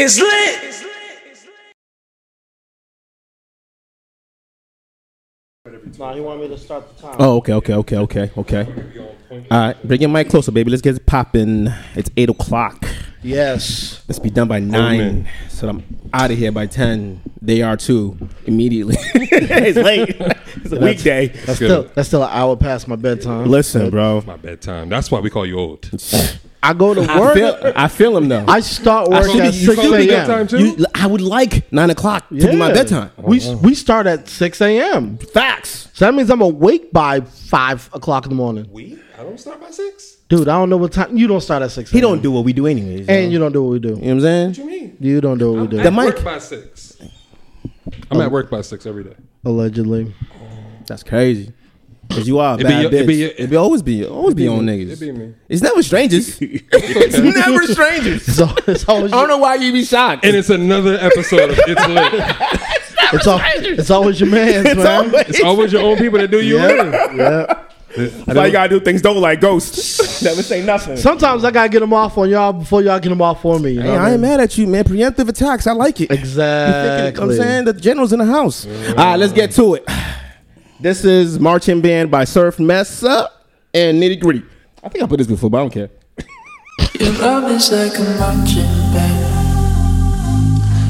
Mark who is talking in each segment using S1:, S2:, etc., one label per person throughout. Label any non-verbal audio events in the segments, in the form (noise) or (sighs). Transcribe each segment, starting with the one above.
S1: It's lit.
S2: No, he wanted me to start the time.
S3: Oh, okay, okay, okay, okay, okay. All right, bring your mic closer, baby. Let's get it popping. It's eight o'clock.
S2: Yes.
S3: Let's be done by nine. So I'm out of here by ten. They are too immediately. (laughs) it's late. It's a weekday.
S2: That's
S4: Good.
S2: still that's still an hour past my bedtime.
S3: Listen, bro.
S4: My bedtime. That's why we call you old.
S2: I go to
S3: I
S2: work.
S3: feel, I feel him though.
S2: I start work
S4: call
S2: at
S4: it- you
S2: six
S4: call it
S2: a.m.
S4: bedtime, too?
S3: You- I would like nine o'clock to be my
S2: Yeah.
S3: bedtime.
S2: We we start at six a.m.
S3: Facts.
S2: So that means I'm awake by five o'clock in the morning,
S4: We? I don't start by six.
S2: dude. I don't know what time you don't start at six.
S3: He don't do what we do anyways. you
S2: and
S3: know?
S2: you don't do what we do.
S3: you know what I'm
S4: What
S3: saying?
S4: you mean?
S2: You don't do what we do. Oh.
S3: The
S4: I'm at
S3: mic.
S4: work by six. I'm at work by six every day.
S2: Allegedly,
S3: That's crazy. Cause you are a
S4: It be
S3: bad
S4: your-
S3: bitch.
S4: it
S3: It
S4: be
S3: be,
S4: your-
S3: always be always be, on niggas.
S4: It be me.
S3: It's never strangers. (laughs) it's never strangers.
S2: it's, all,
S3: (laughs)
S2: it's always
S3: I don't know why you be shocked.
S4: And it's another episode of
S2: (laughs)
S4: It's Lit.
S2: it's, all, it's always your man's
S3: (laughs) It's
S2: man.
S3: always-
S4: It's always your own people that do you in.
S2: yeah, yeah.
S3: That's why you gotta do things don't like ghosts. (laughs) never say nothing.
S2: Sometimes I gotta get them off on y'all before y'all get them off for me. You
S3: Hey,
S2: know what
S3: I
S2: mean?
S3: ain't mad at you, man. Preemptive attacks, I like it.
S2: Exactly.
S3: I'm saying the general's in the house. All right, let's get to it. This is Marching Band by Surf Mesa and Nitty Gritty. I think I put this before, but I don't care.
S5: Your love is like a marching band.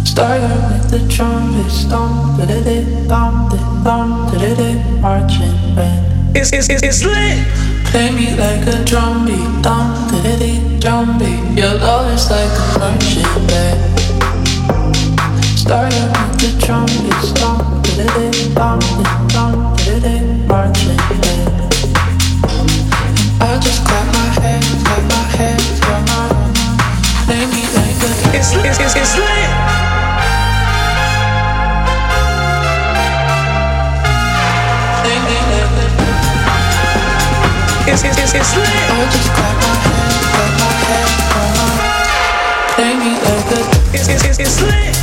S5: Start out with the trumpets, thump, da da da, thump, da thump, da da da, marching band.
S1: It's it's it's, it's lit.
S5: Play me like a drum beat, thump, da da da, drum beat. Your love is like a marching band. Start out with the trumpets, thump, da da da, thump, da thump, da da da, marching band. I just clap my hands, clap my hands, you're mine. Play me like a
S1: It's lit. It's, it's, it's lit.
S5: Play me like a
S1: It's it's it's, it's lit.
S5: I just clap my hands, clap my hands, clap my hands. Play me like a
S1: It's it's it's, it's lit.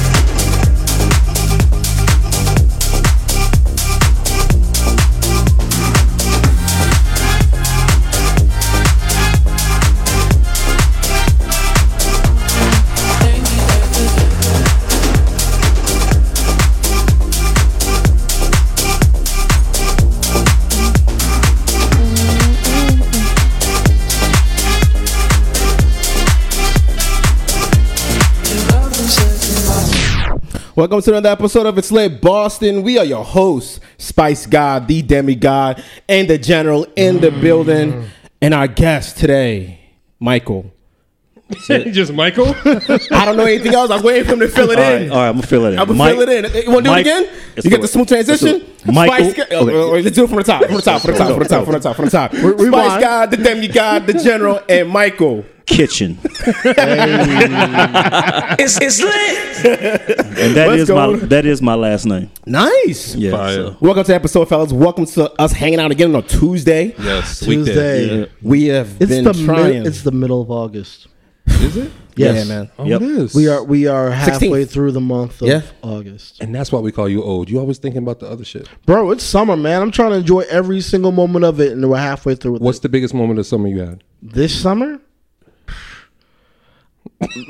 S5: play me like a Your love is like a monster.
S3: Welcome to another episode of It's Lit Boston. We are your hosts, Spice God, the demigod, and the general in
S6: Mm.
S3: the building. And our guest today, Michael.
S4: Just Michael?
S3: I don't know anything else. I was waiting for him to fill it
S6: All right,
S3: in.
S6: all right, I'm gonna fill it in.
S3: I'm gonna
S6: Mike-
S3: fill it in. You want to do it
S6: Mike-
S3: again?
S6: Let's
S3: You
S6: do
S3: get
S6: it.
S3: the smooth transition.
S6: Let's do it. Michael,
S3: Spice, Ga- oh,
S6: okay.
S3: wait, let's do it from the top. From the top. From the top. From the top. From the top. From the top. Spice
S2: rewind.
S3: God, the demigod, the general, and Michael. (laughs)
S6: kitchen,
S1: It's it's lit.
S6: and that
S3: Let's
S6: is
S3: go.
S6: my that is my last name.
S3: Nice.
S6: Yeah,
S4: Fire.
S6: so.
S3: Welcome to the episode, fellas. Welcome to us hanging out again on a Tuesday.
S4: yes.
S2: Tuesday.
S4: Weekday.
S3: We have
S2: It's
S3: been
S2: the
S3: trying.
S2: mid, it's the middle of August.
S4: Is it?
S3: yeah,
S2: Yes.
S3: man.
S4: Oh,
S6: Yep.
S4: it is.
S2: We are we are halfway
S3: 16th.
S2: through the month of
S3: Yeah.
S2: August.
S4: And that's why we call you old. You always thinking about the other shit.
S2: Bro, it's summer, man. I'm trying to enjoy every single moment of it, and we're halfway through with
S4: What's
S2: it.
S4: the biggest moment of summer you had?
S2: this summer. (laughs)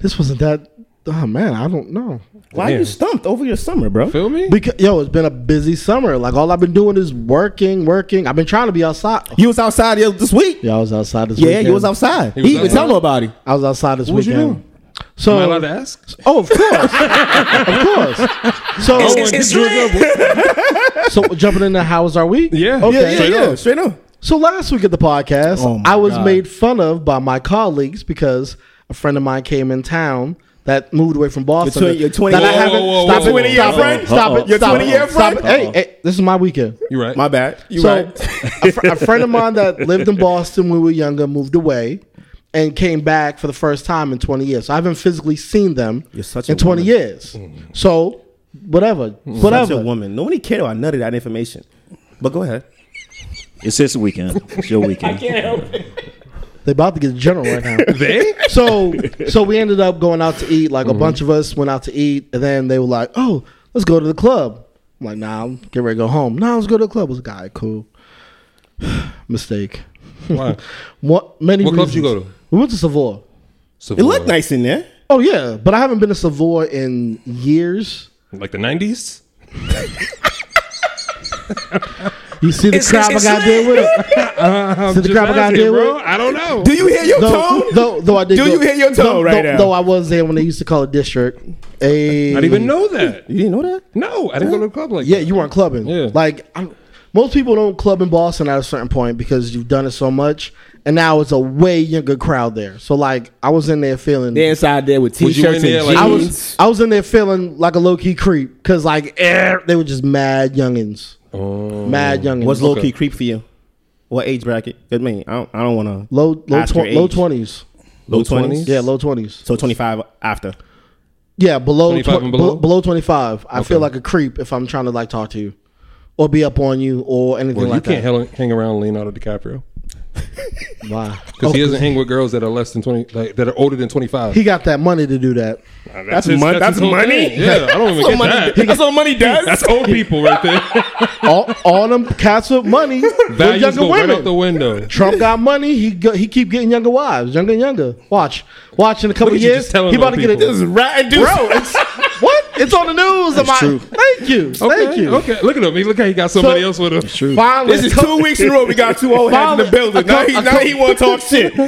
S2: this wasn't that. Oh man, I don't know.
S3: Why are you stumped over your summer, bro?
S4: Feel me?
S2: Because yo, it's been a busy summer. Like all I've been doing is working, working. I've been trying to be outside. Oh,
S3: You was outside the other- this week.
S2: Yeah, I was outside this
S3: Yeah,
S2: weekend.
S3: you was outside. He,
S4: was
S3: didn't
S4: outside.
S3: tell nobody.
S2: I was outside this
S4: was you
S2: weekend.
S4: doing?
S2: So
S4: Am I allowed to ask?
S2: Oh, of course, (laughs) of course. So,
S3: Oh,
S1: It's it's, it's lit.
S2: so jumping into how was our week?
S4: Yeah.
S2: Okay.
S3: Yeah, yeah, yeah. Straight up.
S2: So last week at the podcast,
S3: Oh my
S2: I was
S3: God.
S2: made fun of by my colleagues because a friend of mine came in town that moved away from Boston.
S3: twen- your 20
S2: that I
S4: Whoa,
S2: haven't.
S4: whoa, whoa,
S2: stop
S4: whoa,
S2: it,
S4: whoa, whoa.
S2: stop
S3: Uh-oh,
S2: it, stop
S3: uh-oh.
S2: it,
S3: Your
S2: stop
S3: 20 year
S2: it, stop
S3: friend?
S2: it. Hey, hey, this is my weekend.
S4: You right.
S3: My bad. You
S2: so
S3: right.
S2: a, fr- a friend of mine that lived in Boston when we were younger moved away and came back for the first time in 20 years. So I haven't physically seen them
S3: You're such
S2: in
S3: a
S2: 20
S3: woman.
S2: years. So whatever,
S3: Such a
S2: whatever.
S3: woman. Nobody cared about none of that information. But go ahead.
S6: It's this weekend. It's your weekend.
S2: They're about to get general right now.
S4: They?
S2: so so we ended up going out to eat.
S4: Mm-hmm.
S2: Like a bunch of us went out to eat, and then they were like, "Oh, let's go to the club." I'm like, "Nah, I'm getting ready to go home." Nah, let's go to the club. I was like, "All right, cool." (sighs) Mistake.
S4: Why?
S2: (laughs) What many?
S4: What clubs
S2: reasons.
S4: you go to?
S2: We went to Savoy.
S3: It looked nice in there.
S2: Oh yeah, but I haven't been to Savoy in years.
S4: Like the nineties.
S2: You see the
S1: It's-
S2: crowd
S1: it's-
S2: I
S1: it's
S2: got there with.
S4: Uh,
S2: see the crowd I got there
S4: bro.
S2: with.
S4: I don't know.
S3: Do you hear your
S2: (laughs) Though,
S3: tone?
S2: though, though I did.
S3: Do
S2: go-
S3: you hear your tone
S2: though,
S3: right
S2: though,
S3: now?
S2: Though I was there when they used to call it district. Hey,
S4: I didn't even know that.
S3: You didn't know that?
S4: No, I didn't go to the club like
S2: Yeah,
S4: that.
S2: you weren't clubbing.
S4: Yeah.
S2: Like i most people don't club in Boston at a certain point because you've done it so much, and now it's a way younger crowd there. So like I was in there feeling.
S3: They're inside there with
S4: Was you
S3: t-shirts
S4: in there,
S3: and
S4: like-
S2: I
S3: jeans.
S2: was I was in there feeling like a low key creep because like eh, they were just mad youngins,
S4: Oh.
S2: mad youngins.
S3: What's low key creep for you? What age bracket? That mean I don't, I don't want to
S2: low low
S3: Ask your
S2: tw- low
S3: age.
S2: twenties?
S3: low
S4: 20s?
S2: Yeah, low twenties.
S3: So twenty five after.
S2: Yeah, below
S4: 25
S2: tw-
S4: and below?
S2: be- below twenty five. I feel
S4: Okay.
S2: like a creep if I'm trying to like talk to you, or be up on you, or anything
S4: Well, you
S2: like
S4: can't
S2: that.
S4: hang- hang around Leonardo DiCaprio (laughs)
S2: Why? Oh,
S4: because he doesn't hang with girls that are less than twenty, like, that are older than twenty five.
S2: He got that money to do that.
S4: That's,
S3: mon- that's
S4: his whole
S3: money?
S4: thing. Yeah, I don't even get that.
S3: That's what money does.
S4: That's old people right
S2: (laughs)
S4: there.
S2: all, all them cats with money, they're
S4: Values
S2: younger
S4: go right
S2: women.
S4: out the window.
S2: Trump got money. He go, he keep getting younger wives, younger and younger. Watch, watch in a couple
S4: Look at you
S2: years,
S4: just telling
S2: he about to
S4: old
S2: get a
S4: people.
S2: this.
S3: is rat
S2: Bro, it's what? It's on the news. Am I-
S6: true.
S2: Thank you, thank
S4: Okay,
S2: you.
S4: Okay, look at him. He- Look how he got somebody else with him.
S6: True.
S2: Finally,
S3: This is
S2: a
S3: (laughs)
S2: cou- (laughs)
S3: two weeks in a row we got two old heads in the
S2: Finally,
S3: building.
S2: a
S3: Now
S2: cou-
S3: he,
S2: a
S3: now
S2: cou-
S3: he want to talk shit. (laughs)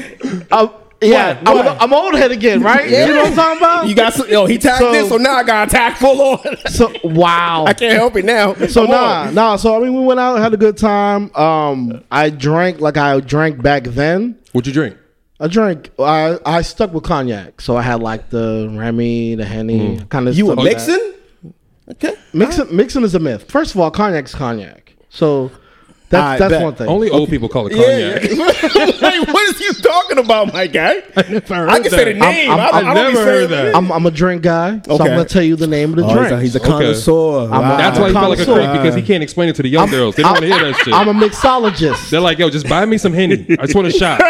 S2: I- Uh, yeah,
S3: Why?
S2: I'm, I'm old head again, right? You know what I'm talking about?
S3: You got some, yo, he tagged
S2: So-
S3: this, so now I got attacked full on. (laughs)
S2: so wow.
S3: I can't help it now.
S2: So
S3: Come
S2: nah,
S3: on.
S2: nah. So I mean, we went out, had a good time. Um, I drank like I drank back then.
S4: What'd you drink?
S2: I drank. I I stuck with cognac, so I had like the Remy, the Henny, kind of.
S3: you were
S2: stuff like that.
S3: mixing? Okay.
S2: Mixing, mixing is a myth. First of all, cognac's cognac, so that's
S3: I
S2: that's
S3: bet.
S2: one thing.
S4: Only old people call it
S3: Yeah.
S4: cognac.
S3: (laughs) like, what is you talking about, my
S2: (laughs)
S3: guy? I can say the name.
S2: I'm-
S3: I,
S2: I'm-
S3: I don't be
S4: never
S3: saying
S4: heard that.
S2: I'm I'm a drink guy, so I'm
S3: Okay. Oh,
S2: gonna tell you the name of the
S4: Oh,
S2: drink.
S4: connoisseur.
S2: Wow.
S4: That's why he felt like a
S2: Connoisseur.
S4: creep because he can't explain it to the young girls. They don't want to hear that shit.
S2: I'm a
S3: (laughs)
S2: mixologist.
S4: They're like, yo, just buy me some henny. I just want a shot.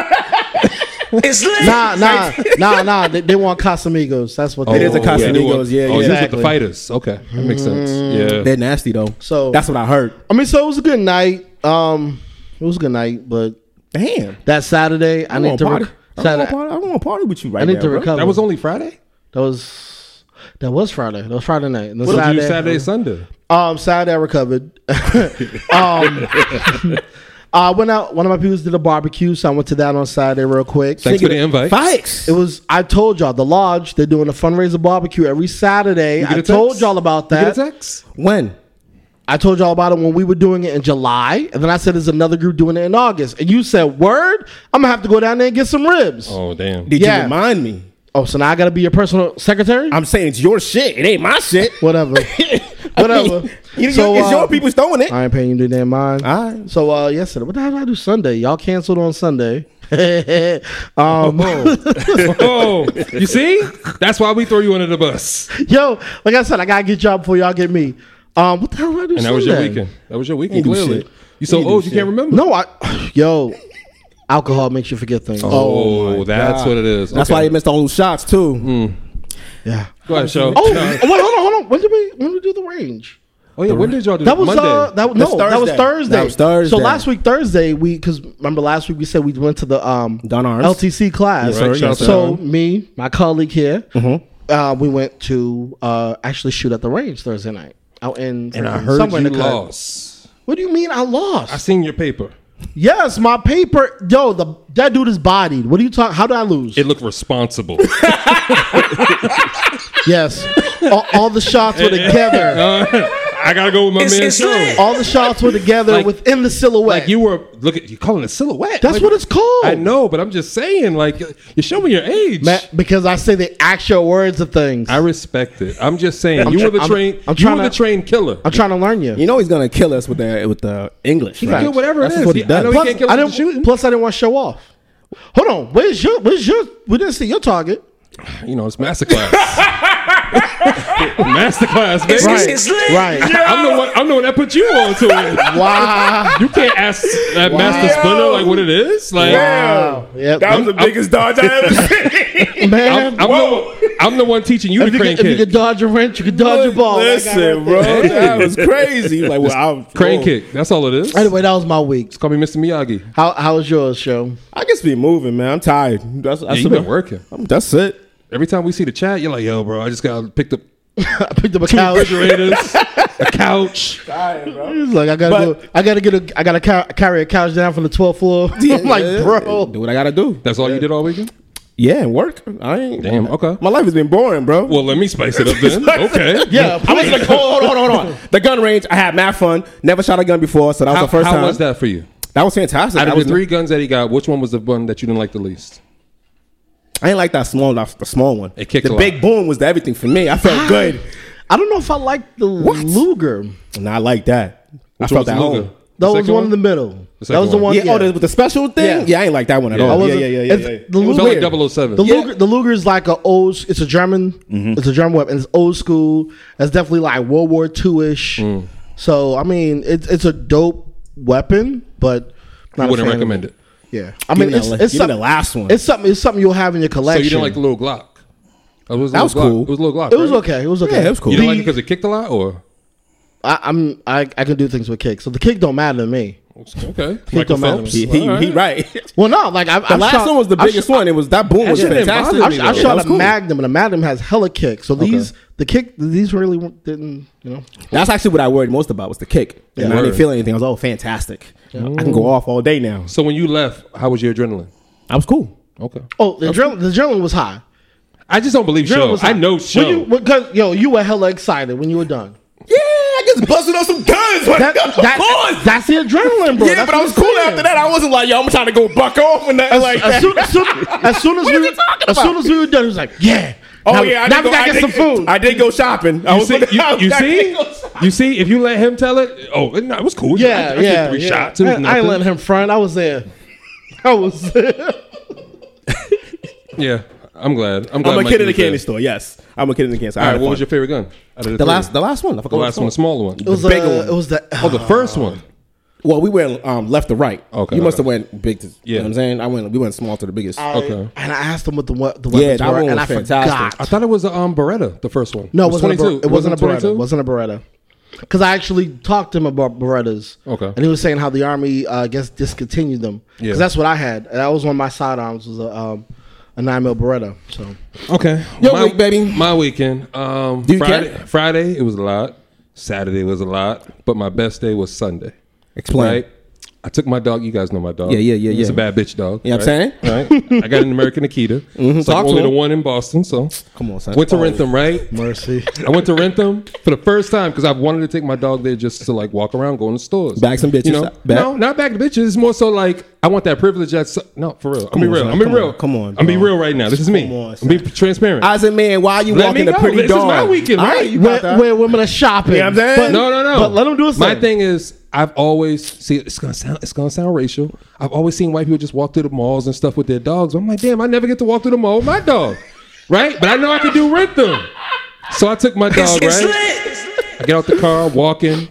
S1: It's lit.
S2: nah, nah, nah, nah. They, they want Casamigos. That's what they
S3: is a
S2: want.
S3: Casamigos,
S4: you want-
S3: Oh, yeah, yeah.
S4: Oh, you with the
S2: Exactly.
S4: fighters. Okay, that makes sense. Yeah.
S3: They're nasty though.
S2: So-
S3: that's what I heard.
S2: I mean, so it was a good night. Um, it was a good night, but
S3: Damn.
S2: that Saturday I,
S3: I
S2: need
S3: want
S2: to.
S3: to
S2: Rec-
S3: party. I don't want
S2: Saturday-
S3: to party. I don't want to party with you right
S2: I
S3: now.
S2: need to
S3: bro.
S2: recover.
S4: That was only Friday.
S2: That was that was Friday. That was Friday night. And then
S4: What
S2: Saturday,
S4: Saturday, Saturday, Sunday.
S2: Um, Saturday I recovered. (laughs) um, I went out. One of my people did a barbecue, so I went to that on Saturday real quick.
S4: Thanks for the invite.
S3: Fikes.
S2: It was. I told y'all the lodge. They're doing a fundraiser barbecue every Saturday.
S4: You get
S2: I
S4: a
S2: told
S4: text?
S2: y'all about
S4: You get a
S2: that.
S4: text?
S3: When?
S2: I told y'all about it when we were doing it in July, and then I said there's another group doing it in August. And you said, "Word, I'm gonna have to go down there and get some ribs." Oh,
S4: Oh damn.
S3: Did
S2: Yeah.
S3: you remind me?
S2: so now I gotta be your personal secretary.
S3: I'm saying it's your shit. It ain't my shit.
S2: Whatever.
S4: (laughs)
S3: (laughs) I
S2: Whatever.
S3: mean, you-
S2: So,
S3: it's
S2: uh,
S3: your people throwing it.
S2: I ain't paying you to damn mind.
S3: All right.
S2: So uh yesterday, what the hell did I do Sunday? Y'all canceled on Sunday. (laughs) um
S4: (laughs) oh, you see? That's why we throw you under the bus.
S2: yo, like I said, I gotta get y'all before y'all get me. Um what the hell did I do
S4: And
S2: Sunday?
S4: that was your weekend. That was your weekend.
S3: do
S4: Clearly,
S3: shit.
S4: you so
S3: You do
S4: old you
S3: shit.
S4: can't remember.
S2: No, I (sighs) yo, alcohol makes you forget things. Oh,
S4: Oh, that's what it is.
S3: That's
S4: Okay.
S3: why they missed all those shots too.
S2: yeah.
S4: Go ahead, show. (laughs)
S2: Oh wait, hold on, hold on. When did we when did we do the range?
S4: Oh, yeah. When did y'all do
S2: That was
S4: Monday.
S2: uh that was no,
S3: That's
S2: that was
S3: Thursday.
S2: Thursday.
S3: That was Thursday.
S2: So last week Thursday, we because remember last week we said we went to the um
S3: Don Arms.
S2: LTC class.
S3: Yes, sir. Right, shout out to
S2: So
S3: Don
S2: me, my colleague here, uh, we went to uh actually shoot at the range Thursday night out in
S4: and I heard
S2: somewhere
S4: you
S2: in the cut.
S4: lost.
S2: What do you mean I lost?
S4: I seen your paper.
S2: yes, my paper. Yo, the that dude is bodied. What are you talking? How did I lose?
S4: It looked responsible. (laughs)
S2: yes, all, all the shots
S4: (laughs)
S2: were together.
S4: Uh, I gotta go with my
S1: It's-
S4: man.
S1: it's
S4: Joe.
S1: lit.
S2: All the shots were together
S4: Like-
S2: within the silhouette.
S4: Like you were look at you calling it silhouette.
S2: That's
S4: Like,
S2: what it's called.
S4: I know, but I'm just saying, like you're showing your age.
S2: Ma- because I say the actual words of things.
S4: I respect it. I'm just saying
S2: I'm
S4: you
S2: tr-
S4: were the
S2: I'm-
S4: train.
S2: I'm
S4: you
S2: trying
S4: were the
S2: to-
S4: train killer.
S2: I'm trying to learn you.
S3: You know he's gonna kill us with the with the English.
S4: He
S3: right?
S4: can do whatever it
S3: That's
S4: is.
S3: what he
S4: I know
S3: does.
S4: he
S2: plus,
S4: can't kill
S2: I
S4: us with
S2: didn't,
S4: the shooting.
S2: plus, I didn't want to show off. Hold on, where's your, where's your? We didn't see your target.
S4: You know,
S2: (laughs)
S4: it's masterclass. masterclass, baby.
S1: It's- it's- it's lit.
S2: Right.
S4: I'm the one. I'm the one that put you on to it.
S2: Wow.
S4: You can't ask that master splinter like what it is. Like
S2: Wow. Yep.
S3: Oh. That was the biggest dodge I ever seen.
S2: Oh, man.
S4: I'm, I'm the, I'm the one teaching you
S2: if,
S4: the
S2: you
S4: crane
S2: could, if you
S4: kick.
S2: could dodge a wrench, you could dodge a ball. Oh, That guy right
S3: Listen, bro,
S4: there.
S3: that was crazy. Like, well, I, was-
S4: crane
S3: whoa.
S2: Oh.
S4: kick. That's all it is.
S2: there. Anyway, that was my week.
S4: Call me Mr. Miyagi.
S2: How how was yours, show? (laughs)
S3: I just be moving, man. I'm tired. That's, that's
S4: Yeah, you been working.
S3: I'm- That's it.
S4: Every time we see the chat, you're like, yo, bro, I just got picked
S2: (laughs)
S4: up
S2: I picked up a
S4: two
S2: couch.
S4: refrigerators, a
S3: (laughs)
S4: couch.
S2: He's like, I gotta,
S3: But-
S2: go, I gotta get a, I gotta ca- carry a couch down from the 12th floor. (laughs) I'm like, bro,
S3: do what I gotta do.
S4: That's all you did all weekend?
S3: Yeah, and work. I ain't.
S4: Damn, okay.
S3: My life has been boring, bro.
S4: Well, let me spice it up then. Okay.
S3: yeah, I was like, hold on, hold on, hold on. The gun range, I had mad fun. Never shot a gun before, so that was
S4: How,
S3: the first
S4: how
S3: time.
S4: was that for you?
S3: That was fantastic.
S4: Out
S3: I
S4: of the
S3: was
S4: three guns that he got, which one was the one that you didn't like the least?
S3: I ain't like that small, that, the small one.
S4: It kicked
S3: The
S4: a
S3: big
S4: lot.
S3: boom was the everything for me. I felt good,
S2: I don't know if I like the Luger.
S3: and I like that. I
S4: Which
S3: felt
S4: one's
S3: that
S4: the Luger?
S3: home.
S2: That
S4: The
S2: was
S4: second
S2: one in the middle.
S4: The
S2: That was the
S4: second
S2: one.
S4: one.
S3: Yeah,
S2: Yeah,
S3: Oh, the, with the special thing.
S2: Yeah.
S3: Yeah, I ain't like that one at
S4: Yeah.
S2: I
S3: all. Yeah,
S2: wasn't-
S3: yeah, yeah, yeah.
S2: it's-
S3: yeah.
S2: The
S4: It was
S2: Luger,
S4: like 007.
S2: the
S4: Yeah. Mm-hmm.
S2: Luger, the Luger is like a old. It's a German. It's a German weapon. It's old school. It's definitely like World War II ish.
S4: Mm.
S2: So I mean, it's it's a dope weapon, but not
S4: I
S2: a
S4: wouldn't
S2: fan of
S4: recommend it.
S2: Yeah, I mean,
S3: Give me
S2: it's,
S3: that-
S2: it's
S3: give me the
S2: something-
S3: last one.
S2: It's something. It's something you'll have in your
S4: So
S2: collection.
S4: you didn't like the little Glock? That was,
S3: That was cool.
S4: It was a little Glock.
S2: It was
S4: right?
S2: okay. It was okay.
S3: Yeah, it was cool.
S4: You didn't
S2: The-
S4: like it because it kicked a lot, or
S2: I, I'm I, I can do things with kicks, so the kick don't matter to me.
S4: okay? Michael
S2: him out.
S4: Phelps.
S3: he, he,
S4: All
S3: he
S4: right.
S3: right.
S2: Well, no, like I, I
S3: The last
S2: shot,
S3: one was the
S2: I
S3: biggest
S2: shot-
S3: one. It was that boom was
S4: shit didn't
S3: fantastic.
S4: bother
S2: I,
S4: me,
S2: I
S4: though.
S2: shot
S3: That was
S2: a
S3: cool.
S2: Magnum, and a Magnum has hella kicks. So these the kick these really weren't- didn't you know.
S3: That's actually what I worried most about was the kick. And I didn't
S4: Word.
S3: feel anything. I was oh fantastic. I can go off all day now.
S4: So when you left, how was your adrenaline?
S3: I was cool.
S4: Okay.
S2: Oh, the adrenaline, the adrenaline was high.
S4: I just don't believe
S2: Adrenaline
S4: show.
S2: was high.
S4: I know
S2: When
S4: show.
S2: you- because yo, you were hella excited when you were done.
S3: Yeah, I just busted on some guns.
S2: That, that- that's the adrenaline, bro.
S3: yeah,
S2: That's
S3: but I
S2: what
S3: was
S2: I'm
S3: cool
S2: saying.
S3: after that. I wasn't like, yo, I'm trying to go buck off and nothing like
S2: As
S3: that.
S2: soon as soon as, soon
S3: (laughs)
S2: as
S3: What
S2: we
S3: are
S2: were,
S3: you talking
S2: as soon
S3: about?
S2: as we were done, it was like yeah.
S3: Oh
S2: now,
S3: yeah, I
S2: now
S3: did go,
S2: we gotta
S3: I
S2: get
S3: did
S2: some
S3: go-
S2: food.
S3: I did go shopping. I
S4: You
S3: was
S4: see,
S3: looking-
S4: you,
S3: (laughs) I
S4: you
S3: I did
S4: see,
S3: go shopping.
S4: you see. If you let him tell it, oh, it, nah, it was cool. I,
S2: yeah,
S4: I did
S2: yeah,
S4: three
S2: yeah.
S4: shots. It
S2: I,
S4: was
S2: I ain't
S4: nothing.
S2: letting him front. I was there. (laughs) I was there.
S4: Yeah, I'm glad. I'm glad.
S3: I'm a
S4: Mikey
S3: kid in the
S4: was there.
S3: candy store. Yes, I'm a kid in the candy store. I
S4: All
S3: had
S4: right, what was
S3: fun.
S4: your favorite gun? Out of
S3: the
S4: three?
S3: last the last one? I forgot
S4: the last one, the smaller one.
S2: It was
S3: The bigger
S2: uh,
S3: one.
S2: It was the
S4: oh, the first one.
S3: Well, we went um, left to right.
S4: Okay,
S3: you must
S4: okay.
S3: have went big. To, you
S4: Yeah.
S3: know what I'm saying I went. We went small to the biggest.
S2: I-
S4: Okay.
S2: And I asked him what the what the
S3: Yeah,
S2: weapons
S3: that
S2: were,
S3: one
S2: and
S3: was
S2: I
S3: fantastic.
S4: I
S2: forgot.
S4: thought it was a um, Beretta, the first one.
S2: No, it wasn't. A Ber-
S4: 22.
S2: it wasn't a Beretta. It
S4: 22?
S2: wasn't a Beretta. Because I actually talked to him about Berettas.
S4: Okay.
S2: And he was saying how the army, uh, I guess, discontinued them. Because
S4: Yeah.
S2: that's what I had. And that was one of my sidearms was a um, a nine mil Beretta. So
S4: Okay.
S3: Your week, baby.
S4: My weekend. Um,
S3: you
S4: Friday,
S3: care?
S4: Friday, it was a lot. Saturday was a lot. But my best day was Sunday.
S3: Explain.
S4: Right? I took my dog. You guys know my dog.
S3: Yeah, yeah, yeah,
S4: It's
S3: yeah.
S4: a bad bitch dog.
S3: You know what I'm
S4: right? Right? I got an American Akita. So
S3: Talk
S4: I'm
S3: to
S4: only
S3: him.
S4: the one in Boston. So
S3: Come on, son.
S4: Went to
S3: Oh.
S4: Rentham, right?
S2: mercy.
S4: (laughs) I went to Rentham for the first time because I've wanted to take my dog there just to like walk around, go in the stores,
S3: Bag some bitches.
S4: You know?
S3: Bag-
S4: No, not back the bitches. It's more so like I want that privilege. That's no, for real. I'm be
S3: on,
S4: real.
S3: son.
S4: I'm be
S3: Come
S4: real.
S3: on. Come on,
S4: I'm be
S3: bro.
S4: real right now. This is me.
S3: Come on,
S4: I'm be transparent.
S3: I said, man, why you
S4: Let me
S3: walking a
S4: go.
S3: pretty
S4: This is
S3: dog?
S4: my weekend,
S3: All
S4: right?
S3: you got
S2: where,
S3: that.
S2: where women are shopping.
S3: You know what I'm saying?
S2: But-
S4: no, no, no.
S2: But let them do it.
S4: My thing is, I've always see it's gonna sound it's gonna sound racial. I've always seen white people just walk through the malls and stuff with their dogs. I'm like, damn, I never get to walk through the mall with my dog, right? But I know I can do Rentham. So I took my dog,
S1: It's
S4: right?
S1: lit.
S4: I get out the car, walking.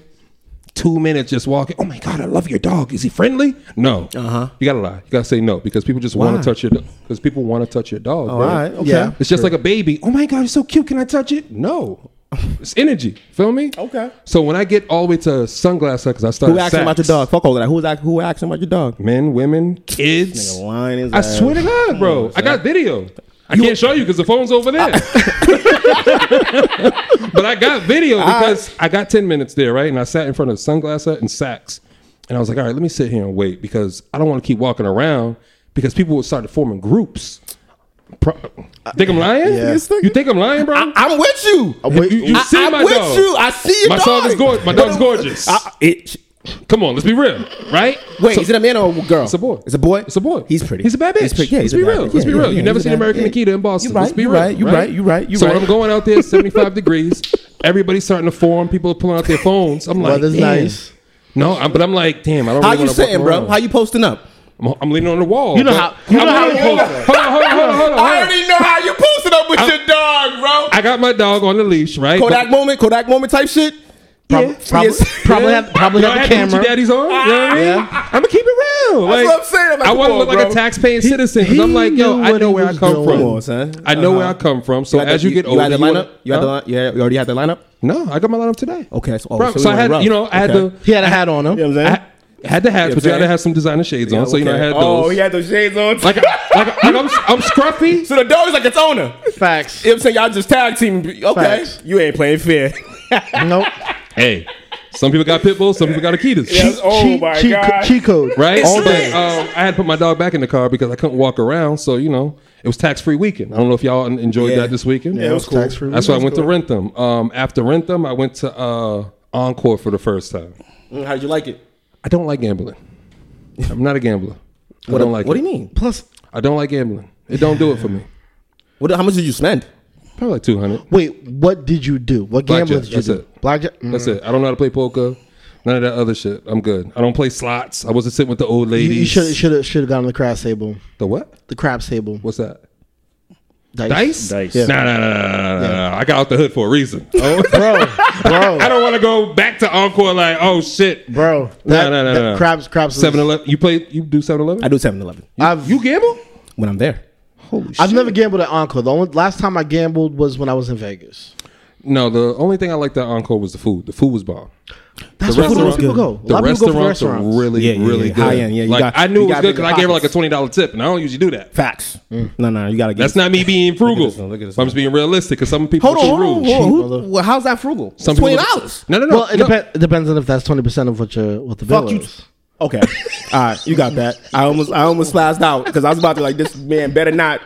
S4: Two minutes just walking. Oh my God, I love your dog. Is he friendly? No. Uh huh. You gotta lie. You gotta say no because people just want
S3: Uh-huh. Why? Oh,
S4: to touch your dog. Because people want to touch your dog.
S3: All
S4: bro.
S3: right. Okay.
S2: Yeah.
S4: It's just like a baby. Oh my God, it's so cute. Can I touch it? No. It's energy. Feel me?
S3: Okay.
S4: So when I get all the way to sunglass because I started.
S3: Who asked him about your
S4: Saks.
S3: dog? Fuck all that. Who was act- who asked him about your dog?
S4: Men, women, kids.
S3: lying his
S4: I
S3: ass.
S4: swear to God,
S3: uh,
S4: bro. I got video. I can't show you because the phone's over there. (laughs) but I got video because I got 10 minutes there, right? And I sat in front of Sunglass Hut and Saks. And I was like, all right, let me sit here and wait because I don't want to keep walking around because people would start forming groups. Pro- think I'm lying?
S2: Yeah.
S4: You think I'm lying, bro?
S3: I'm with you.
S4: You- you you
S3: I-
S4: see
S3: I'm
S4: my
S3: with
S4: dog.
S3: you. I see your
S4: my
S3: dog.
S4: dog. is gorgeous. My dog's gorgeous.
S3: I, it,
S4: Come on, let's be real, right?
S3: wait,
S4: So-
S3: is it a man or a girl?
S4: It's a boy.
S3: It's a boy.
S4: It's a boy.
S3: He's pretty.
S4: He's a bad bitch.
S3: He's pretty. Yeah,
S4: Let's
S3: he's a bad
S4: be real.
S3: bitch.
S4: Let's
S3: Yeah,
S4: be real.
S3: yeah,
S4: you
S3: yeah,
S4: never
S3: he's
S4: seen
S3: a bad
S4: American
S3: bitch.
S4: Nikita in Boston.
S3: You
S4: Let's
S3: right,
S4: be
S3: you
S4: real.
S3: right, you right, you right, you
S4: so
S3: right.
S4: when I'm going out there, 75 degrees. Everybody's starting to form. People are pulling out their phones. I'm like,
S2: Well, that's
S4: damn.
S2: nice.
S4: No, I'm, but I'm like, damn. I don't.
S3: How you
S4: really wanna walk
S3: sitting, bro?
S4: around.
S3: How you posting up?
S4: I'm, I'm leaning on the wall.
S2: You know how-
S4: but-
S2: you know
S4: I'm
S2: how
S4: leaning
S2: you
S4: on the wall. Hold on, hold on, hold on, hold on. hold on.
S3: know how you posting up with
S4: I'm-
S3: dog, bro.
S4: I got my dog on the leash, right?
S3: Kodak moment, Kodak moment type shit.
S2: Prob- probably- probably had- probably
S4: You know,
S2: had
S4: I
S2: the
S4: had to put your
S2: camera.
S4: daddy's on. You know what I mean?
S2: Yeah.
S4: I'm gonna keep it real.
S3: That's
S4: Like,
S3: what I'm saying. I'm like,
S4: I
S3: come
S4: want to
S3: on,
S4: look like
S3: bro.
S4: a taxpaying citizen. 'cause I'm
S2: he
S4: like, yo,
S2: knew
S4: I
S2: what
S4: know
S2: he
S4: where I
S2: was
S4: come
S2: doing.
S4: from.
S3: Come on, son.
S4: I know where I
S3: Uh-huh.
S4: come from. So
S3: had
S4: as
S3: the-
S4: you get
S3: you
S4: older,
S3: had the
S4: you wanna-
S3: lineup. You had the
S4: Huh?
S3: line- yeah, you already had the lineup.
S4: No, I got my lineup today.
S3: Okay, so- oh,
S4: Bro,
S3: so
S4: so,
S3: we
S4: I
S3: went
S4: had
S3: rough.
S4: you know I had
S3: Okay.
S4: the
S2: He had a hat on him.
S3: You know what I'm
S4: I,
S3: saying?
S4: had the
S3: You know what I'm
S4: hats, but you had to
S3: saying?
S4: have some designer shades on. So you know, I
S3: Okay.
S4: had those.
S3: Oh, he had those shades on.
S4: Like, like, like I'm, I'm scruffy.
S3: so the dog is like its owner.
S2: Facts.
S3: You know what I'm saying? Y'all just tag team. Okay.
S2: Facts.
S3: You ain't playing fair.
S2: nope.
S4: Hey, some people got pit bulls, some people got Akitas.
S3: Yes. Oh my
S2: cheat,
S3: God.
S2: Cheat code.
S4: Right?
S6: It's
S4: All
S6: lit.
S4: day. Um, I had to put my dog back in the car because I couldn't walk around. So, you know, it was tax free weekend. I don't know if y'all en- enjoyed
S3: Yeah.
S4: that this weekend.
S3: Yeah, it was cool.
S2: Tax free.
S4: That's why I went to rent them. Um, after rent them, I went to uh, Encore for the first time.
S3: Mm, How'd you like it?
S4: I don't like gambling. I'm not a gambler. I don't like
S3: What
S4: it.
S3: do you mean?
S2: Plus,
S4: I don't like gambling. It don't do it for me.
S3: What, how much did you spend?
S4: Probably like 200.
S2: wait, what did you do? What gambling
S4: Blackjack,
S2: did you
S4: that's
S2: do?
S4: it.
S2: Blackjack. Mm.
S4: That's it. I don't know how to play poker. None of that other shit. I'm good. I don't play slots. I wasn't sitting with the old
S2: You,
S4: ladies.
S2: you should should have should have gotten the craps table.
S4: The what?
S2: The craps table.
S4: What's that?
S2: Dice.
S4: Dice?
S6: Dice.
S4: Nah, nah, nah, nah, nah, nah, nah, nah. I got out the hood for a reason. Oh,
S2: Bro, bro,
S4: (laughs) I don't want to go back to Encore like, oh shit.
S2: (laughs) bro.
S4: Nah, nah, nah,
S2: that
S4: nah.
S2: Craps, craps. is-
S4: 7 Eleven. You play, you do 7
S3: I
S4: Eleven?
S3: do 7 Eleven
S2: I've
S4: You gamble?
S3: when I'm there.
S2: I've never gambled at Encore. The only last time I gambled was when I was in Vegas.
S4: No, the only thing I liked at Encore was the food. The food was bomb.
S2: That's
S4: The
S2: where a lot of
S4: restaurant-
S2: people go. A
S4: The
S2: lot of people go for
S4: restaurants are
S2: restaurants.
S4: really,
S3: Yeah, yeah,
S4: really
S3: yeah.
S4: good.
S3: High end, yeah, you
S4: like,
S3: got-
S4: I knew
S3: you
S4: it was
S3: gotta
S4: good
S3: pick
S4: because I
S3: your
S4: gave her like a
S3: pockets.
S4: twenty dollar tip, and I don't usually do that.
S3: Facts. No, no, you gotta get.
S4: That's not me being frugal.
S3: this one, (laughs) look at this
S4: I'm just being realistic because some people
S3: Hold on,
S4: are
S3: hold
S4: rude.
S3: on, hold on.
S2: Cheap,
S3: Who- well, how's that frugal? It's
S4: Some
S3: Twenty
S4: people-
S3: dollars.
S4: No, no, no.
S2: Well, it,
S4: no.
S2: depen- it depends on if that's twenty percent of what your what the bill
S3: Fuck you.
S2: is.
S3: Okay. (laughs) All right, you got that. I almost I almost flashed out because I was about to like this man better not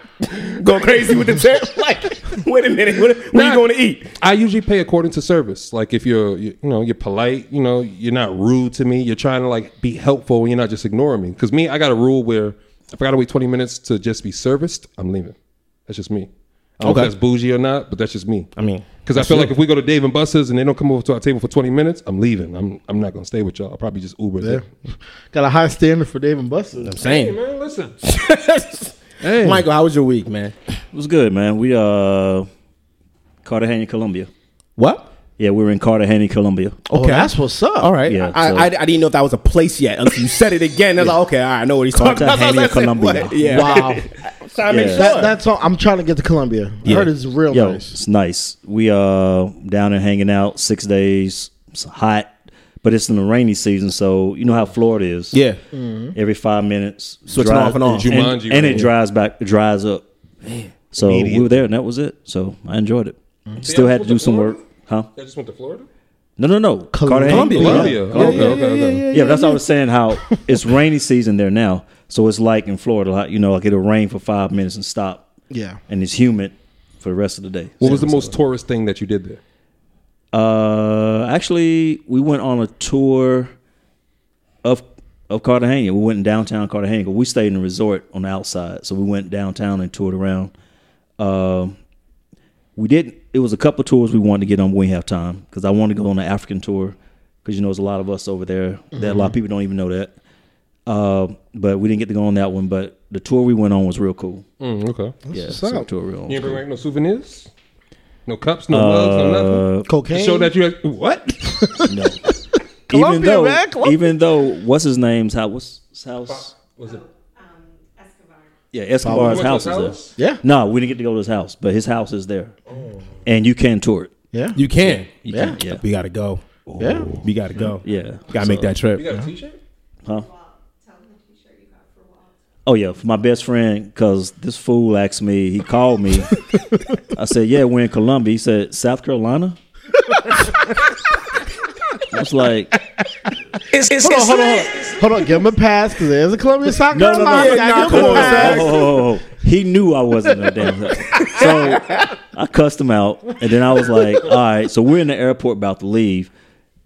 S3: go crazy with the (laughs) tip. Like, wait a minute, what, what
S4: Nah.
S3: you going to eat?
S4: I usually pay according to service. Like if you're, you, you know, you're polite, you know, you're not rude to me. You're trying to like be helpful. and You're not just ignoring me. Because me, I got a rule where if I got to wait 20 minutes to just be serviced, I'm leaving. That's just me. I don't
S3: Okay.
S4: know if that's bougie or not, but that's just me.
S3: I mean,
S4: because I feel like if we go to Dave and Buster's and they don't come over to our table for 20 minutes, I'm leaving. I'm I'm not gonna stay with y'all. I'll probably just Uber there.
S2: Got a high standard for Dave and Buster's.
S3: (laughs) Same.
S4: Man, listen.
S3: Hey. Michael, how was your week, man?
S6: It was good, man. We uh, Cartagena, Colombia.
S3: What?
S6: Yeah, we were in Cartagena, Colombia.
S2: Oh, that's what's up.
S3: All right.
S6: Yeah,
S3: I,
S6: so-
S3: I, I didn't know if that was a place yet. Until you said it again, I was like, okay, all right, I know what he's talking about.
S6: Cartagena,
S3: That's what I said.
S6: Colombia.
S3: What? (laughs) Yeah.
S2: Wow.
S3: Trying to make
S6: Yeah.
S3: sure.
S2: that, that's all. I'm trying to get to Colombia. I
S3: Yeah.
S2: heard it's real
S6: Yo,
S2: nice.
S6: it's nice. We uh down there hanging out six days. It's hot, but it's in the rainy season, so you know how Florida is. Mm-hmm.
S3: yeah.
S2: Mm.
S6: every five minutes,
S3: Switching off and on.
S6: and,
S4: Jumanji
S6: and
S4: right
S6: it dries back, dries up. So we
S4: Immediate.
S6: were there, and that was it. So I enjoyed it. Still had to do some work, huh?
S4: I just went to Florida.
S6: No, no, no. Cartagena,
S2: Colombia.
S4: Colombia.
S6: Yeah,
S4: okay, okay, okay.
S6: yeah, that's what I was saying. How it's rainy season there now, so it's like in Florida, like, you know, like it'll rain for five minutes and stop,
S2: Yeah.
S6: and it's humid for the rest of the day.
S4: What was the most tourist thing that you did there?
S6: Uh, actually, we went on a tour of of Cartagena. We went in downtown Cartagena. We stayed in a resort on the outside, so we went downtown and toured around. Um, we didn't. It was a couple tours we wanted to get on. when We have time because I wanted to go on the African tour because you know there's a lot of us over there. That a lot of people don't even know that. Uh, but we didn't get to go on that one. But the tour we went on was real cool.
S4: Mm, okay.
S6: yeah,
S2: what's
S6: so the
S2: up.
S6: tour real.
S4: You ain't bring back no souvenirs? No cups, no mugs, no nothing?
S6: Uh,
S2: Cocaine.
S4: To show that you had, what?
S3: (laughs)
S6: No. even
S2: Colombia,
S6: though,
S2: man, Colombia.
S6: even though, what's his name's house? What's his house?
S4: Was it
S6: Yeah, Escobar's house is there.
S2: yeah.
S6: No, we didn't get to go to his house, but his house is there, and you can tour it.
S2: Yeah.
S3: You can.
S6: You
S2: Yeah.
S6: can, yeah,
S3: We got to go.
S2: yeah.
S3: We got to go.
S6: yeah.
S3: Got to make that trip.
S4: You got a t-shirt?
S7: Tell
S6: Huh?
S7: them the t-shirt you got for Walt.
S6: Oh yeah, for my best friend, because this fool asked me. He called
S3: (laughs)
S6: me. I said, "Yeah, we're in Columbia." He said,
S3: (laughs)
S6: "South Carolina." I was like,
S1: It's, it's,
S2: Hold
S1: it's
S2: on, hold on,
S1: lit.
S2: hold on. Hold on. Give him a pass because there's a Columbia South
S6: No, no, no,
S2: Carolina.
S6: no,
S2: Gotta
S3: no,
S2: give him a
S3: come on,
S2: pass.
S3: Zach.
S6: Oh, oh, oh, oh. He knew I wasn't a damn help. So I cussed him out, and then I was like, "All right." So we're in the airport about to leave,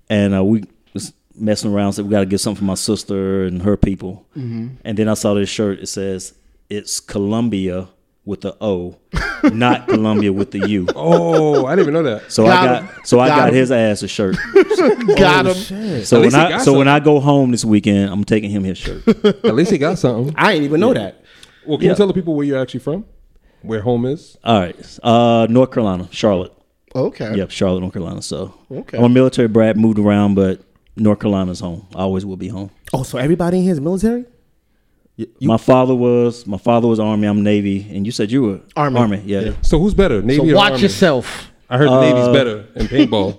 S6: and uh, we was messing around. Said we got to get something for my sister and her people. And then I saw this shirt. It says, "It's Columbia with the O, not Columbia with the U."
S4: Oh, I didn't even know
S6: (laughs)
S4: that.
S6: So
S2: Got
S6: I
S2: him.
S6: got so I
S2: Got
S6: got
S2: him.
S6: his ass a shirt.
S2: Got him.
S6: So
S4: least
S6: when
S4: he
S6: I
S4: got
S6: so when I go home this weekend, I'm taking him his shirt.
S4: At least he got something.
S3: I didn't even know that.
S4: Well, can
S6: Yeah.
S4: you tell the people where you're actually from? Where home is?
S6: All right, uh, North Carolina, Charlotte.
S2: Okay.
S6: Yep, Charlotte, North Carolina. So
S2: Okay.
S6: I'm a military brat, moved around, but North Carolina's home. I always will be home.
S3: Oh, so everybody in here is military?
S6: my father was my father was Army, I'm Navy, and you said you were
S2: Army.
S6: Army, yeah.
S2: Yeah.
S4: So who's better,
S2: So
S4: Navy or
S2: watch
S4: Army?
S2: yourself.
S4: I heard the Navy's
S6: Uh,
S4: better
S6: (laughs)
S4: in paintball.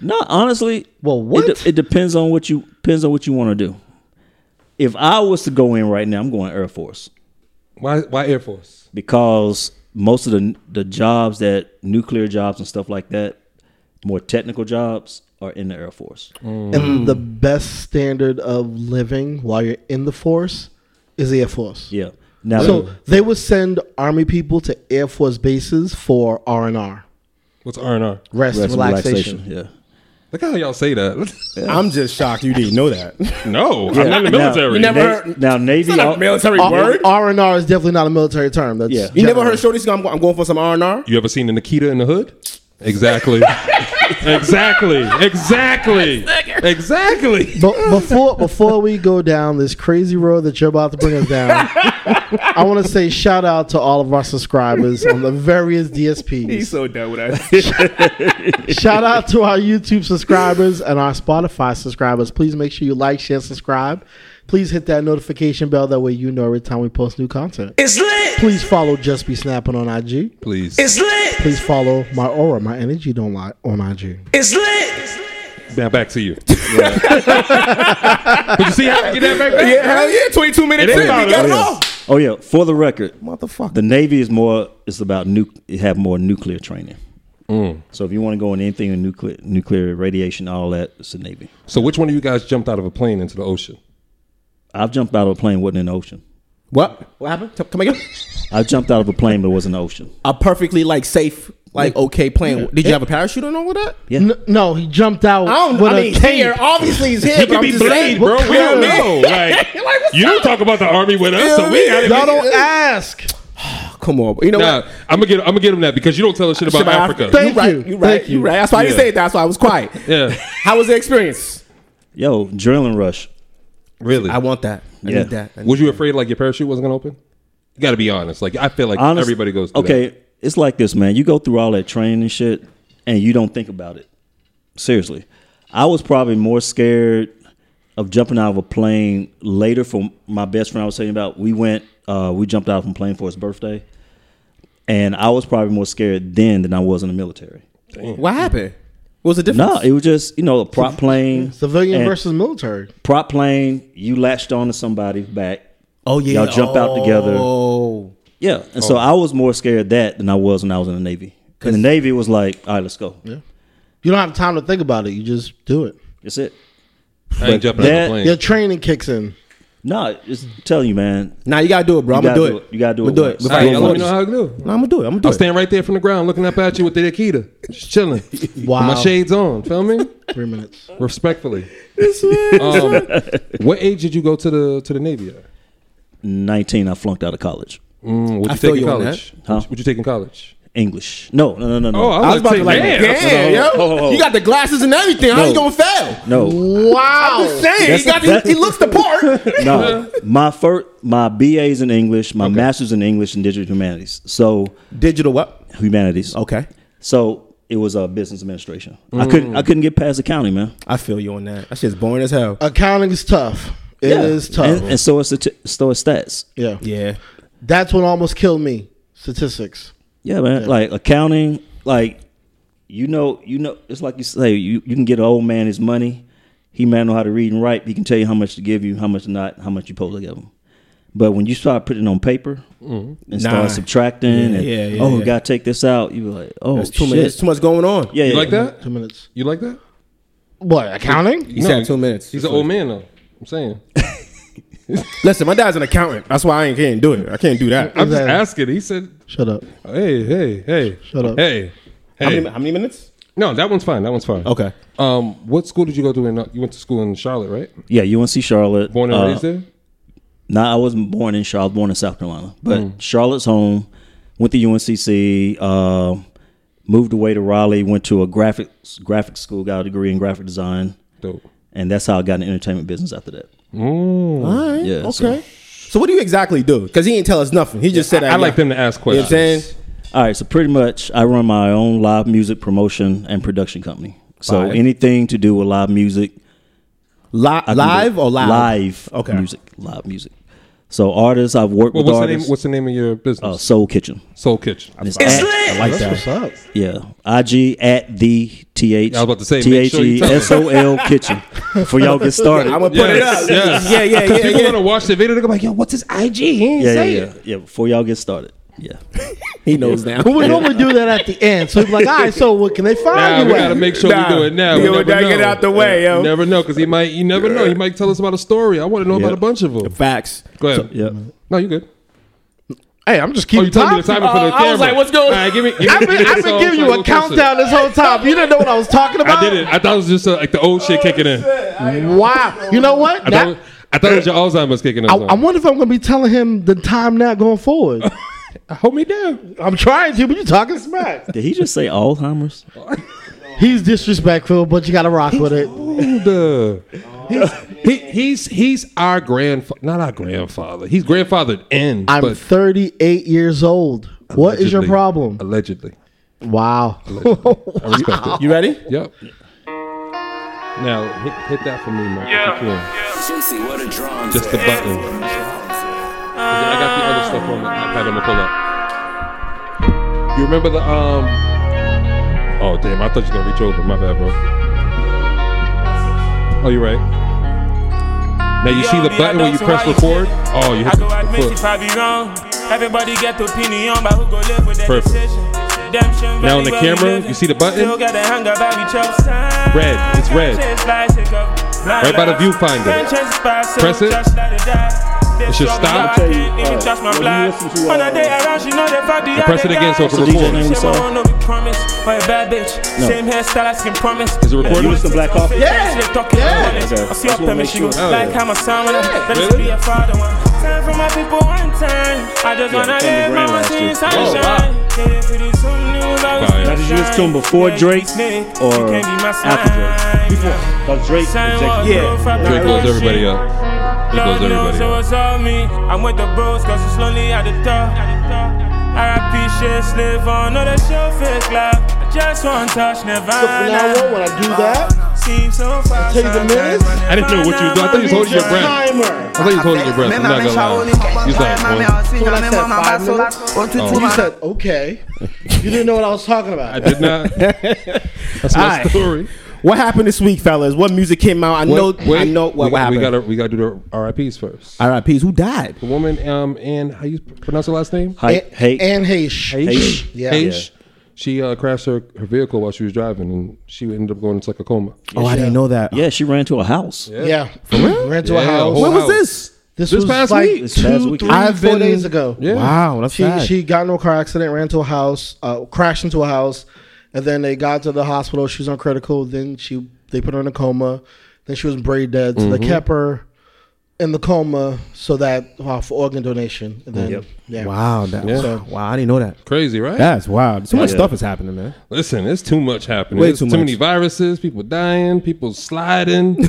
S6: No, honestly,
S2: Well,
S6: it de-
S2: what?
S6: It, depends on what you depends on what you want to do. If I was to go in right now, I'm going Air Force
S4: Why? Why Air Force?
S6: because most of the the jobs that nuclear jobs and stuff like that, more technical jobs, are in the Air Force.
S2: Mm. And the best standard of living while you're in the force is Air Force.
S6: Yeah. Now,
S2: So they would send army people to Air Force bases for R and R,
S4: What's R and R?
S2: rest,
S6: rest and
S2: relaxation.
S6: Yeah.
S4: Look how y'all say that. (laughs)
S3: I'm just shocked you didn't know
S2: (laughs)
S3: that.
S4: no,
S6: Yeah.
S4: I'm not in the military.
S6: Now,
S3: never
S6: Na-
S3: heard-
S6: now Navy.
S3: It's not
S6: al-
S3: a military word.
S2: R and R is definitely not a military term. That's
S6: Yeah.
S3: You never
S2: general.
S3: heard Shorty say, I'm, go- I'm going for some R&R?
S4: You ever seen the Nikita in the hood? Exactly. (laughs) exactly. Exactly. Exactly.
S2: But before before we go down this crazy road that you're about to bring us down,
S3: (laughs)
S2: I want to say shout out to all of our subscribers on the various DSPs.
S3: so done with us.
S2: Shout out to our YouTube subscribers and our Spotify subscribers. Please make sure you like, share, subscribe. Please hit that notification bell. That way you know every time we post new content.
S1: It's lit.
S2: Please follow Just Be Snapping on IG.
S4: Please.
S1: It's lit.
S2: Please follow my aura, my energy don't lie on IG.
S1: It's lit.
S4: Now back to (laughs) you. but you see how I get that back? there?
S3: yeah, hell yeah, 22 minutes
S4: It
S3: in, we
S4: is about
S3: got it
S4: it. Yes.
S3: all.
S6: Oh yeah. For the record,
S3: Motherfucker.
S6: the Navy is more. It's about nu- have more nuclear training.
S4: Mm.
S6: So if you want to go in anything in nuclear, nuclear radiation, all that, it's the Navy.
S4: So which one of you guys jumped out of a plane into the ocean?
S6: I've jumped out of a plane, wasn't in the ocean.
S3: What? What happened? T- Come again?
S6: I jumped out of a plane, but it wasn't in the ocean.
S3: A perfectly, like, safe, like, okay plane. Did you have a parachute on all of that?
S6: Yeah.
S2: N- no, he jumped out
S3: I don't
S2: with
S3: I
S2: a
S3: mean,
S2: cape.
S3: here, obviously he's here,
S4: He
S3: but
S4: could
S3: I'm
S4: be
S3: just saying,
S4: Blade, bro. We don't
S3: clearly-
S4: know.
S3: (laughs)
S4: Like, you don't talk about the army with us, so we gotta
S2: Y'all
S3: oh,
S4: be-
S2: don't ask.
S3: Come on, bro. you know
S4: Nah,
S3: what?
S4: I'm gonna get. I'm gonna give him that because you don't tell us shit about
S3: Shit,
S4: Africa.
S3: You
S2: Thank
S3: right,
S2: you.
S3: You right.
S2: Thank
S3: You
S2: you.
S3: right. That's why you
S4: Yeah.
S3: said that. That's why I was quiet. (laughs)
S4: Yeah,
S3: How was the experience?
S6: Yo, adrenaline rush.
S4: really.
S3: I want that. I
S6: Yeah.
S3: need that. I need
S4: Was you afraid like your parachute wasn't gonna open? You gotta be honest. Like I feel like
S6: Honest-
S4: everybody goes. Through
S6: Okay, it's like this, man. You go through all that training and shit, and you don't think about it. Seriously, I was probably more scared of jumping out of a plane later. For my best friend, I was telling you about, we went, uh, we jumped out from a plane for his birthday, and I was probably more scared then than I was in the military.
S3: that. What happened? What was the difference?
S6: No, it was just you know a prop plane,
S2: Civilian
S6: and
S2: versus military.
S6: prop plane. You latched on to somebody's back.
S3: oh yeah.
S6: y'all jump out together.
S3: Oh.
S6: Yeah, and so I was more scared of that than I was when I was in the Navy. In the Navy, it was like, all right, let's go.
S2: You don't have time to think about it. You just do it.
S6: That's it.
S4: That. I ain't jumping out
S6: that-
S4: of a plane.
S2: Your training kicks in.
S6: No, just telling you, man.
S3: Now you gotta do it, bro. I'm
S6: You
S3: gonna do
S6: gotta
S3: it.
S6: do it. You gotta do
S3: I'ma
S6: it once.
S3: Do it.
S4: All right,
S6: Yeah,
S4: y'all let me know
S6: once.
S4: how to do.
S3: No, I'm gonna do it. I'm gonna do
S4: I'll
S3: it.
S4: stand right there from the ground looking up at you with the Akita. Just chilling.
S2: (laughs) Wow.
S4: My shades on. Feel me?
S2: Three minutes.
S4: Respectfully. Um, what age did you go to the to the Navy at?
S6: Nineteen, I flunked out of college.
S4: Mm, what
S3: I
S4: you
S3: feel
S4: take in
S3: you on
S4: college?
S6: that. Huh?
S4: What you take in college?
S6: English. No, no, no, no, no.
S4: Oh, I was,
S3: I was about to like,
S4: damn.
S3: damn,
S6: Hold
S3: yo,
S6: on, hold on.
S3: you got the glasses and everything. How
S6: No.
S3: you gonna fail?
S6: no,
S2: Wow.
S3: Dang, he,
S6: That's-
S3: got,
S6: that-
S3: he, he looks the part.
S6: (laughs) no. My first, my BA's in English, my master's in English and digital humanities. So
S3: Digital what?
S6: humanities.
S3: Okay,
S6: So it was uh, business administration. I couldn't,
S4: Mm.
S6: I couldn't get past accounting, man.
S3: I feel you on that. That shit's boring as hell.
S2: Accounting is tough. It is tough.
S6: And, and so it's stati- so it's stats.
S2: yeah.
S3: Yeah,
S2: That's what almost killed me. Statistics.
S6: Yeah, man. Like accounting, like you know, you know, it's like you say, you, you can get an old man his money. He may know how to read and write. But he can tell you how much to give you, how much not, how much you supposed to give him. But when you start putting it on paper and start
S3: Nah.
S6: subtracting, and
S3: yeah, yeah,
S6: oh, we
S3: yeah.
S6: gotta take this out. You be like, oh,
S3: there's too
S6: shit.
S3: much. There's too much going on.
S6: Yeah,
S4: You
S6: yeah.
S4: like that?
S2: Two minutes.
S4: You like that?
S2: What? Accounting?
S3: He said two minutes.
S4: He's an old man though.
S2: (laughs)
S4: I'm saying.
S3: Listen, my dad's an accountant. That's why I ain't, can't do it. I can't do that.
S4: I'm just
S2: Exactly.
S4: asking. He said,
S2: Shut up.
S4: "Hey, hey, hey,
S2: Shut up.
S4: Hey,
S3: How
S4: hey."
S3: many, how many minutes?
S4: No, that one's fine. That one's fine.
S3: Okay.
S4: Um, what school did you go to? In you went to school in Charlotte, right?
S6: yeah, UNC Charlotte.
S4: Born and
S6: Uh,
S4: raised there.
S6: Nah, I wasn't born in Charlotte. I was born in South Carolina, but
S4: Mm.
S6: Charlotte's home. Went to UNCC. Uh, moved away to Raleigh. Went to a graphics graphic school. Got a degree in graphic design.
S4: Dope.
S6: and that's how I got in the entertainment business after that.
S4: Mm.
S3: All right.
S6: Yeah,
S3: okay.
S6: so-
S3: So. what do you exactly do? Because he didn't tell us nothing. He just said
S4: I like them to ask
S3: You know what I'm
S4: questions.
S3: saying?
S6: All right, so pretty much I run my own live music promotion and production company. So
S3: Fine.
S6: anything to do with live music,
S3: Li-
S6: I can do
S3: live
S6: it.
S3: or live?
S6: Live
S3: Okay.
S6: music, live music. So artists, I've worked
S4: Well,
S6: with
S4: what's the name?
S6: artists.
S4: What's the name of your
S6: uh,
S4: business?
S2: Oh.
S6: Soul Kitchen.
S4: Soul Kitchen.
S6: It's
S1: It's
S6: at-
S1: lit.
S3: I like
S2: That's
S3: that.
S2: what's up.
S6: yeah, IG at the T H
S4: I was about to say,
S6: T
S4: make
S6: H
S4: sure you
S6: E
S4: tell
S6: S O L Kitchen before y'all get started.
S3: I'm gonna put it
S4: Yes,
S3: up. (laughs)
S4: yes.
S3: Yeah, yeah,
S4: Because
S3: yeah,
S4: people
S3: yeah.
S4: want to watch the video. They're like, yo, what's his IG? He ain't
S6: yeah, yeah,
S4: say
S6: yeah,
S4: it.
S6: yeah. Before y'all get started, yeah.
S3: He knows now.
S2: But we normally do that at the end. So he's like, all right, so what can they
S4: Nah,
S2: find
S4: we
S2: you
S4: got to
S2: at?
S4: make sure
S3: Nah.
S4: we do it
S3: Yeah,
S4: now. We
S3: we
S4: never
S3: gotta
S4: know.
S3: get out the way,
S4: Yeah.
S3: yo.
S4: Never know, because he might. You never know. He might tell us about a story. I want to know about
S6: Yeah.
S4: a bunch of them.
S3: Facts.
S4: Go ahead.
S6: Yeah.
S4: No, you good.
S2: Hey, I'm just
S4: Oh,
S2: keeping
S4: you told me
S2: time.
S4: the timer for the
S3: Uh, I
S4: camera.
S3: was like, what's going-
S4: All right, give me. give me-
S2: I've been,
S4: give me (laughs)
S2: I've
S4: the
S2: been
S4: song
S2: giving
S4: so I
S2: you
S4: go
S2: a
S4: closer.
S2: countdown this whole time. You didn't know what I was talking about.
S4: (laughs) I did it. I thought it was just uh, like the old shit kicking in. I
S2: Wow. You know what? That-
S4: thought, I thought it was your Alzheimer's kicking in.
S2: I,
S4: son.
S2: I wonder if I'm going to be telling him the time now going forward.
S4: Hold me down.
S2: I'm trying to, but you're talking smack.
S6: Did he just say Alzheimer's?
S2: He's disrespectful, but you got to rock with it.
S4: Older. He's, he, he's he's our grandfather, not our grandfather. He's grandfathered in.
S2: I'm
S4: but
S2: 38 years old. What is your
S4: allegedly-
S2: problem?
S4: Allegedly,
S2: Wow. (laughs)
S4: I respect it.
S3: You ready?
S4: Yep. Now hit, hit that for me, man. if you can. Just the button. I got the other stuff on the iPad. I'm gonna pull up. You remember the um? Oh damn! I thought you were gonna reach over. My bad, bro. Oh, you're right. Now you see the button where you press record. Oh, you
S8: I
S4: hit
S8: go admit she
S4: the
S8: probably wrong. Everybody get opinion, but who go live with that
S4: Perfect.
S8: decision? Redemption
S4: Now on the
S8: valley where we
S4: camera,
S8: living.
S4: you see the button?
S8: Still gotta hang about each other.
S4: Red, it's red.
S8: Conscious lies take up. Blind
S4: Right by the
S8: lies.
S4: viewfinder.
S8: Conscious spies, so
S4: Press it.
S8: just let it die. This
S4: should
S8: young
S4: stop.
S8: girl, I
S4: Tell
S8: can't even
S6: uh,
S8: trust my blind. On a day around, she know that fuck the
S4: press
S8: other
S4: it again so it
S8: guy.
S4: can
S6: What's the DJ
S4: record.
S6: name we
S8: Shame on
S6: saw?
S8: "Oh, no we promise. Or a bad bitch. Same hairstyle, I can promise.
S4: Is it recording?
S8: Yeah,
S4: Use
S6: the black coffee?
S8: Yeah. She talking about it.
S6: Okay.
S8: I see her
S6: Just wanna
S8: permit,
S6: make
S8: she go
S4: Oh,
S6: sure.
S8: like how my sound when I let
S4: Really?
S8: be a father one. Time for my people one time. I just wanna
S6: it's on the
S8: live
S6: ground
S8: my
S6: last year.
S8: machine
S4: Oh,
S8: sunshine.
S4: wow.
S8: Yeah, if it is something new, I was
S4: Fire.
S8: gonna
S4: Now,
S6: did you listen to
S8: shine.
S6: him before
S8: Yeah,
S6: Drake
S8: it's Nick.
S6: or
S8: You can't be my
S6: after Drake?
S8: sign. Yeah.
S6: Because Drake
S8: Sign
S6: rejected-
S8: was
S3: Yeah.
S8: broke,
S4: Drake
S8: fuck
S4: blows
S8: that
S4: everybody
S8: shit.
S4: up. He blows
S8: Lord
S4: everybody
S8: knows it
S4: up.
S8: was all me. I'm with the bros, cause it's lonely at the top. RIP shit, slave on, know that show fake life. I just want touch, never
S2: Now, when I do that,
S8: Seems so far.
S2: Take the
S8: sometimes
S2: minutes.
S8: when
S4: I didn't know what you were doing. I thought you was holding your breath.
S2: timer.
S4: I thought you was holding your breath. I'm not gonna lie. You was like, oh, one.
S2: You said, okay. You didn't know what I was talking about.
S4: I did not. That's
S3: (laughs)
S4: my
S3: Alright.
S4: story.
S3: What happened this week, fellas? What music came out? I know. I
S4: wait,
S3: know what,
S4: we,
S3: what happened.
S4: We gotta we gotta do the RIPS first.
S3: R.I.P.s. Who died?
S4: The woman um and how you pronounce her last name?
S6: Hype, hate,
S2: And Haish.
S6: Haish.
S2: Yeah.
S4: Haish. She uh, crashed her, her vehicle while she was driving, and she ended up going into like a coma.
S3: oh, I didn't know that.
S6: yeah, she ran to a house.
S2: Yeah. For real? Ran to a
S4: Yeah,
S2: house.
S4: whole
S3: When was
S4: house.
S3: this?
S2: This,
S4: This
S2: was
S4: past
S2: like
S4: week.
S6: This
S2: two,
S6: past week.
S2: three,
S3: I've
S2: four
S3: been-
S2: days ago.
S4: Yeah.
S3: Wow, that's
S2: She
S3: sad.
S2: she got into a car accident, ran to a house, uh, crashed into a house, and then they got to the hospital. She was on critical. Then she they put her in a coma. Then she was brain dead. So they kept her in the coma so that uh, for organ donation. And then yeah.
S3: wow, that,
S4: Yeah.
S3: wow, I didn't know that.
S4: Crazy, right?
S3: That's wild. So much
S6: Yeah.
S3: stuff is happening, man.
S4: Listen, there's too much happening.
S3: Way
S4: There's
S3: too
S4: too, many
S3: much.
S4: viruses, people dying,
S3: (laughs)
S4: people sliding.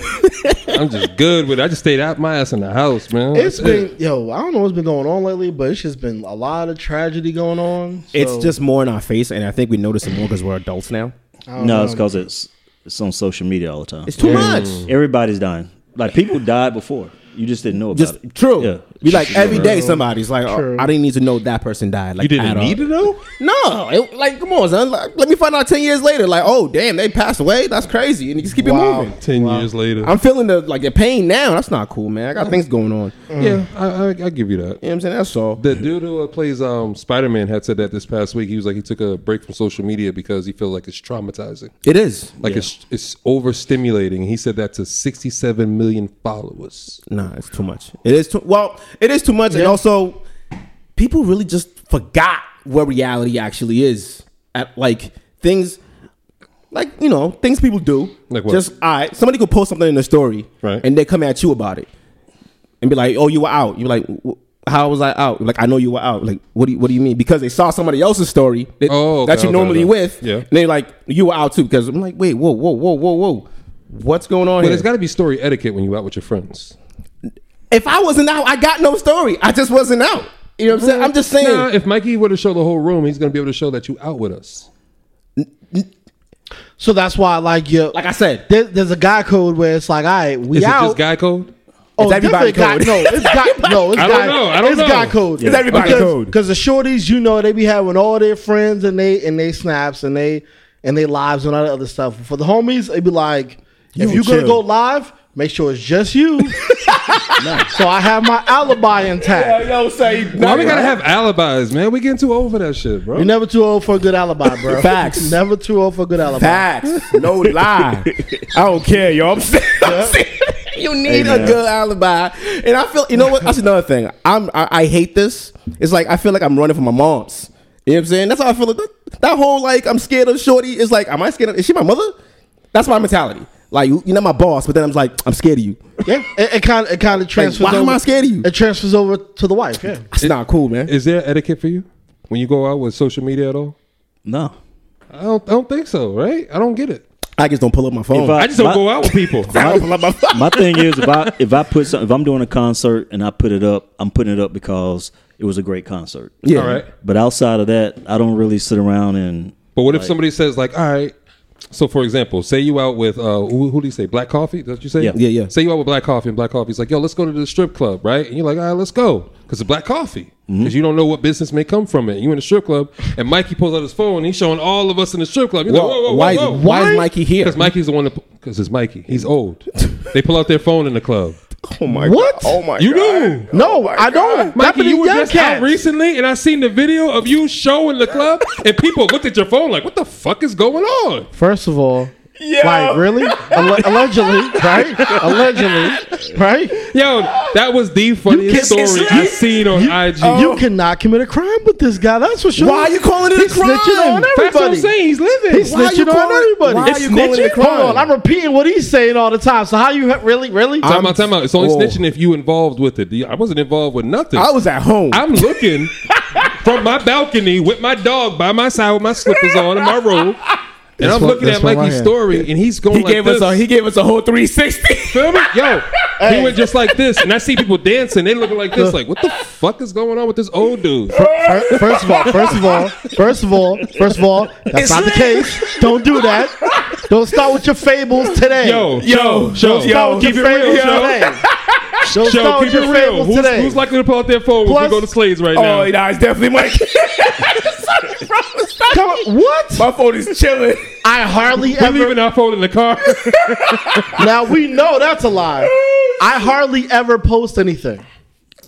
S4: I'm just good with it. I just stayed out my ass in the house, man.
S2: It's
S4: That's it.
S2: been yo, I don't know what's been going on lately, but it's just been a lot of tragedy going on.
S3: It's
S2: So,
S3: just more in our face, and I think we notice it more because we're adults now.
S2: I don't
S6: No,
S2: know.
S6: it's because it's it's on social media all the time.
S3: It's too much.
S6: Everybody's dying. Like people died before. You just didn't know about
S3: Just
S6: it.
S3: true.
S6: Yeah.
S3: We like every day somebody's like, oh,
S2: True.
S3: I didn't need to know that person died. Like
S4: you didn't
S3: at
S4: need
S3: all.
S4: to know.
S3: No, it, like come on, son. Like, let me find out ten years later. Like, oh damn, they passed away. That's crazy, and you just keep
S2: Wow.
S3: it moving.
S4: Ten years later,
S3: I'm feeling the like the pain now. That's not cool, man. I got things going on. You know
S4: yeah, I, I, I give you that.
S3: what I'm saying? That's all.
S4: The dude who uh, plays um, Spider Man had said that this past week. He was like, he took a break from social media because he feels like it's traumatizing,
S3: It is.
S4: like it's it's overstimulating. He said that to 67 million followers.
S3: Nah, it's too much. It is too well. It is too much, and also people really just forgot what reality actually is. At like things, like you know, things people do.
S4: Like what?
S3: Just all right. Somebody could post something in the story,
S4: Right.
S3: And they come at you about it, and be like, "Oh, you were out." You're like, "Wh- "How was I out?" Like, I know you were out. Like, what do you, what do you mean? Because they saw somebody else's story that,
S4: Oh, okay,
S3: that you're
S4: okay,
S3: normally
S4: okay.
S3: with.
S4: Yeah.
S3: And they're like, "You were out too." Because I'm like, "Wait, whoa, whoa, whoa, whoa, whoa." What's going on
S4: But
S3: here?
S4: there's got to be story etiquette when you out with your friends.
S3: If I wasn't out, I got no story. I just wasn't out. You know what I'm saying? I'm just saying.
S4: Nah, if Mikey were to show the whole room, he's gonna be able to show that you out with us.
S2: so that's why like you
S3: like I said,
S2: there, there's a guy code where it's like, all right, we
S4: Is
S2: out.
S4: it just guy code?
S2: Oh,
S3: It's everybody
S2: definitely
S3: code.
S2: Guy, (laughs) no, it's guy, no, it's
S4: I don't
S2: guy,
S4: know, I don't
S2: it's
S4: know.
S2: guy code.
S3: It's everybody
S2: because,
S3: code.
S2: Because the shorties, you know, they be having all their friends and they and they snaps and they and they lives and all that other stuff. For the homies, it'd be like, if
S3: You
S2: you're gonna
S3: chill.
S2: go live, make sure it's just you. So I have my alibi intact.
S3: Yo, say
S4: Why we gotta have alibis, man? We getting too old for that shit, bro.
S2: You're never too old for a good alibi,
S3: (laughs)
S2: bro.
S3: Facts.
S2: Never too old for a good alibi.
S3: facts. No lie. I don't care, yo. I'm saying, I'm saying you need
S6: Amen.
S3: a good alibi. And I feel, you know what? That's another thing. I'm, I, I hate this. It's like I feel like I'm running from my mom's. You know what I'm saying? That's how I feel. Like, that whole like I'm scared of shorty is like, am I scared? Of, is she my mother? That's my mentality. Like you- you're not my boss, but then I'm like, I'm scared of you.
S2: Yeah, it, it kind of it kind of transfers.
S3: why am
S2: over-
S3: I scared of you?
S2: It transfers over to the wife. Yeah,
S3: That's not cool, man.
S4: Is there etiquette for you when you go out with social media at all?
S6: No.
S4: I don't, I don't think so, right? I don't get it.
S3: I just don't pull up my phone.
S6: If I-
S4: I just don't
S6: My-
S4: go out with
S3: (laughs)
S4: people.
S3: I
S2: (laughs)
S3: don't pull up my phone.
S6: My thing is if I if I put something if I'm doing a concert and I put it up, I'm putting it up because it was a great concert.
S3: Yeah.
S4: All right.
S6: But outside of that, I don't really sit around and
S4: But what if somebody says like, all right. So for example, say you out with uh, who, who do you say Black Coffee? That's what you say.
S6: Yeah.
S3: Yeah, yeah.
S4: Say you out with Black Coffee, and Black Coffee's like, yo, let's go to the strip club, right? And you're like, all right, let's go, because it's Black Coffee,
S3: Mm-hmm.
S4: because you don't know what business may come from it. And you in the strip club, and Mikey pulls out his phone, and he's showing all of us in the strip club. You're
S3: Whoa,
S4: like,
S3: why,
S4: whoa, whoa, whoa, whoa.
S3: why is Mikey here?
S4: Because Mikey's the one that, because it's Mikey.
S3: (laughs)
S4: He's old. they pull out their phone in the club.
S3: Oh my
S2: What?
S3: God. Oh my
S4: You
S3: God.
S4: do.
S2: no, I don't.
S4: Mikey,
S2: Not
S4: you
S2: for
S4: were
S2: these young
S4: just
S2: cats.
S4: out recently, and I seen the video of you showing
S2: (laughs)
S4: the club, and people looked at your phone like, "What the fuck is going on?"
S2: First of all, like really,
S3: (laughs)
S2: Alle- allegedly, right? Allegedly, right?
S4: Yo, that was the
S2: can't-
S4: funniest
S2: it's
S4: story
S2: lit.
S4: I seen on
S2: you,
S4: IG.
S2: you cannot commit a crime with this guy. That's for sure.
S3: Why are you calling it
S2: He
S3: a crime?
S2: snitching on everybody.
S4: That's what I'm saying. He's living.
S2: He's
S3: Why you
S2: snitching on
S3: calling-
S2: everybody.
S3: why
S2: It's
S3: you calling it a
S2: snitching?
S3: crime?
S2: Hold on, I'm repeating what he's saying all the time. So how you ha- really, really?
S4: time out, time out. It's only
S3: Oh.
S4: snitching if you involved with it. I wasn't involved with nothing.
S3: I was at home.
S2: (laughs)
S4: I'm looking from my balcony with my dog by my side with my slippers on and my robe. And I'm
S2: one-
S4: looking
S2: this
S4: at
S2: one right
S4: Mikey's
S2: here.
S4: story, and he's going
S3: he
S4: like
S3: gave
S4: this.
S3: us a he gave us a whole 360.
S4: Feel me? Yo, he went just like this, and I see people dancing. They looking like this, like what the fuck is going on with this old dude?
S2: Fir- First of all, first of all, first of all, first of all, that's not the case. Don't do that. Don't start with your fables today.
S3: Yo,
S4: Yo, yo,
S6: Oh,
S4: yo,
S2: Don't start
S4: yo,
S2: with
S4: keep it
S2: your fables
S4: real, yo.
S2: today. Don't
S4: Yo,
S2: start
S4: keep
S2: with your
S4: it real.
S2: fables
S4: Who's,
S2: today.
S4: who's likely to pull out their phone if we
S2: Plus-
S4: go to Slays right now?
S3: Oh, nah, it's
S1: (laughs)
S3: definitely Mike.
S2: Come on, what?
S3: My phone is chilling.
S2: I hardly
S4: We're
S2: ever.
S4: leaving our phone in the car.
S2: Now we know that's a lie. I hardly ever post anything.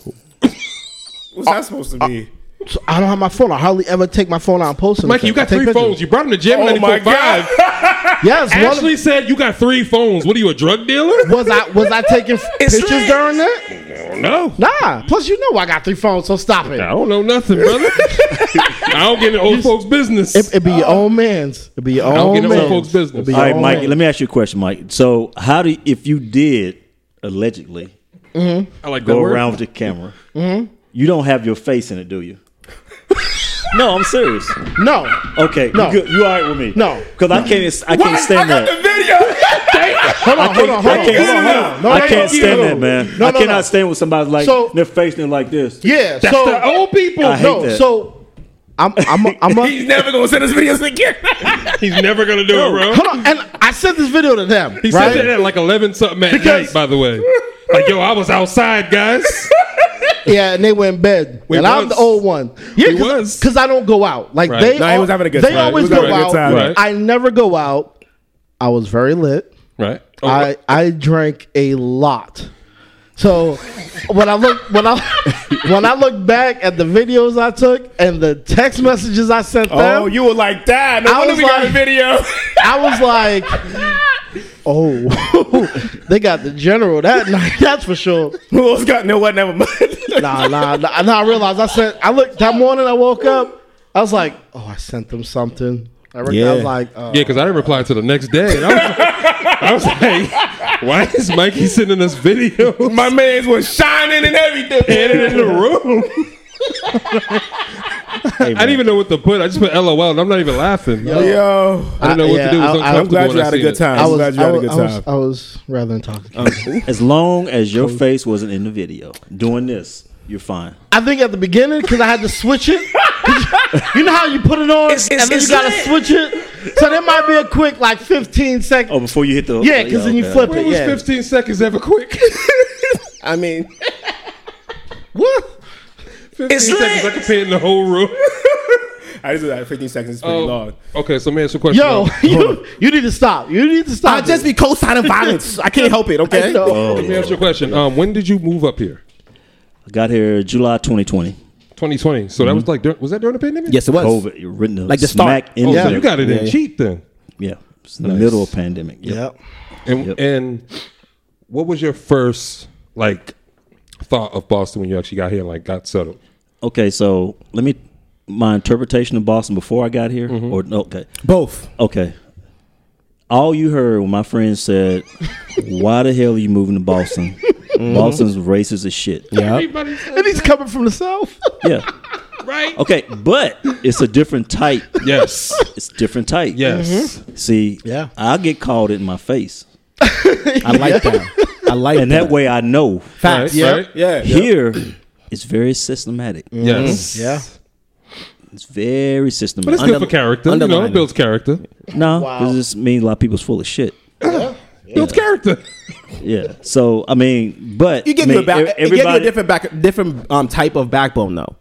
S3: What's that supposed to be?
S2: So I don't have my phone. I hardly ever take my phone out and post anything.
S4: Mikey, you
S2: I
S4: got
S2: take
S4: three
S2: pictures.
S4: phones. You brought him to Jam
S3: Oh my
S4: 94.5.
S3: god!
S2: Yes, one of-
S4: Ashley said you got three phones. What are you, a drug dealer?
S2: was I was I taking pictures
S1: lit.
S2: during that?
S4: No.
S2: Nah. Plus, you know I got three phones, so stop it.
S4: I don't know nothing, brother. I don't get in old folks' business.
S2: It, it be your own man's. It be your own
S4: don't get no
S2: man's.
S4: folks' business.
S2: It be
S6: All
S2: your
S6: right,
S2: own
S6: Mike.
S2: man's.
S6: Let me ask you a question, Mike. So, how do if you did allegedly
S4: I like that
S6: go
S4: word.
S6: around with the camera,
S2: Mm-hmm.
S6: you don't have your face in it, do you?
S2: (laughs)
S6: no, I'm serious.
S2: No,
S6: Okay,
S2: No.
S6: you, good, you all right with me?
S2: No.
S6: because I can't. I can't stand
S3: I got
S6: that.
S3: the video.
S2: hold on, hold on, hold
S6: I
S2: on,
S6: can't,
S2: hold on, hold on. No,
S6: I
S2: no,
S6: can't
S2: no,
S6: stand
S2: no.
S6: that, man.
S2: No,
S6: I
S2: no,
S6: cannot
S2: no.
S6: stand when somebody's like
S2: So-
S6: their face in like this.
S2: Yeah,
S4: That's
S2: so
S4: the old people.
S6: I hate
S2: no,
S6: that.
S2: so I'm I'm a,
S4: (laughs)
S2: I'm a,
S3: He's never gonna send us videos again.
S4: He's never gonna do it, bro.
S2: hold on, and I sent this video to them,
S4: He
S2: right?
S4: said that at like eleven something at
S2: Because-
S4: night. By the way, like yo, I was outside, guys.
S3: (laughs)
S2: Yeah, and they were in bed,
S4: We
S2: and I'm the
S4: was.
S2: old one. Yeah,
S4: We
S2: because
S4: was.
S2: because I don't go out. Like
S4: Right.
S2: they,
S3: No, he
S2: al-
S3: was having a good
S2: they
S3: time.
S2: always
S3: He was
S2: go
S3: having a good
S2: out.
S3: time.
S4: Right.
S2: I never go out. I was very lit.
S4: Right. Oh,
S2: I I drank a lot. So when I look when I (laughs) when I look back at the videos I took and the text messages I sent them,
S3: Oh, you were like that. No
S2: I
S3: wonder
S2: was
S3: we got a
S2: like-
S3: video.
S2: I was like,
S3: (laughs)
S2: oh, (laughs) they got the general that night. (laughs) That's for sure.
S3: Who else got? No, what? Never mind.
S2: Nah, nah, nah. nah I realized I sent. I looked that morning. I woke up. I was like, oh, I sent them something. I, rec- I
S3: Yeah.
S2: was like, uh,
S4: yeah, because I didn't reply to the next day. And I, was, I was like, why is Mikey sending us video?
S3: My man's was shining and everything.
S4: And it in the room. I didn't even know what to put. I just put LOL, and I'm not even laughing.
S3: Yo,
S4: I didn't know what
S2: Yeah,
S4: to do. It
S2: I-
S4: was
S2: I- I'm
S4: uncomfortable
S3: I'm glad
S4: when
S3: you had a
S4: seen
S3: good
S4: it.
S3: time.
S2: I
S3: I'm
S2: was,
S3: glad you
S2: I,
S3: had a
S2: was,
S3: good
S2: I, was,
S3: time. Oh,
S2: I was rather intoxicated.
S6: As long as your face wasn't in the video doing this, you're fine.
S2: I think at the beginning because I had to switch it. you know how you put it on
S1: It's- it's-
S2: and then you
S1: it's
S2: gotta
S1: lit.
S2: switch it. So there might be a quick like 15 second.
S6: Oh, before you hit the
S2: yeah, because then you
S6: okay.
S2: flip
S4: When
S2: it.
S4: was
S2: Yeah.
S4: 15 seconds ever quick?
S3: (laughs) I mean,
S2: What?
S4: 15
S1: lit.
S4: seconds, I could pay in the whole room.
S3: I just did that 15 seconds. It's pretty long.
S4: Oh, okay, so let me ask you a question.
S2: Yo, (laughs) you, you need to stop. You need to stop.
S3: I just be co-signing violence. I can't help it. Okay.
S2: I know.
S4: let me ask you a question. Um, when did you move up here?
S6: I got here July 2020.
S4: 2020. So that was like, dur- was that during the pandemic?
S3: Yes, it was.
S6: COVID, you're written
S3: Like the start.
S6: smack in
S4: Oh,
S6: the
S4: so you got it in
S3: Yeah.
S4: cheap then.
S6: yeah. It's in the middle of pandemic. Yep.
S2: Yep.
S4: And
S6: Yep.
S4: and what was your first like thought of Boston when you actually got here and like got settled?
S6: Okay, so let me my interpretation of Boston before I got here
S4: Mm-hmm.
S6: or no, okay.
S3: Both.
S6: Okay. All you heard when my friend said, (laughs) "Why the hell are you moving to Boston?
S4: Mm-hmm.
S6: Boston's racist as shit."
S3: Yeah.
S2: And he's coming from the south. (laughs)
S6: Yeah.
S4: Right?
S6: Okay, but it's a different type.
S4: Yes.
S6: It's different type.
S4: Yes.
S6: Mm-hmm. See,
S2: Yeah.
S6: I get called in my face,
S3: I like that. I like
S6: and that way I know.
S3: Facts.
S4: Right, right.
S3: Yeah. Yeah.
S6: Here, it's very systematic.
S4: Mm. Yes.
S2: Yeah.
S6: It's very
S4: But
S6: systematic.
S4: it's
S3: Underm-
S4: good for character. You know,
S3: underline it.
S4: it builds character.
S6: no, this just means a lot of people's full of shit.
S4: Builds character. (laughs)
S6: Yeah. So I mean, but
S3: You give
S6: I
S3: you a
S6: mean,
S3: back.
S6: e-
S3: It give you a different back, different um, type of backbone though.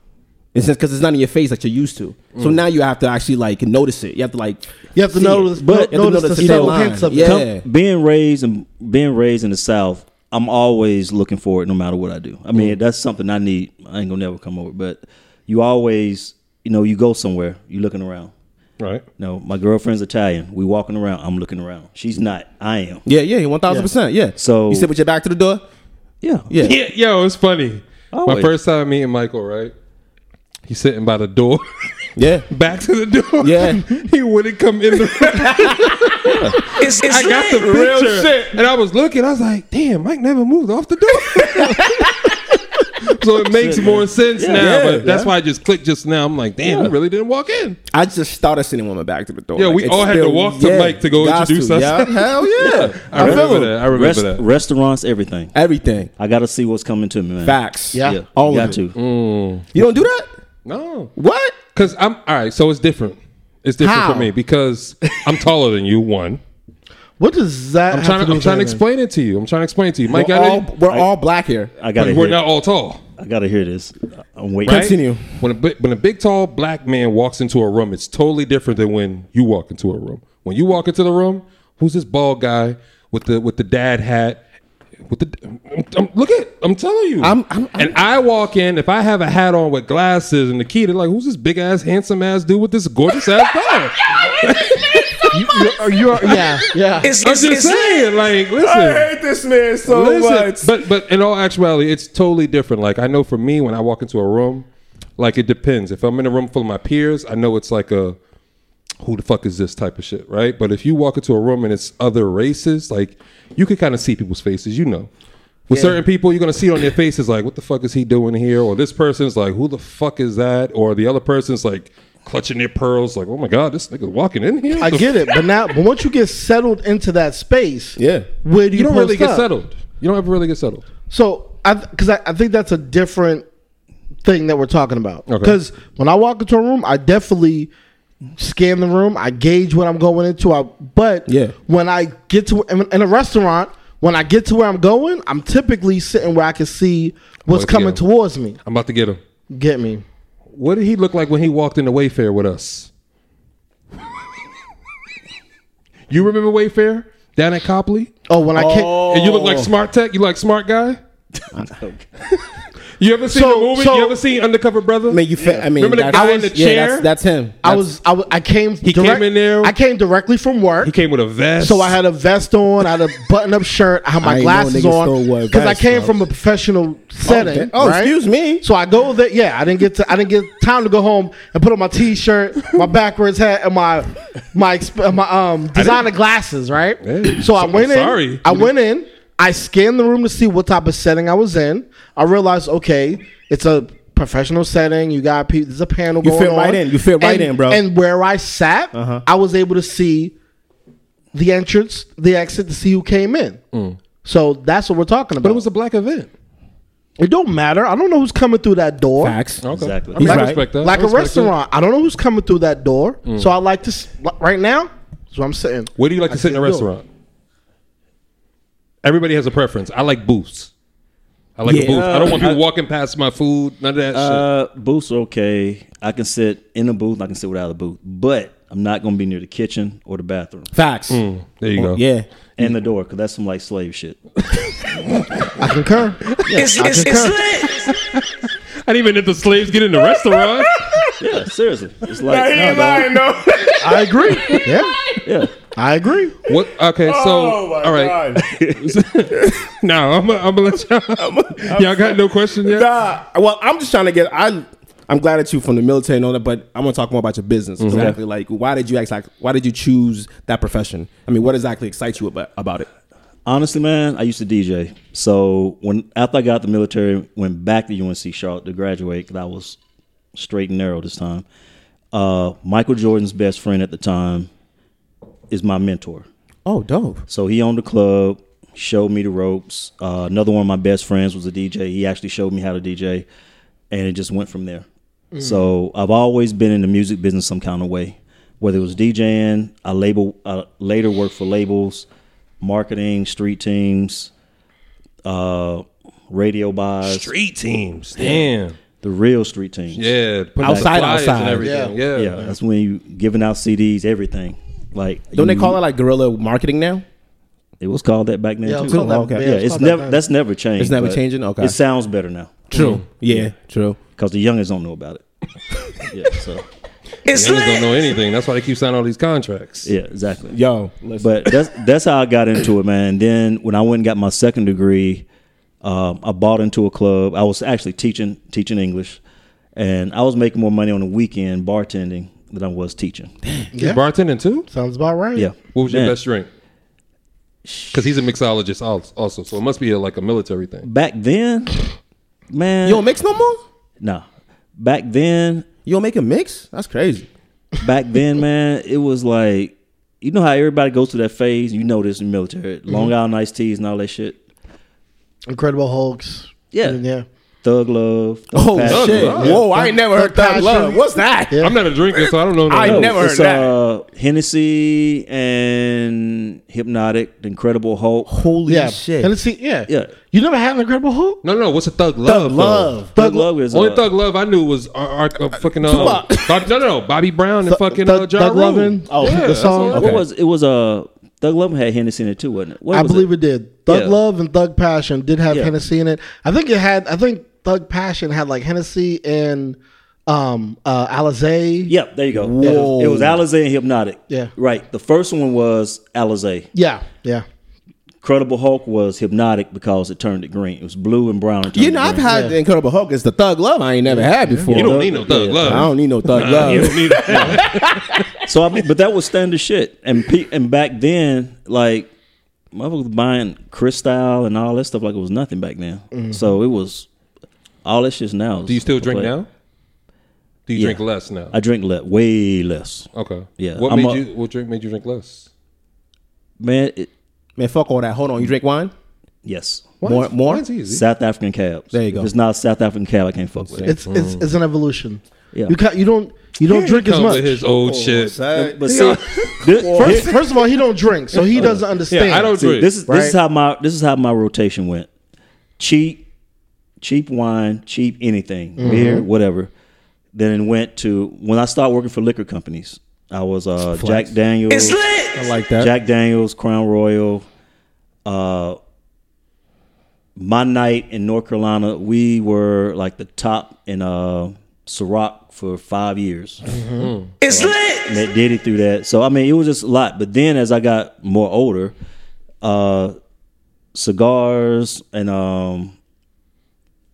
S3: It's just because it's not in your face that you're used to. So now you have to actually like notice it. You have to like.
S2: You have to
S3: see it.
S2: notice,
S3: You have
S2: but
S3: to
S2: notice, the
S3: thin
S2: subtle
S3: line.
S2: hints of
S3: yeah.
S2: it.
S6: Come- being raised and being raised in the South, I'm always looking for it, no matter what I do. I mean, that's something I need. I ain't gonna never come over, but you always, you know, you go somewhere, you looking around.
S4: Right. (laughs)
S6: No, my girlfriend's Italian. We walking around. I'm looking around. She's not. I am.
S3: Yeah, yeah, one thousand percent. Yeah.
S6: So-
S3: you sit with your back to the door.
S6: Yeah.
S3: Yeah.
S4: Yeah, yo, it's funny. My
S6: Always.
S4: first time meeting Michael, right? He's sitting by the door, (laughs)
S3: Yeah.
S4: back to the door.
S3: Yeah.
S4: (laughs) he wouldn't come in the
S1: (laughs) It's, it's
S4: I got the
S1: lit.
S4: real shit. And I was looking, I was like, damn, Mike never moved off the door. (laughs) so it makes more sense now.
S3: Yeah,
S4: but that's
S3: yeah.
S4: why I just clicked just now. I'm like, damn, we really didn't walk in.
S3: I just started sitting with my back to the door.
S4: Yeah, we all had to walk to Mike to go
S3: got
S4: introduce us.
S3: Yeah.
S4: (laughs)
S3: Hell yeah.
S4: I,
S3: feel
S4: remember
S3: it.
S4: that. I remember
S6: Rest-
S4: that.
S6: Restaurants, everything.
S3: Everything.
S6: I gotta see what's coming to me, man.
S3: Facts.
S2: Yeah.
S6: Yeah.
S3: All
S6: you
S3: of
S6: got
S3: it. Mm.
S6: to.
S3: You don't do that?
S4: No.
S3: What?
S4: Because I'm all right, so it's different. It's different
S2: How?
S4: for me because I'm taller than you, one.
S2: What does that?
S4: I'm
S2: have
S4: trying to,
S2: do
S4: I'm
S2: with
S4: trying to
S2: anything?
S4: explain it to you. I'm trying to explain it to you. Mike,
S3: We're,
S4: I
S3: all,
S4: didn't-
S3: we're all black here.
S6: I gotta.
S4: we're
S6: hear,
S4: not all tall.
S6: I gotta hear this. I'm waiting.
S4: right?
S3: Continue.
S4: When a big, when a big tall black man walks into a room, it's totally different than when you walk into a room. When you walk into the room, who's this bald guy with the with the dad hat? With the I'm, I'm- look at I'm telling you.
S3: I'm- I'm- I'm-
S4: and I walk in if I have a hat on with glasses and the key, they're like, who's this big ass handsome ass dude with this gorgeous
S3: (laughs)
S4: ass dog?
S2: Or you're, yeah, yeah.
S1: It's,
S4: I'm
S1: it's,
S4: just
S1: it's lit.
S4: saying, like, listen.
S3: this man so
S4: Listen, but but in all actuality, it's totally different. Like I know for me, when I walk into a room, like it depends. If I'm in a room full of my peers, I know it's like a who the fuck is this type of shit, right? But if you walk into a room and it's other races, like you can kind of see people's faces, you know. With certain people, you're gonna see it on their faces like, what the fuck is he doing here? Or this person's like, who the fuck is that? Or the other person's like clutching their pearls, like, oh my god, this nigga's walking in here.
S2: I get it, but now, but once you get settled into that space,
S3: Yeah.
S2: where do you,
S4: You don't really
S2: post
S4: get
S2: up?
S4: settled. You don't ever really get settled.
S2: So, I because I, I think that's a different thing that we're talking about.
S4: Okay.
S2: Because when I walk into a room, I definitely scan the room. I gauge what I'm going into. I, but
S3: Yeah.
S2: when I get to in, in a restaurant, when I get to where I'm going, I'm typically sitting where I can see what's
S4: What's
S2: coming
S4: going.
S2: towards me.
S4: I'm about to get him.
S2: Get me?
S4: What did he look like when he walked into Wayfair with us? you remember Wayfair down at Copley?
S2: Oh, when I can't.
S4: And you look like smart tech. You like smart guy.
S3: Oh,
S4: you ever seen
S2: So-
S4: the movie?
S2: so-
S4: you ever seen Undercover Brother?
S3: I mean, you fit. I mean,
S4: Remember the
S3: that's-
S4: guy in the
S3: Yeah,
S4: chair?
S3: that's, that's him.
S2: I was I, w- I came. He
S4: came in there-
S2: I came directly from work.
S4: he came with a vest.
S2: So I had a vest on, I had a button-up shirt, I had
S3: I
S2: my
S3: ain't know
S2: glasses
S3: niggas still wore
S2: on because I
S3: vests,
S2: came
S3: bro.
S2: from a professional setting.
S3: da- oh,
S2: right?
S3: excuse me.
S2: So I go there. Yeah, I didn't get to. I didn't get time to go home and put on my t-shirt,
S3: (laughs)
S2: my backwards hat, and my my exp- uh, my um designer glasses. Right.
S4: Hey,
S2: so I
S4: so-
S2: went in.
S4: sorry.
S2: I went in. I scanned the room to see what type of setting I was in. I realized, okay, it's a professional setting. You got pe- there's a panel.
S3: You
S2: going
S3: fit right
S2: on.
S3: in. You fit right
S2: And-
S3: in, bro. Uh-huh.
S2: And where I sat, I was able to see the entrance, the exit to see who came in.
S3: Mm.
S2: So that's what we're talking about.
S4: but it was a black event.
S2: it don't matter. I don't know who's coming through that door.
S3: Facts.
S4: Okay.
S6: Exactly.
S4: I mean,
S3: He's
S4: I
S3: right.
S4: respect that.
S2: Like
S4: I
S2: a
S4: respect that.
S2: restaurant. I don't know who's coming through that door.
S6: Mm.
S2: So I like to, s- li- right now, that's what I'm saying.
S4: Where do you like to sit
S2: sit
S4: in a
S2: in the
S4: restaurant? Everybody has a preference. I like booths. I like a
S3: Yeah.
S4: booth. I don't want
S2: Uh,
S4: people walking past my food. None of that shit.
S6: Uh, booths are okay. I can sit in a booth. I can sit without a booth, but I'm not going to be near the kitchen or the bathroom
S3: Facts.
S4: There
S2: oh,
S4: you go.
S3: Yeah.
S6: and the door because that's some like slave shit. (laughs)
S2: I concur.
S1: It's, it's, it's lit.
S4: I didn't even let the slaves get in the restaurant.
S6: Yeah, seriously. It's like
S3: He ain't
S6: nah, dog.
S3: lying though.
S2: I agree. Yeah,
S6: yeah.
S2: I agree.
S4: What? Okay, so
S3: Oh my
S4: all right.
S3: god.
S4: (laughs) Now I'm gonna I'm gonna
S3: (laughs)
S4: let y'all. (laughs) y'all got no question yet.
S3: Nah, Uh, well, I'm just trying to get. I I'm glad that you from the military and all that, but I want to talk more about your business. Exactly. Like, why did you act like? Why did you choose that profession? I mean, what exactly excites you about about it?
S6: Honestly, man, I used to DJ. So when after I got out the military, went back to UNC Charlotte to graduate because I was straight and narrow this time. Uh, Michael Jordan's best friend at the time is my mentor.
S3: Oh, dope.
S6: So he owned the club, showed me the ropes. Uh, another one of my best friends was a DJ. He actually showed me how to DJ, and it just went from there. So I've always been in the music business some kind of way, whether it was DJing. I label I later worked for labels, marketing, street teams, uh, radio buys,
S4: Street teams. Damn.
S6: the real street teams.
S4: Yeah. putting
S3: Outside,
S4: flyers
S3: outside.
S4: And everything. Yeah.
S6: yeah. That's when you giving out CDs, everything. Like
S3: Don't they call it like guerrilla marketing now?
S6: It was called that back then.
S2: Yeah, it
S6: too.
S2: was called that-
S3: Okay.
S2: yeah,
S6: yeah,
S2: it was
S6: it's
S2: called that
S6: never
S2: then.
S6: that's never changed.
S3: It's never
S6: but
S3: changing? Okay.
S6: It sounds better now
S3: True. Mm. Yeah. True.
S6: because the youngins don't know about
S2: (laughs)
S6: it. yeah, so
S1: It's
S4: Youngins don't
S1: lit.
S4: know anything. That's why they keep signing all these contracts.
S6: yeah, exactly.
S3: Yo, listen.
S6: But that's that's how I got into it, man. Then when I went and got my second degree, um, I bought into a club. I was actually teaching teaching English, and I was making more money on the weekend bartending than I was teaching.
S4: You bartending too.
S2: Sounds about right.
S6: Yeah.
S4: What was your
S6: Man,
S4: best drink? Because he's a mixologist al- also, so it must be a, like a military thing.
S6: back then? Man,
S3: you don't mix no more.
S6: nah. Back then,
S3: You don't make a mix. That's crazy.
S6: back then, man, it was like you know how everybody goes through that phase. You know this in the military, Long Island iced teas and all that shit.
S2: Incredible Hulks.
S6: Yeah.
S2: yeah.
S6: Thug love. Thug
S3: Oh
S6: Passion.
S3: shit!
S4: Love.
S3: Whoa, I ain't never heard that
S2: Passion.
S3: love. What's that?
S2: Yeah.
S4: I'm not a drinker, so I don't know. no-
S3: I
S4: no.
S3: never heard
S6: it's,
S3: that.
S6: Uh, Hennessy and Hypnotic, The Incredible Hulk.
S3: Holy
S2: Yeah.
S3: shit!
S2: Tennessee. Yeah.
S6: Yeah.
S2: You never had an Incredible Hulk?
S4: No, no. What's a thug love? though?
S3: love.
S6: Thug Love is
S4: Only
S6: uh,
S4: thug love I knew was our, our, uh, fucking uh, Bob- no, no, no, Bobby Brown and fucking uh,
S2: Thug-
S4: John
S2: Thug Lovin'? Oh, the song?
S6: What was it? Was uh, Thug Love had Hennessy in it too, wasn't it? What
S2: I
S6: was
S2: believe it, did. Thug
S6: Yeah.
S2: Love and Thug Passion did have
S6: Yeah.
S2: Hennessy in it. I think it had. I think Thug Passion had like Hennessy and um uh Alizé.
S6: Yep, there you go.
S2: Whoa.
S6: It was, it was Alizé and Hypnotic.
S2: Yeah.
S6: Right. The first one was Alizé.
S2: Yeah. Yeah.
S6: Incredible Hulk was Hypnotic because it turned it green. It was blue and brown. and turned
S3: You know,
S6: it
S3: I've
S6: green.
S3: had the Incredible Hulk. It's the thug love I ain't never had before.
S4: You don't need no thug love.
S3: I don't need no thug love.
S4: You don't need that.
S6: So I mean, but that was standard shit. And pe- and back then, like motherfuckers was buying Cristal and all that stuff like it was nothing back then.
S3: Mm-hmm.
S6: So it was all that shit's now.
S4: Do you still drink now? Do you
S6: Yeah.
S4: drink less now?
S6: I drink le- way less.
S4: okay.
S6: Yeah,
S4: What
S6: I'm
S4: made
S6: a-
S4: you? What drink made you drink less?
S6: Man, it,
S3: Man, fuck all that. Hold on. You drink wine?
S6: yes.
S3: More? More?
S4: Mine's easy.
S6: South African cabs.
S3: There you go.
S6: If it's not a South African cab, I can't fuck with it.
S2: It's it's it's an evolution.
S6: Yeah.
S2: You can't. You don't. You don't drink
S4: Mm. He
S2: as
S4: comes
S2: much.
S4: with his old shit.
S3: Uh, (laughs)
S6: But see, thi-
S2: First, first of all, he don't drink, so he doesn't understand.
S4: Uh, Yeah, I don't
S6: See,
S4: drink.
S6: this is this is
S2: Right.
S6: how my this is how my rotation went. Cheap, cheap wine, cheap anything, beer, whatever. Then it went to when I started working for liquor companies. I was uh, Jack Daniels,
S1: It's lit.
S3: I like that.
S6: Jack Daniels, Crown Royal. Uh, my night in North Carolina, we were like the top in uh, Ciroc for five years.
S1: It's lit.
S6: Met Diddy through that. So I mean, it was just a lot. But then as I got more older, uh, cigars and um,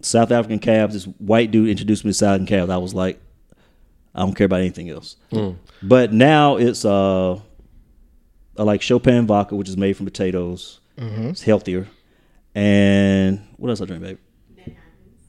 S6: South African cabs. This white dude introduced me to South African cabs. I was like, I don't care about anything else.
S3: Hmm.
S6: But now it's uh, I like Chopin vodka, which is made from potatoes.
S3: Mm-hmm.
S6: It's healthier. And what else I drink, babe?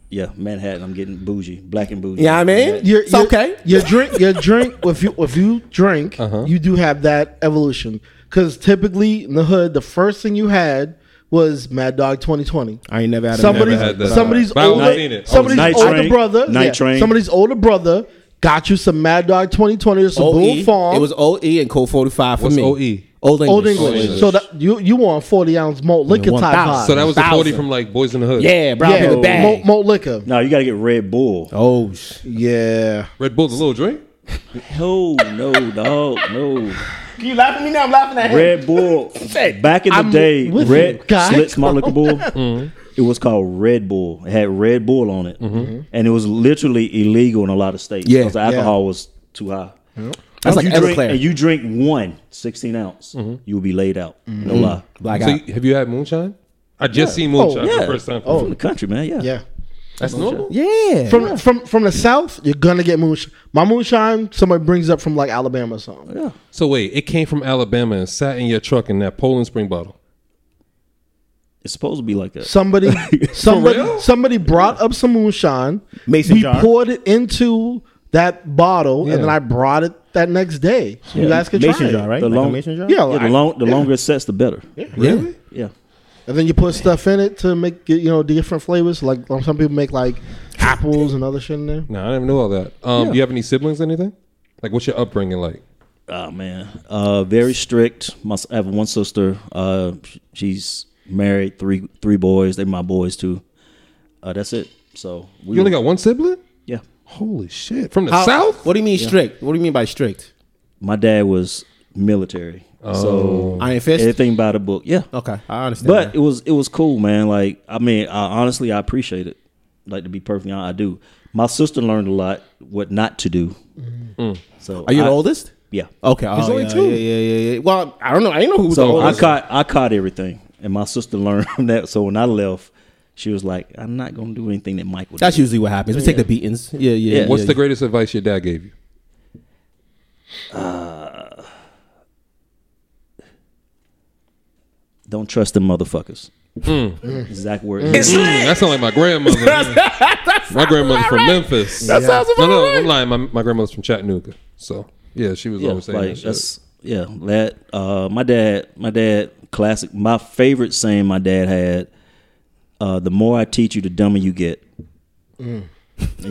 S6: Yeah, Manhattan. I'm getting bougie, black and bougie.
S3: You know what I mean?
S2: You're,
S3: it's
S2: you're-
S3: okay.
S2: Your drink, your drink. If you if you drink,
S4: Uh-huh.
S2: you do have that evolution. Because typically in the hood, the first thing you had was Mad Dog 2020.
S3: I ain't never had a
S2: Somebody's
S4: had that.
S2: somebody's
S4: But I
S2: older
S4: seen it.
S2: somebody's
S6: Night
S2: older
S6: Train.
S2: brother.
S6: Night
S2: yeah,
S6: Train.
S2: Somebody's older brother
S3: E?
S4: E?
S2: got you some Mad Dog 2020 or some Bull Farm.
S3: It was OE and Code 45 for
S4: What's
S3: me.
S4: OE?
S3: Old English.
S2: Old English. So that you you want forty ounce malt liquor
S3: one
S2: type
S3: thousand.
S2: pie.
S4: E. So that was the 40
S3: Thousand.
S4: from like Boys in the Hood.
S3: Yeah, brown
S2: yeah,
S3: paper bag.
S2: malt, malt liquor.
S6: No, you got to get Red Bull.
S3: Oh, sh-
S2: Yeah,
S4: Red Bull's a little drink.
S6: No, no, dog, no.
S3: you laughing at me now? I'm laughing at (laughs)
S6: Red Bull. Back in the
S2: I'm
S6: day,
S2: with you,
S6: Red
S2: guy.
S6: Slits my liquor bull. It was called Red Bull. It had Red Bull on it, and it was literally illegal in a lot of states
S3: Yeah,
S6: because the
S3: yeah.
S6: alcohol was too high.
S3: That's like
S6: you drink, and
S3: Everclear.
S6: you drink one 16 ounce, you'll be laid out. No
S3: Mm-hmm.
S6: lie.
S3: Black
S4: So you- have you had moonshine? I just seen moonshine for the first time.
S6: Oh, from the country, man. Yeah.
S2: yeah.
S4: that's normal.
S3: Yeah.
S2: From from from the south, you're gonna get moonshine. My moonshine, somebody brings up from like Alabama or something.
S4: So wait, it came from Alabama and sat in your truck in that Poland Spring bottle.
S6: It's supposed to be like
S3: (laughs)
S6: that.
S2: Somebody somebody
S4: real?
S2: somebody brought up some moonshine.
S3: Mason
S2: we
S3: jar.
S2: poured it into that bottle,
S4: Yeah.
S2: and then I brought it that next day. So You guys could try
S3: Mason
S2: it.
S3: jar, right?
S6: The
S3: Like a
S6: long-
S3: Mason jar?
S2: Yeah,
S6: Yeah,
S2: like-
S6: the, long, the longer it sets, the better. Yeah.
S3: Really?
S6: yeah.
S2: and then you put stuff in it to make it, you know different flavors. Like um, some people make like apples and other shit in there.
S4: No, I didn't know all that. Um, Do you have any siblings? Anything? Like, what's your upbringing like?
S6: Oh man, uh, very strict. My, s- I have one sister. Uh, sh- she's married, three three boys. They're my boys too. Uh, that's it. So we
S4: You only got one sibling?
S6: yeah.
S4: Holy shit! From the
S3: How-
S4: south?
S3: What do you mean strict? What do you mean by strict?
S6: My dad was military, so
S3: Iron fist.
S6: everything by the book. Yeah,
S3: okay, I understand.
S6: but
S3: that.
S6: it was it was cool, man. Like I mean, I, honestly, I appreciate it. Like to be perfectly honest, I do. My sister learned a lot what not to do. So
S3: Mm-hmm. are you
S6: I-
S3: the oldest?
S6: Yeah.
S3: Okay, oh,
S4: only
S3: yeah,
S4: two.
S3: Yeah, yeah, yeah, yeah. Well, I don't know. I didn't know who was the
S4: Oh,
S6: So I
S3: oldest.
S6: caught I caught everything, and my sister (laughs) learned that. So when I left, she was like, "I'm not gonna do anything that Michael."
S3: That's
S6: did.
S3: usually what happens. We take the beatings. Yeah, yeah.
S6: Yeah.
S3: yeah
S4: What's
S3: yeah.
S4: the greatest advice your dad (laughs) gave you?
S6: Don't trust them motherfuckers.
S4: Hmm.
S6: Exact word.
S4: Mm, that sounds like my grandmother. (laughs) my grandmother's from Memphis. That sounds about No, no, I'm lying. My, my grandmother's from Chattanooga. So yeah, she was
S6: Yeah,
S4: always saying
S6: like
S4: that shit.
S6: that's yeah. That uh, my dad, my dad, classic. My favorite saying my dad had: uh, "The more I teach you, the dumber you get." And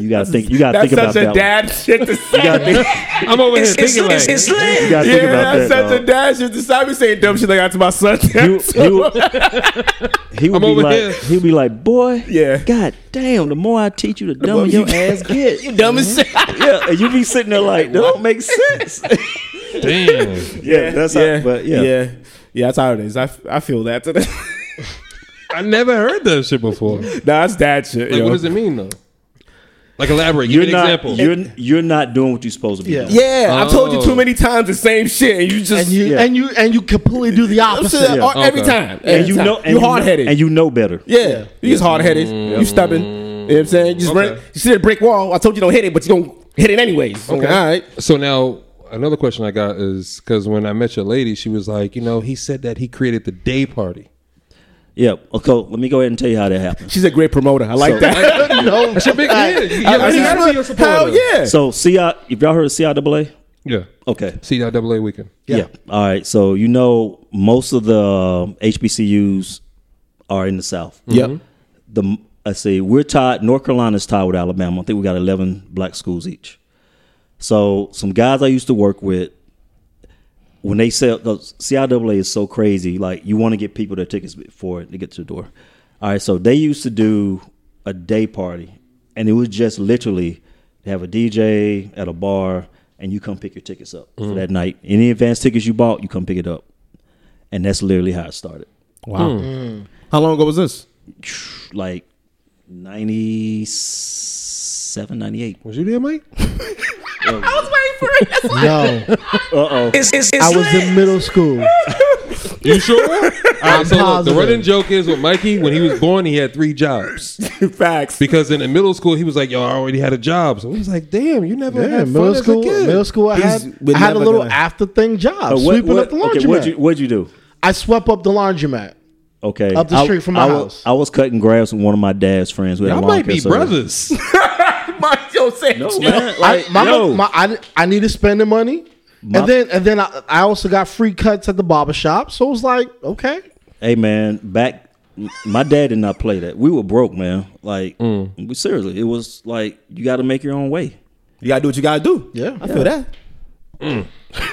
S6: you gotta think. You gotta think about that. one.
S3: shit to say.
S6: You gotta think,
S4: I'm over here thinking like,
S6: you gotta think about that. dog.
S3: dad shit to say. I be saying dumb shit like that to my son. (laughs)
S6: he, he would, he would
S4: I'm
S6: be
S4: over
S6: like,
S4: here.
S6: he'd be like, boy,
S3: Yeah.
S6: God damn, the more I teach you, the dumber
S3: more
S6: your
S3: you-
S6: ass get.
S3: you dumb as (laughs) shit.
S6: yeah, and you be sitting there like, that don't make sense.
S4: damn.
S6: yeah, that's
S3: yeah,
S6: how, but yeah.
S3: yeah, yeah. That's how it is. I, f- I feel that. (laughs) nah,
S4: I never heard that shit before. Like,
S3: that's dad shit. yo.
S4: what does it mean though? Like, elaborate. Give
S6: You're
S4: me an
S6: not,
S4: example.
S6: you're you're not doing what you're supposed to be
S2: Yeah.
S6: doing.
S3: Yeah, I've told you
S4: Oh.
S3: too many times the same shit, and you just
S2: And you
S6: Yeah.
S2: and you and you completely
S3: (laughs)
S2: do the
S3: I'm
S2: opposite.
S3: saying, or every
S4: Okay.
S3: time.
S6: And
S3: every
S6: you
S3: time.
S6: know, and
S3: you
S6: know-
S3: hard headed,
S6: and you Mm. know better.
S3: yeah, you just hard headed. You stubborn. You know what I'm saying? You just
S4: Okay.
S3: run, you see the brick wall. I told you don't hit it, but you don't hit it anyways. Okay, all right.
S4: So now another question I got is because when I met your lady, she was like, you know, he said that he created the
S3: (laughs)
S4: day party.
S6: Yeah. Okay. Let me go ahead and tell you how that happened.
S3: She's a great promoter. I like
S6: So-
S3: that. (laughs)
S2: no,
S4: That's your big head. You
S3: I, I,
S4: you gotta be
S3: I,
S4: your
S3: just- hell
S4: supporter.
S3: yeah!
S6: So, CI, if y'all heard of CIAA,
S4: Yeah.
S6: okay.
S4: CIAA weekend.
S6: Yeah. All right. So you know most of the um, HBCUs are in the South.
S3: Mm-hmm. Yep.
S6: The I see we're tied. North Carolina's tied with Alabama. I think we got eleven black schools each. So some guys I used to work with, when they sell, cause CIAA is so crazy. Like you want to get people their tickets before they get to the door. All right. So they used to do a day party, and it was just literally they have a DJ at a bar, and you come pick your tickets up for that night. Any advance tickets you bought, you come pick it up, and that's literally how it started.
S3: Wow. How long ago was this?
S6: Like 97, 98.
S4: Was you there, Mike?
S2: no. Uh oh. I was
S3: (laughs)
S2: in middle school.
S4: (laughs) You sure? All right, so look, the
S2: positive.
S4: running joke is with Mikey, when he was born, he had three jobs.
S3: (laughs) Facts.
S4: Because in, in middle school, he was like, yo, I already had a job. So he was like, damn, you never
S2: Yeah,
S4: had
S2: middle
S4: fun
S2: school.
S4: as a kid.
S2: Middle school. I
S3: He's-
S2: had,
S3: we're
S2: I had a
S3: never
S2: little
S3: gonna-
S2: after thing job,
S6: Uh,
S2: sweeping up the laundromat.
S6: Okay, what'd you, what'd you do?
S2: I swept up the laundromat.
S6: Okay,
S2: Up the
S6: I-
S2: street from my
S6: I
S2: house.
S6: Was, I was cutting grass with one of my dad's friends. We had
S4: Y'all
S6: a lawn
S4: might
S6: care
S4: be
S6: service.
S4: brothers.
S3: My yo said
S6: No, man, like,
S2: I, my,
S6: yo,
S2: my, I, I needed spending money.
S6: My-
S2: and then and then I, I also got free cuts at the barber shop. So it was like, okay.
S6: hey man, back. My dad did not play that. We were broke, man. Like,
S2: Mm.
S6: we, seriously, it was like you got to make your own way.
S3: (laughs) You gotta do what you gotta do.
S2: Yeah.
S3: I feel that.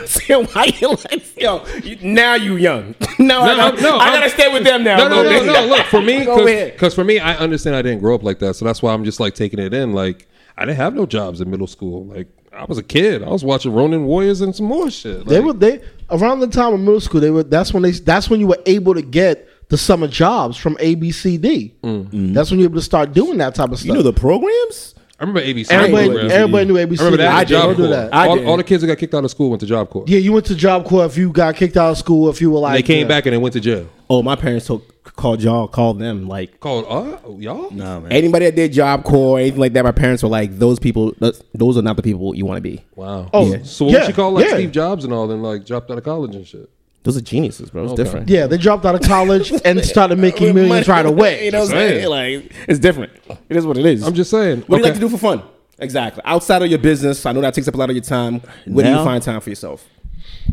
S3: Sam, why you like yo? You, now you young. (laughs) now I, gotta, I
S4: I'm-
S3: gotta stay with them now.
S4: No, no,
S3: a
S4: no,
S3: little
S4: no.
S3: bit.
S4: Look for (laughs) me,
S3: (laughs) Go ahead.
S4: because for me, I understand I didn't grow up like that, so that's why I'm just like taking it in. Like I didn't have no jobs in middle school. Like I was a kid. I was watching Ronin Warriors and some more shit. Like,
S2: They were they around the time of middle school. They were that's when they that's when you were able to get the summer jobs from ABCD. That's when you were able to start doing that type of stuff.
S3: You know the programs?
S4: I remember ABC.
S2: everybody,
S4: program.
S2: everybody knew ABCD.
S4: I remember that.
S2: I
S4: I
S2: did.
S4: Job
S2: Don't
S4: Corps.
S2: do that.
S3: I
S4: all,
S3: didn't.
S4: all the kids that got kicked out of school went to Job Corps.
S2: Yeah, you went to Job Corps if you got kicked out of school if you were like
S4: They came
S2: uh,
S4: back and they went to jail.
S3: Oh, my parents told, called y'all, called them like
S4: Called uh, y'all.
S6: Nah, man.
S3: anybody that did Job Corps, anything like that. My parents were like, those people, those, those are not the people you want to be.
S4: Wow.
S2: Oh, Yeah.
S4: so what
S2: yeah,
S4: you call like
S2: yeah.
S4: Steve Jobs and all, then like dropped out of college and shit.
S3: Those are geniuses, bro. It's
S4: Okay.
S3: different.
S2: Yeah, they dropped out of college and started making
S3: (laughs)
S2: millions right away.
S3: You know what I'm saying? Like it's different. It is what it is.
S4: I'm just saying.
S3: What do you like
S4: Okay.
S3: to do for fun? Exactly. Outside of your business, I know that takes up a lot of your time. Where do you
S6: Now?
S3: find time for yourself?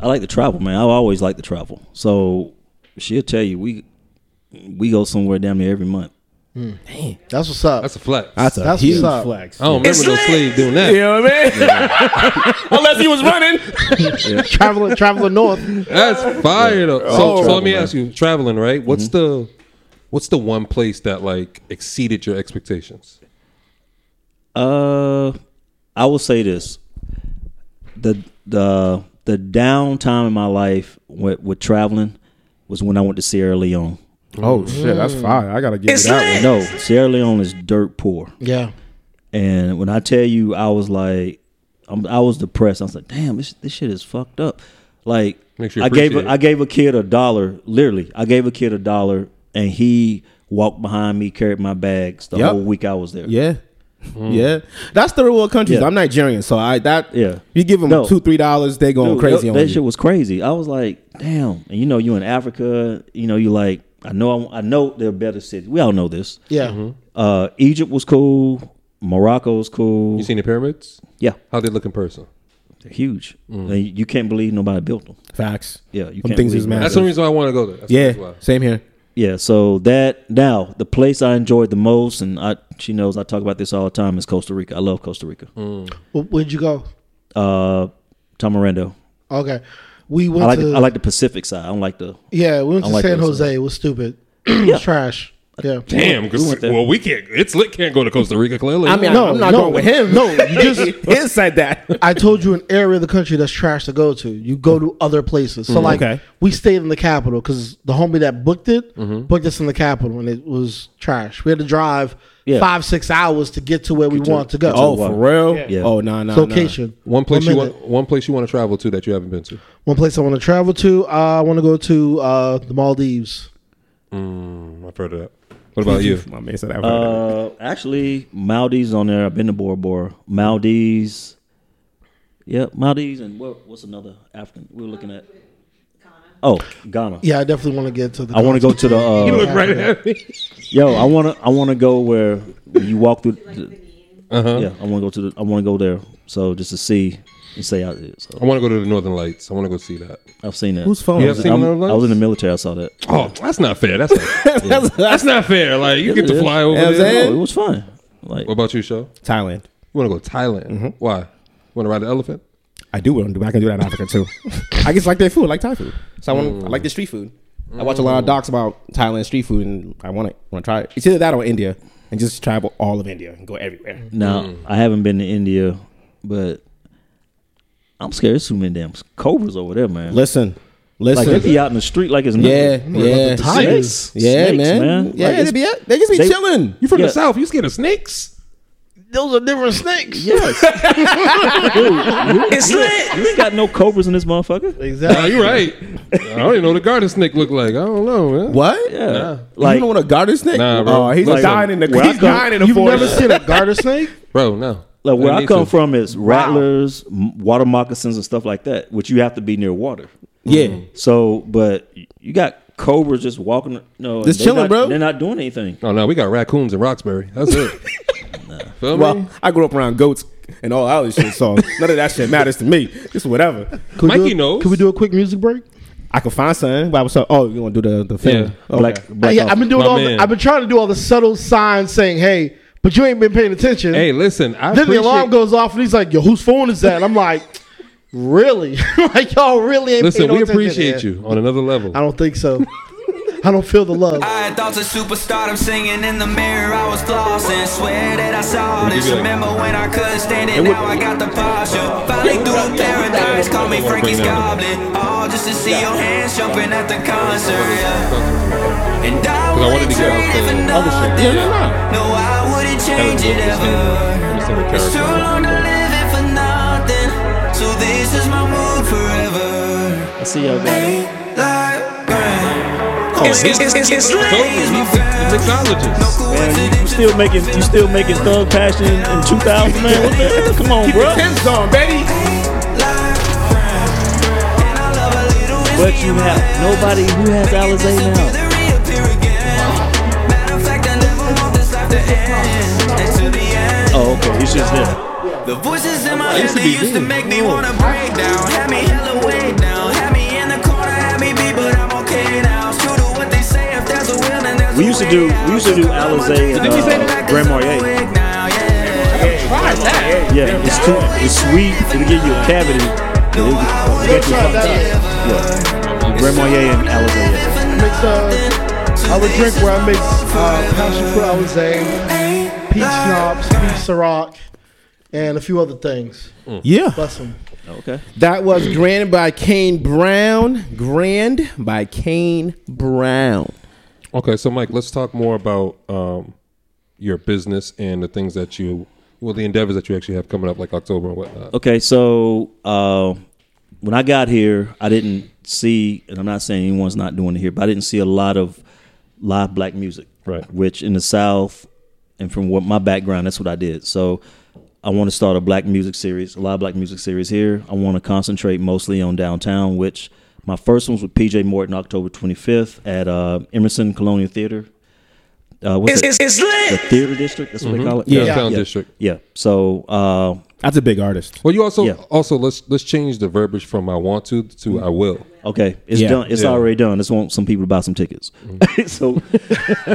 S6: I like to travel, man. I always like to travel. So she'll tell you we we go somewhere down there every month.
S2: That's what's up.
S4: That's a flex.
S3: a
S2: That's huge what's up.
S3: flex.
S4: I don't remember no slave doing that.
S3: You know what I mean? (laughs) Unless he was running.
S2: traveling, traveling north.
S4: That's fire though. So, so
S3: travel,
S4: let me ask you, traveling, right? What's
S3: Mm-hmm.
S4: the what's the one place that like exceeded your expectations?
S6: Uh, I will say this: the the the downtime in my life with, with traveling was when I went to Sierra Leone.
S3: Oh shit, that's fire. I gotta give you that one.
S6: No, Sierra Leone is dirt poor,
S2: Yeah.
S6: and when I tell you, I was like, I'm, I was depressed. I was like, damn, this this shit is fucked up. Like,
S4: Makes you
S6: I gave
S4: appreciate
S6: a,
S4: it.
S6: I gave a kid a dollar. Literally, I gave a kid a dollar, and he walked behind me, carried my bags the
S3: Yep.
S6: whole week I was there.
S3: Yeah. Yeah, that's third world countries.
S6: Yeah.
S3: I'm Nigerian, so I that
S6: Yeah.
S3: You give them
S6: No.
S3: two three dollars, they going
S6: Dude,
S3: crazy
S6: that,
S3: on
S6: that
S3: you.
S6: shit was crazy. I was like, damn. And you know, you in Africa. You know, you like. I know. I, I know they're better cities. We all know this.
S2: Yeah.
S3: Mm-hmm.
S6: Uh, Egypt was cool. Morocco was cool.
S4: You seen the pyramids?
S6: yeah,
S4: How they look in person?
S6: they're huge. And you can't believe nobody built them.
S3: Facts.
S6: Yeah, you
S3: Mm-hmm. Them
S6: can't
S3: things
S6: believe
S3: is
S6: it.
S3: mad.
S4: That's the reason why I want to go there. That's
S3: Yeah,
S4: the reason why.
S3: same here.
S6: Yeah. So that now the place I enjoyed the most, and I she knows I talk about this all the time is Costa Rica. I love Costa Rica.
S3: Mm.
S2: Wh- Where'd you go?
S6: Uh, Tamarando.
S2: Okay. We went
S6: I like
S2: to
S6: the, I like the Pacific side. I don't like the
S2: yeah, we went
S6: I
S2: to
S6: like
S2: San
S6: those.
S2: Jose. It was stupid. (clears throat) it was trash. Yeah.
S4: Damn, 'cause-
S6: went there.
S4: well, we can't. It's lit. Can't go to Costa Rica. Clearly,
S3: I mean,
S2: No,
S3: I'm not
S2: no,
S3: going with him. (laughs)
S2: no, you just-
S3: he said that.
S2: I told you an area of the country that's trash to go to. You go to other places. So like
S3: okay.
S2: we stayed in the capital because the homie that booked it booked us in the capital and it was trash. We had to drive
S6: Yeah.
S2: five six hours to get to where we wanted to go.
S3: Oh, for real?
S6: Yeah.
S3: Oh, no, no.
S2: location.
S4: one place you
S2: minute.
S4: want. One place you want to travel to that you haven't been to.
S2: One place I want to travel to. I want to go to uh, the Maldives.
S4: I've heard of that. What about you?
S3: My man said that.
S6: Uh, actually, Maldives on there. I've been to Bora Bora. Maldives. Yeah, Maldives and what, what's another African we were looking at? Oh, Ghana.
S2: Yeah, I definitely want to get to the.
S6: I want to go to the. Uh,
S4: Right at me.
S6: yo, I want to. I want to go where when you walk through. The,
S4: Uh-huh.
S6: yeah, I want to go to the. I want to go there. So just to see and say out there. So
S4: I want to go to the Northern Lights. I want to go see that.
S6: I've seen that.
S3: Whose phone
S4: You
S6: I
S4: have
S6: was,
S4: seen
S6: I'm-
S4: Northern Lights?
S6: I was in the military. I saw that.
S4: Oh, that's not fair. That's not,
S3: That's-
S4: that's not fair. Like you get to fly over
S3: Yeah, I'm
S4: there.
S3: saying.
S6: Oh, it was fun. Like
S4: What about you, show?
S3: Thailand.
S4: You want to go to Thailand? Why? You want to ride an elephant?
S3: I do want to do. I can do that in Africa too. I just like their food, I like Thai food. So I want. I like the street food. I watch a lot of docs about Thailand street food, and I want to want to try it. It's either that or India, and just travel all of India and go everywhere.
S6: now, I haven't been to India, but I'm scared. There's too many damn cobras over there, man.
S3: Listen, listen.
S6: Like they be out in the street like it's nothing.
S3: yeah, yeah,
S6: Snakes.
S3: yeah,
S6: Snakes,
S3: man.
S6: man.
S3: Yeah,
S6: Like,
S3: they
S6: it's-
S3: be out- they just be
S6: they-
S3: chilling.
S4: You from
S6: Yeah.
S4: the South? You scared of snakes?
S2: Those are different snakes.
S6: Yes.
S1: It's lit.
S6: You ain't got no cobras in this
S2: (laughs)
S6: motherfucker.
S4: Nah,
S2: Exactly.
S4: you right. I don't even know what a garden snake look like. I don't know, man.
S3: What?
S6: Yeah.
S3: you
S6: Like,
S3: don't want a garden snake?
S4: Nah, bro.
S3: Oh, he's
S6: Like,
S3: dying in the.
S6: where I
S3: He's
S6: come-
S3: dying in the
S2: You've
S3: forest.
S2: never seen a garter snake?
S4: Bro, no.
S6: like where
S4: Don't
S6: I
S4: need
S6: come
S4: to.
S6: from is rattlers, m water moccasins, and stuff like that, which you have to be near water.
S3: yeah.
S6: So, but you got cobras just walking. No,
S3: Just
S6: they're
S3: chilling,
S6: not-
S3: bro.
S6: They're not doing anything.
S4: Oh no, we got raccoons in Roxbury. That's it. Feel me?
S3: Well, Uh, I grew up around goats and all that other shit, (laughs) so none of that shit matters to me. It's whatever.
S2: Could we do
S4: Mikey
S2: a-
S4: knows.
S2: Could we do a quick music break?
S3: I could find something, but I was like, oh, you want to do the, the film?
S4: Yeah.
S3: Okay.
S6: Black, black
S2: Uh, yeah,
S6: ops.
S2: I've been doing
S4: My
S2: all.
S4: man.
S2: The, I've been trying to do all the subtle signs saying, "Hey," but you ain't been paying attention.
S4: hey, listen. I
S2: then the
S4: appreciate-
S2: alarm goes off, and he's like, "Yo, whose phone is that?" And I'm like, really? (laughs) like y'all really ain't
S4: Listen,
S2: paying no
S4: we
S2: attention.
S4: appreciate
S2: Yeah.
S4: you on another level.
S2: I don't think so. I don't feel the
S4: (laughs)
S2: love.
S9: I had thoughts of superstardom singing in the mirror. I was flossing. Swear that I saw this. Remember when I couldn't stand it? Now I got the posture. Finally through paradise. Call me Frankie's Goblin. All just to see your hands jumping at the concert. Yeah. And I
S4: Because I wanted to get out the
S9: wouldn't trade it for
S4: other shit. Yeah, no, no.
S9: nothing. No, I wouldn't change it ever. It's too long to live it for nothing. So this is my mood forever.
S6: I see y'all guys.
S1: It's, it's, it's, it's, it's lit.
S4: Mixologist.
S6: Man, you still making you still making thug passion in 2000, man. What the, come
S3: (laughs)
S6: on, bro.
S3: Tens on, baby.
S6: But you have nobody who has Alizé now. Oh, okay. He's just there.
S9: The voices in my head
S4: used to
S9: they
S4: be
S9: used to
S4: good.
S9: make me wanna break down. Had me hella way down. Had me in the corner, had me beat, but I'm okay now. It's true to what they say. If there's a will, then there's
S6: We
S9: a
S6: used to
S9: way
S6: do-
S9: out.
S6: we used to do
S9: So come on,
S6: Alizé
S9: take
S6: and,
S9: a
S6: uh,
S9: step back, 'cause
S6: Grand
S9: I'm
S6: Marnier.
S9: awake now, yeah.
S6: Yeah, it's too it's sweet. It'll give you a cavity. It'll get you fucked up. Grand Marnier and Alizé. yeah.
S2: Mix, uh, I would drink where I mix uh, passion fruit Alizé, peach schnapps, peach Ciroc, and a few other things.
S3: Yeah.
S2: Bless them.
S6: Okay.
S3: That was Grand by Kane Brown. Grand by Kane Brown.
S4: Okay, so Mike, let's talk more about um, your business and the things that you, well, the endeavors that you actually have coming up, like October and whatnot.
S6: Okay, so uh, when I got here, I didn't see, and I'm not saying anyone's not doing it here, but I didn't see a lot of live black music.
S4: Right.
S6: Which in the South, and from what my background, that's what I did. So I want to start a black music series, a live black music series here. I want to concentrate mostly on downtown, which my first one's with PJ Morton, October 25th at uh, Emerson Colonial Theater. Uh, what's
S1: It's,
S6: that?
S1: it's, it's lit.
S6: the theater district? That's what they call it.
S3: Yeah.
S4: Downtown
S6: yeah.
S4: District.
S6: Yeah. So. Uh,
S3: That's a big artist.
S4: Well, you also
S6: Yeah. Mm.
S4: also let's let's change the verbiage from "I want to" to "I will."
S6: Okay, it's
S3: Yeah.
S6: done. It's
S4: Yeah. Mm-hmm.
S6: already done. Just want some people to buy some tickets. (laughs) so,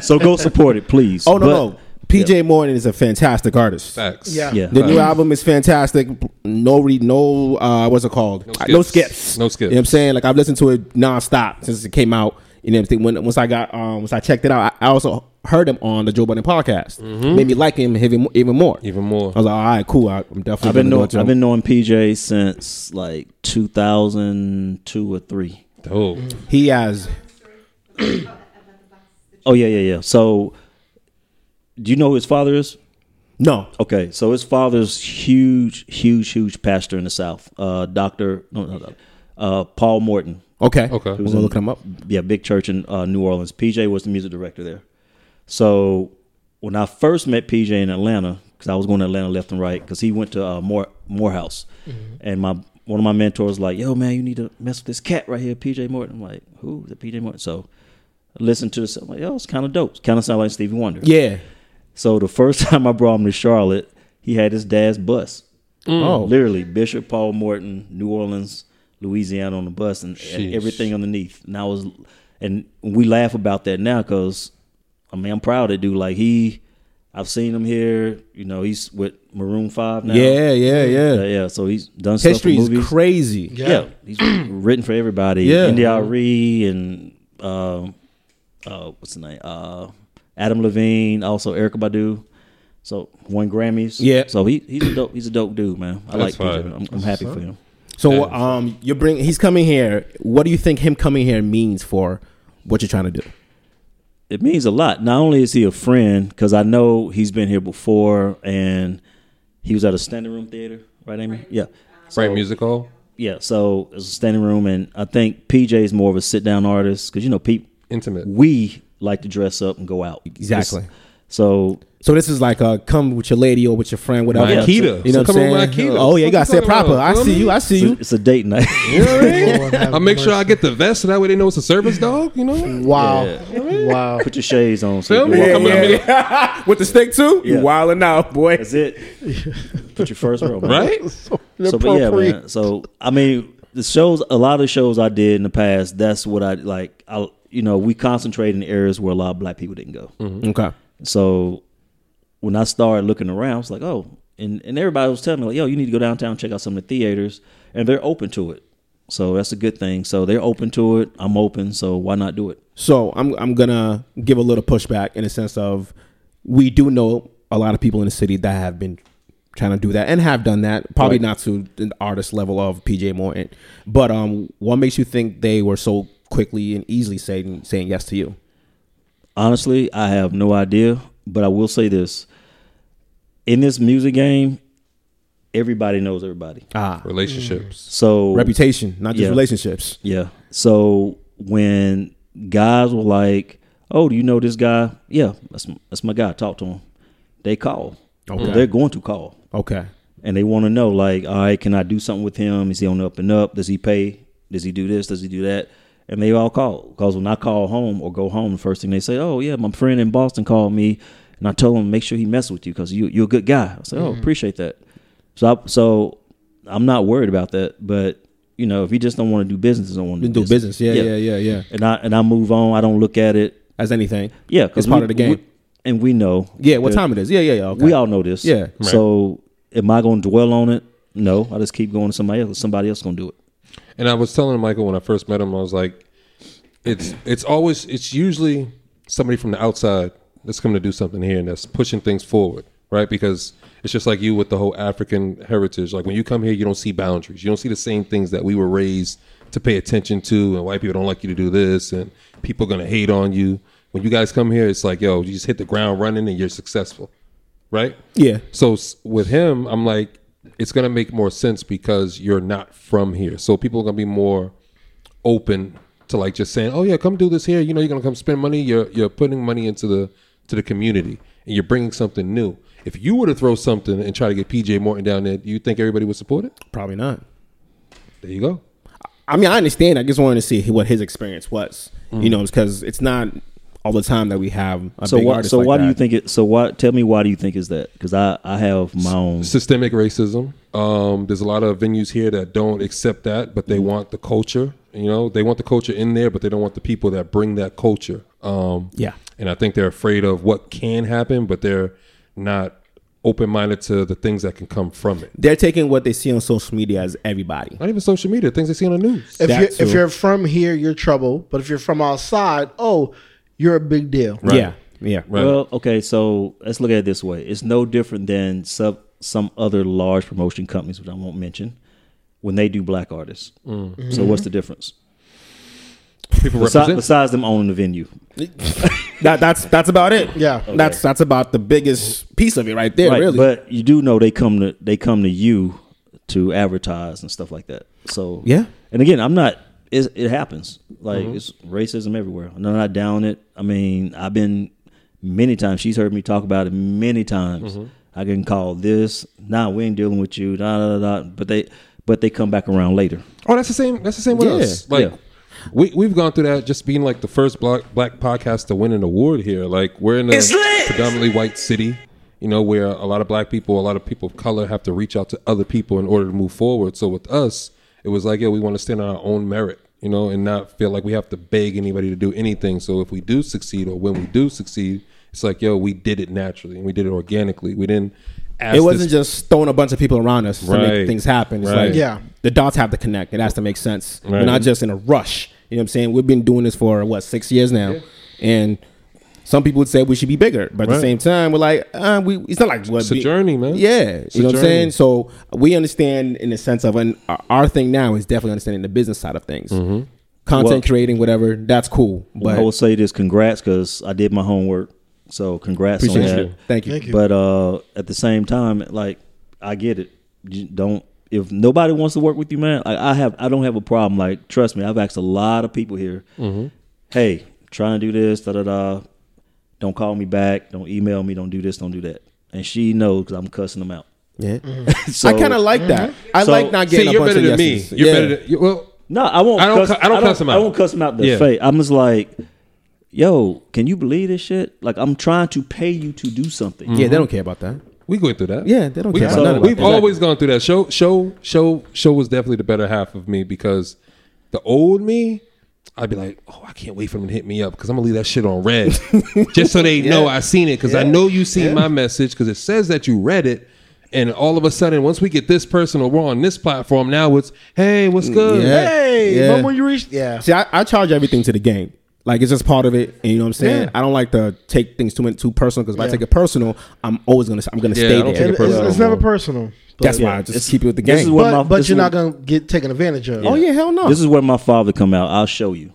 S6: so go support it, please.
S3: Oh no,
S6: But-
S3: no. PJ Morton is a fantastic artist.
S4: Facts.
S2: Yeah.
S6: Yeah.
S3: The new album is fantastic. No re no uh what's it called?
S4: No
S3: Uh, No
S4: skips.
S3: skips.
S4: No skips.
S3: You know what I'm saying? Like I've listened to it nonstop since it came out. You know what I'm saying? When, once I got um once I checked it out, I, I also heard him on the Joe Budden podcast. Made me like him even, even more.
S4: Mm-hmm. Even more.
S6: Uh,
S3: I was like, all right, cool. I, am definitely
S6: I've been
S3: gonna go
S6: knowing
S3: to
S6: I've
S3: him.
S6: been knowing PJ since like 2002 or three.
S4: Dope.
S6: mm.
S3: He has
S6: Oh yeah, yeah, yeah. So, do you know who his father is?
S3: no.
S6: Okay, so his father's huge, huge, huge pastor in the South. Uh, Doctor, no, no, no, uh, Paul Morton.
S3: Okay.
S4: Okay.
S3: We're gonna look him up.
S6: yeah, big church in uh, New Orleans. PJ was the music director there. So when I first met PJ in Atlanta, because I was going to Atlanta left and right, because he went to uh, Moore Morehouse,
S3: Mm-hmm.
S6: and my one of my mentors was like, "Yo, man, you need to mess with this cat right here, PJ Morton." I'm like, "Who? The PJ Morton?" So I listened to this. I'm like, "Yo, it's kind of dope. Kind of sound like Stevie Wonder."
S3: Yeah.
S6: So the first (laughs) time I brought him to Charlotte, he had his dad's bus.
S3: Oh.
S6: Literally, Bishop Paul Morton, New Orleans, Louisiana on the bus, and, and everything underneath. And I was, and we laugh about that now because, I mean, I'm proud of dude. Like he, I've seen him here. You know, he's with Maroon Five now.
S3: Yeah, yeah, yeah.
S6: yeah. yeah. So he's done
S3: History
S6: stuff for movies.
S3: is crazy.
S6: Yeah. he's written for everybody.
S3: Yeah.
S6: NDRE and um, uh, what's the name? Uh, Adam Levine, also Erica Badu. So won Grammys.
S3: Yeah.
S6: So he he's a dope he's a dope dude, man. I
S4: That's
S6: like PJ.
S4: fine.
S6: I'm, I'm happy for him.
S3: So um, you bring he's coming here. What do you think him coming here means for what you're trying to do?
S6: It means a lot. Not only is he a friend, because I know he's been here before, and he was at a standing room theater, right, Amy? Yeah.
S4: Bright Music Hall.
S6: Yeah, so it's a standing room, and I think PJ is more of a sit down artist because you know, Pete,
S4: Intimate.
S6: we like to dress up and go out.
S3: Exactly.
S6: It's- So
S3: So this is like a come with your lady or with your friend, whatever.
S4: My
S6: Yeah,
S3: You
S4: Akita.
S3: know what
S4: So
S3: I'm
S4: come on, my
S3: saying?
S4: Akita.
S3: Oh yeah, you
S4: What
S3: gotta
S4: you
S3: say it
S4: talking about?
S3: proper. I
S4: You know
S3: see
S4: what
S3: you. I see you.
S6: it's a date night.
S2: Lord have
S4: I make sure I
S2: mercy.
S4: get the vest, so that way they know it's a service dog. You know.
S2: Wow. Wow.
S6: (laughs) Put your shades on. So
S4: Feel
S6: you
S4: me?
S6: can walk
S4: I'm- I mean,
S3: with the stick too.
S6: Yeah.
S3: wilding out, boy.
S6: That's it. Put your first row, man.
S4: Right.
S6: So, but yeah, man. So I mean, the shows, a lot of the shows I did in the past, that's what I like. I, you know, we concentrate in areas where a lot of black people didn't go.
S3: Okay.
S6: So when I started looking around, I was like, oh, and, and everybody was telling me, like, yo, you need to go downtown, check out some of the theaters. and they're open to it. So that's a good thing. So they're open to it. I'm open. So why not do it?
S3: So I'm I'm gonna give a little pushback in the sense of we do know a lot of people in the city that have been trying to do that and have done that. Probably not to the artist level of PJ Morton, but um, what makes you think they were so quickly and easily saying saying yes to you?
S6: Honestly, I have no idea, but I will say this: in this music game, everybody knows everybody.
S3: Ah,
S4: relationships.
S6: So
S3: reputation, not just
S6: Yeah.
S3: relationships.
S6: Yeah. So when guys were like, "Oh, do you know this guy?" Yeah, that's that's my guy. Talk to him. They call.
S3: Okay.
S6: They're going to call,
S3: Okay,
S6: and they want to know, like, "All right, can I do something with him? Is he on the up and up? Does he pay? Does he do this? Does he do that?" And they all call because when I call home or go home, the first thing they say, "Oh yeah, my friend in Boston called me, and I told him make sure he mess with you because you you're a good guy." I said,
S3: Mm-hmm.
S6: "Oh, appreciate that." So I, so I'm not worried about that, but you know, if you just don't want to do business, don't want to
S3: do business. Yeah, yeah, yeah, yeah,
S6: and I and I move on. I don't look at it.
S3: As anything,
S6: Yeah,
S3: it's part
S6: we-
S3: of the game.
S6: we- and we know.
S3: yeah, what
S6: that-
S3: time it is? Yeah, yeah, yeah. Okay.
S6: We all know this.
S3: Yeah. Right.
S6: So am I going to dwell on it? No, I just keep going to somebody else. Somebody else going to do it.
S4: And I was telling Michael when I first met him, I was like, it's it's always it's usually somebody from the outside that's coming to do something here and that's pushing things forward, right? Because it's just like you with the whole African heritage. Like when you come here, you don't see boundaries. You don't see the same things that we were raised to pay attention to, and white people don't like you to do this, and people are gonna hate on you. When you guys come here, it's like, yo, you just hit the ground running and you're successful, right?
S3: Yeah.
S4: So s- with him, I'm like, it's gonna make more sense because you're not from here. So people are gonna be more open to like just saying, "Oh yeah, come do this here." You know, you're gonna come spend money. You're you're putting money into the to the community, and you're bringing something new. If you were to throw something and try to get PJ Morton down there, do you think everybody would support it?
S3: probably not.
S4: There you go.
S3: I mean, I understand. I just wanted to see what his experience was. You know, because it's not all the time that we have. A
S6: Mm. So
S3: big
S6: why?
S3: artist
S6: So
S3: like
S6: why do you
S3: that.
S6: think it? So why? Tell me why do you think is that? Because I I have my own.
S4: Systemic racism. Um, there's a lot of venues here that don't accept that, but they want the culture. You know, they want the culture in there, but they don't want the people that bring that culture. Um,
S3: Yeah.
S4: and I think they're afraid of what can happen, but they're not open minded to the things that can come from it.
S3: they're taking what they see on social media as everybody?
S4: Not even social media, things they see on the news.
S2: If
S3: That
S2: you're, if
S3: too.
S2: you're from here, you're trouble. But if you're from outside, oh, you're a big deal.
S3: Yeah, yeah.
S4: Right.
S6: Well, okay, so let's look at it this way. It's no different than sub, some other large promotion companies, which I won't mention, when they do black artists.
S3: Mm.
S6: So what's the difference?
S4: People
S6: Besides,
S4: represent.
S6: besides them owning the venue,
S3: That that's that's about it.
S2: Yeah.
S3: that's that's about the biggest piece of it right there.
S6: right?
S3: really,
S6: But you do know they come to they come to you to advertise and stuff like that. So
S3: Yeah. Mm-hmm.
S6: and again, I'm not. It, it happens. Like it's racism everywhere. And I'm not down it. I mean, I've been many times. She's heard me talk about it many times.
S3: Mm-hmm.
S6: I can call this. Nah, we ain't dealing with you. Da da da. da. But they but they come back around later.
S4: Oh, that's the same. That's the same with
S3: Yeah.
S4: us. Like
S6: Yeah.
S4: we we've gone through that. Just being like the first black black podcast to win an award here. Like we're in a
S1: It's lit.
S4: predominantly white city. You know, where a lot of black people, a lot of people of color, have to reach out to other people in order to move forward. So with us, it was like, yeah, we want to stand on our own merit. You know, and not feel like we have to beg anybody to do anything. So if we do succeed, or when we do succeed, it's like, yo, we did it naturally and we did it organically. We didn't. Ask
S3: it wasn't
S4: this-
S3: just throwing a bunch of people around us to
S4: Right.
S3: make things happen. It's
S4: Right.
S3: like
S2: Yeah.
S3: the dots have to connect. It has to make sense. We're
S4: Right.
S3: not just in a rush. You know what I'm saying? We've been doing this for what six years now, and some people would say we should be bigger, but at the
S4: Right.
S3: same time, we're like, uh, we. It's not like what
S4: It's a journey, man.
S3: Yeah,
S4: It's a
S3: you know what I'm
S4: journey.
S3: saying. So we understand in the sense of, and our- our thing now is definitely understanding the business side of things.
S4: Mm-hmm.
S3: Content
S6: Well-
S3: creating, whatever, that's cool. But
S6: I will say this: congrats, because I did my homework. So congrats on
S3: appreciate
S6: that.
S3: you. Thank you.
S2: Thank you.
S6: But uh, at the same time, like I get it. You don't if nobody wants to work with you, man. I, I have I don't have a problem. Like trust me, I've asked a lot of people here.
S3: Mm-hmm.
S6: Hey, trying to do this, da da da. Don't call me back. Don't email me. Don't do this. Don't do that. And she knows because I'm cussing them out.
S4: (laughs)
S3: Yeah.
S6: So,
S3: I kind of like that. I
S6: So-
S3: like not
S4: See,
S3: getting a
S4: you're
S3: bunch
S4: better
S3: of
S4: than me.
S3: yeses.
S4: You're
S3: Yeah.
S4: better than you, well.
S6: No, I won't.
S4: I don't cu- I don't cuss 'em out.
S6: I won't cuss them out. Their
S4: Yeah.
S6: face. I'm just like, yo, can you believe this shit? Like I'm trying to pay you to do something.
S4: Mm.
S3: Yeah,
S4: Mm-hmm.
S3: they don't care about that.
S4: We going through that.
S3: Yeah, they don't
S4: we,
S3: care about
S4: so
S3: none of
S4: We've
S3: that.
S4: always gone through that. Show, show, show, show was definitely the better half of me because the old me, I'd be like, oh, I can't wait for them to hit me up because I'm gonna leave that shit on
S3: (laughs)
S4: red, just so they know I seen it because I know you seen my message because it says that you read it. And all of a sudden, once we get this person or we're on this platform, now it's hey, what's good?
S3: Mm, Yeah.
S2: Hey,
S3: Yeah.
S2: remember when you reached? Yeah.
S3: See, I, I charge everything to the game. Like it's just part of it, and you know what I'm saying.
S2: Yeah.
S3: I don't like to take things too much too personal because if I
S2: Yeah.
S3: take it personal, I'm always gonna I'm gonna
S4: Yeah, I
S3: stay
S4: don't
S3: there.
S4: take
S2: It-
S4: it
S2: it's, it's
S4: personal.
S2: never personal. But,
S3: That's why I just
S6: It's-
S3: keep it with the game.
S6: this is what-
S2: But,
S6: my-
S2: but
S6: this
S2: you're
S6: is-
S2: not gonna get taken advantage of.
S3: oh yeah, hell no.
S6: This is where my father come out. I'll show you.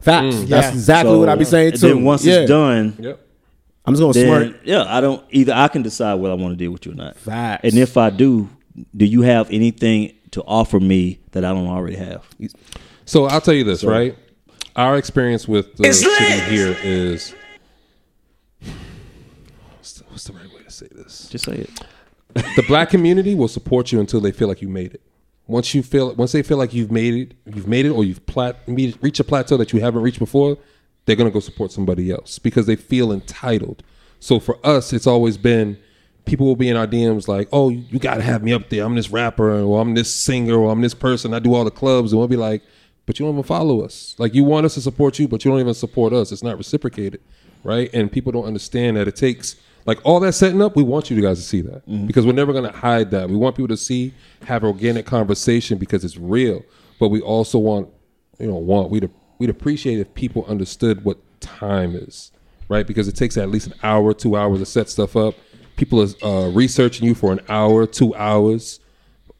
S3: facts. That's
S2: Yeah.
S3: exactly
S6: So-
S3: what I be saying
S6: and
S3: too.
S6: Then once
S3: Yeah.
S6: it's done,
S4: Yep.
S3: I'm just gonna
S6: then
S3: smirk.
S6: yeah, I don't either. I can decide whether I want to deal with you or not.
S3: Facts.
S6: And if I do, do you have anything to offer me that I don't already have?
S4: So I'll tell you this, right? Our experience with the
S1: It's lit.
S4: city here is what's the, what's the right way to say this?
S6: Just say it.
S4: The black community will support you until they feel like you made it. Once you feel, once they feel like you've made it, you've made it, or you've plat, meet, reach a plateau that you haven't reached before, they're gonna go support somebody else because they feel entitled. So for us, it's always been people will be in our DMs like, "Oh, you gotta have me up there. I'm this rapper, or I'm this singer, or I'm this person. I do all the clubs," and we'll be like, "But you don't even follow us. Like you want us to support you, but you don't even support us. It's not reciprocated, right?" And people don't understand that it takes like all that setting up, we want you guys to see that because we're never going to hide that. We want people to see, have organic conversation because it's real. But we also want, you know, want we'd we'd appreciate if people understood what time is, right? Because it takes at least an hour, two hours to set stuff up. People is uh, researching you for an hour, two hours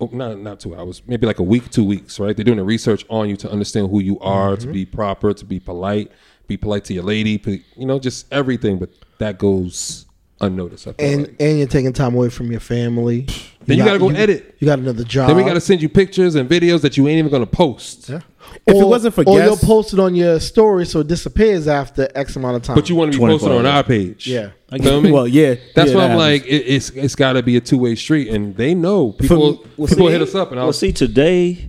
S4: oh, not not two hours, maybe like a week, two weeks, right? They're doing the research on you to understand who you are, to be proper, to be polite, be polite to your lady, be- you know, just everything. But that goes unnoticed. I feel
S2: And
S4: like.
S2: and you're taking time away from your family.
S4: Then you
S2: got-
S4: gotta go edit.
S2: You got another job.
S4: then we got to send you pictures and videos that you ain't even gonna post,
S3: If it wasn't for
S2: or
S3: guests-
S2: you'll post it on your story, so it disappears after X amount of time.
S4: but you want to be
S6: 24
S4: posted on
S6: hours.
S4: our page.
S2: Yeah.
S4: I Feel me?
S3: Well, yeah,
S4: That's
S3: yeah,
S4: why
S3: that
S4: I'm
S3: happens.
S4: like, it, it's it's got to be a two way street, and they know people people hit us up, and I'll
S6: well, see today,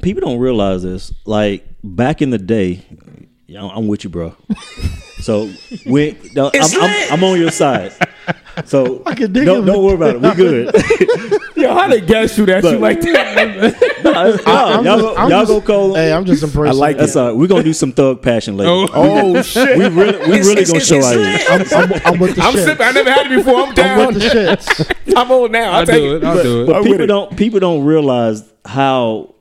S6: people don't realize this. Like back in the day, yeah, I'm I'm with you, bro. so we, no, I'm,
S1: It's
S6: I'm,
S1: lit.
S6: I'm on your side.
S2: (laughs)
S6: So
S2: can dig
S6: don't,
S2: it.
S6: don't worry about it. We good.
S2: (laughs)
S3: Yo, how they guess shoot at you
S6: Look.
S3: like that?
S6: No,
S2: I'm
S6: y'all
S2: just- I'm
S6: go, y'all
S2: just-
S6: go cold.
S2: Hey, I'm just impressed.
S3: I like
S6: That's all right. We're gonna do some thug passion later.
S4: Oh.
S3: oh shit!
S6: We really, we
S1: It's-
S6: really
S1: it's-
S6: gonna
S1: it's-
S6: show
S1: it's
S6: out.
S1: lit.
S2: I'm, I'm, I'm with
S4: (laughs)
S2: the
S3: I'm
S2: shits.
S3: sipping. I never had it before. I'm
S2: I'm
S3: down.
S2: with the shits.
S3: I'm on now.
S4: I'll
S3: I'll
S4: do
S3: take
S4: it. I'll do it.
S6: But
S3: I'm with
S6: people
S3: it.
S6: don't people don't realize how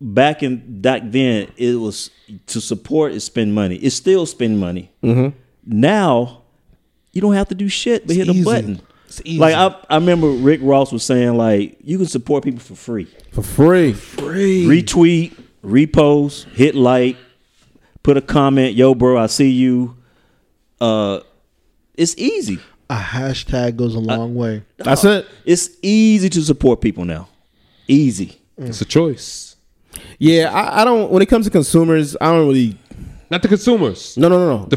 S6: back in back then it was to support is spend money. It's still spend money. Now you don't have to do shit but hit a
S4: easy.
S6: button.
S4: It's easy.
S6: Like I, I remember Rick Ross was saying like you can support people for free.
S3: for free.
S6: Retweet, repost, hit like, put a comment, yo bro, I see you. Uh it's easy.
S2: A hashtag goes a long way.
S3: That's it.
S6: It's easy to support people now. Easy.
S4: it's a choice,
S3: Yeah, I, I don't. When it comes to consumers, I don't really.
S4: not the consumers.
S3: No, no, no, no.
S4: The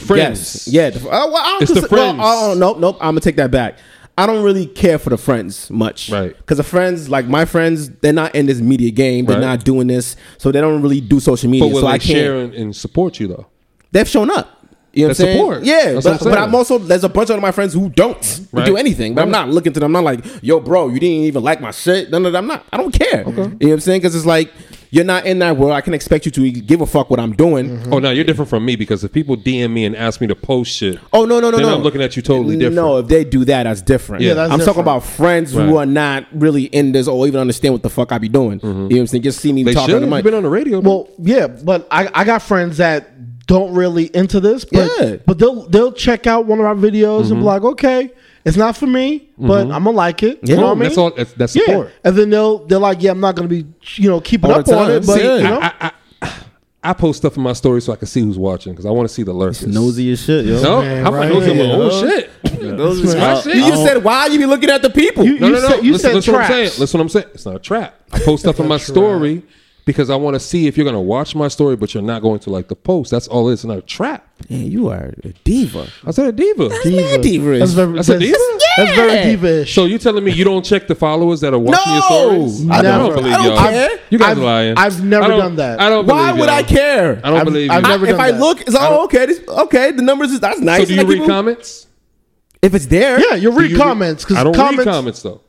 S3: Yes.
S4: friends.
S3: Yeah. The, uh, well, I don't
S4: It's the
S3: consi- well,
S4: friends.
S3: I don't- nope, nope. I'm gonna take that back. I don't really care for the friends much,
S4: Right.
S3: Because the friends, like my friends, they're not in this media game. They're
S4: Right.
S3: not doing this, so they don't really do social
S4: but
S3: media.
S4: will
S3: so
S4: they
S3: I can't.
S4: share and, and support you though?
S3: They've shown up. You know what
S4: They
S3: I'm saying?
S4: support.
S3: Yeah, but,
S4: That's what I'm saying.
S3: but I'm also there's a bunch of my friends who don't
S4: Right.
S3: do anything. But I'm not looking to them. I'm not like, yo, bro, you didn't even like my shit. No, no, I'm not. I don't care. You know what I'm saying? Because it's like you're not in that world. I can expect you to give a fuck what I'm doing.
S2: Mm-hmm.
S4: Oh no, you're different from me because if people DM me and ask me to post shit,
S3: Oh no, no, no,
S4: Then
S3: no.
S4: I'm looking at you totally
S3: No,
S4: different.
S3: if they do that, that's different.
S4: Yeah, that's
S3: I'm
S2: different.
S3: talking about friends
S4: Right.
S3: who are not really in this or even understand what the fuck I be doing. You know what I'm saying? Just see me
S4: they
S3: talking
S4: should
S3: to
S4: have
S3: mic.
S4: been on the radio.
S2: Well, yeah, but I, I got friends that don't really into this, but
S3: Yeah. Mm-hmm.
S2: but they'll they'll check out one of our videos and be like, okay, it's not for me, but I'm gonna like it. You know
S4: Boom,
S2: what I mean?
S4: that's all. That's, that's
S2: yeah,
S4: support.
S2: and then they'll they're like, yeah, I'm not gonna be you know keeping
S3: All
S2: up
S3: the
S2: on
S3: time.
S2: it, but
S3: See,
S2: you
S3: I-
S2: know,
S4: I, I, I post stuff in my story so I can see who's watching because I want to see the lurkers.
S3: as shit, yo.
S4: No,
S2: Man,
S4: I'm not
S2: right.
S4: nosy.
S2: Yeah.
S4: Oh shit.
S3: Those
S4: my
S3: are-
S4: shit.
S3: Uh, You just said why you be looking at the people.
S2: You-
S4: No, no, no.
S2: said- you
S4: listen,
S2: said
S4: listen what I'm saying.
S2: traps.
S4: Listen what I'm saying. It's not a trap.
S2: (laughs)
S4: I post stuff in my story because I want to see if you're gonna watch my story, but you're not going to like the post. That's all it is. It's not a trap.
S3: Man, you are a diva.
S4: I said a diva.
S3: Mad diva.
S2: that's very
S4: That's a diva?
S2: That's very diva-ish.
S4: So you telling me you don't check the followers that are watching
S3: No!
S4: your stories?
S2: I
S4: don't
S2: never-
S4: believe
S3: I don't
S4: y'all.
S3: care.
S4: You guys
S2: I've-
S4: are lying.
S2: I've never
S4: I don't-
S2: done that.
S4: I don't.
S3: Why
S4: believe
S3: would
S4: y'all.
S3: I care?
S4: I don't
S2: I've-
S4: believe
S2: I've
S4: you.
S2: never
S3: if
S2: done
S3: I
S2: that.
S3: look, it's like, oh, okay, this, okay, the numbers is that's nice.
S4: So do you
S3: Like,
S4: read
S3: people-
S4: comments?
S3: If it's there,
S2: yeah, you
S4: Do
S2: read
S4: you
S2: comments because
S4: I don't
S2: comments,
S4: read comments though.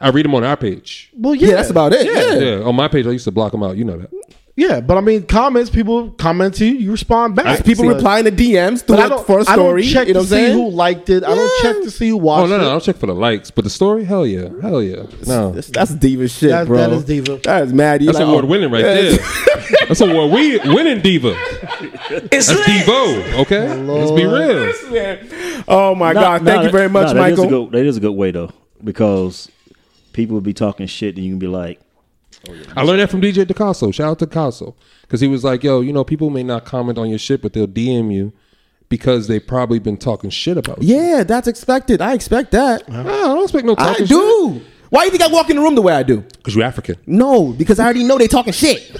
S4: I read them on our page.
S2: Well, yeah,
S3: yeah, that's about it. Yeah,
S4: Yeah, on my page I used to block them out. You know that.
S2: Yeah, but I mean, comments. People comment to you. You respond back.
S3: There's people
S2: But-
S3: replying to DMs to
S2: But I
S3: look
S2: don't,
S3: for a
S2: I
S3: story.
S2: don't check
S3: you know what
S2: to
S3: I'm
S2: see
S3: saying?
S2: who liked it. I don't check to see who
S4: Oh
S2: watched
S4: no, no,
S2: it.
S4: I'll check for the likes, but the story, hell yeah, hell yeah, no,
S3: That's, that's diva shit,
S2: That-
S3: bro.
S2: that is diva.
S3: That is mad. You're
S4: that's
S3: like,
S4: award
S3: oh,
S4: winning right
S3: yeah,
S4: there. That's award we winning diva.
S1: It's
S4: That's
S1: lit.
S4: Devo, okay? Let's be real.
S3: Oh my
S6: Nah,
S3: god!
S6: nah,
S3: Thank you very much,
S6: nah, that is a
S3: Michael.
S6: good- that is a good way though, because people would be talking shit, and you can be like,
S4: I learned that from DJ DeCasso. Shout out to DeCasso. Because he was like, yo, you know, people may not comment on your shit, but they'll DM you because they probably been talking shit about you.
S3: Yeah, that's expected. I expect that.
S4: I don't expect no
S3: I
S4: talking
S3: do. Why you think I walk in the room the way I do?
S4: Because you're African.
S3: No, because I already know they talking
S6: (laughs)
S3: shit.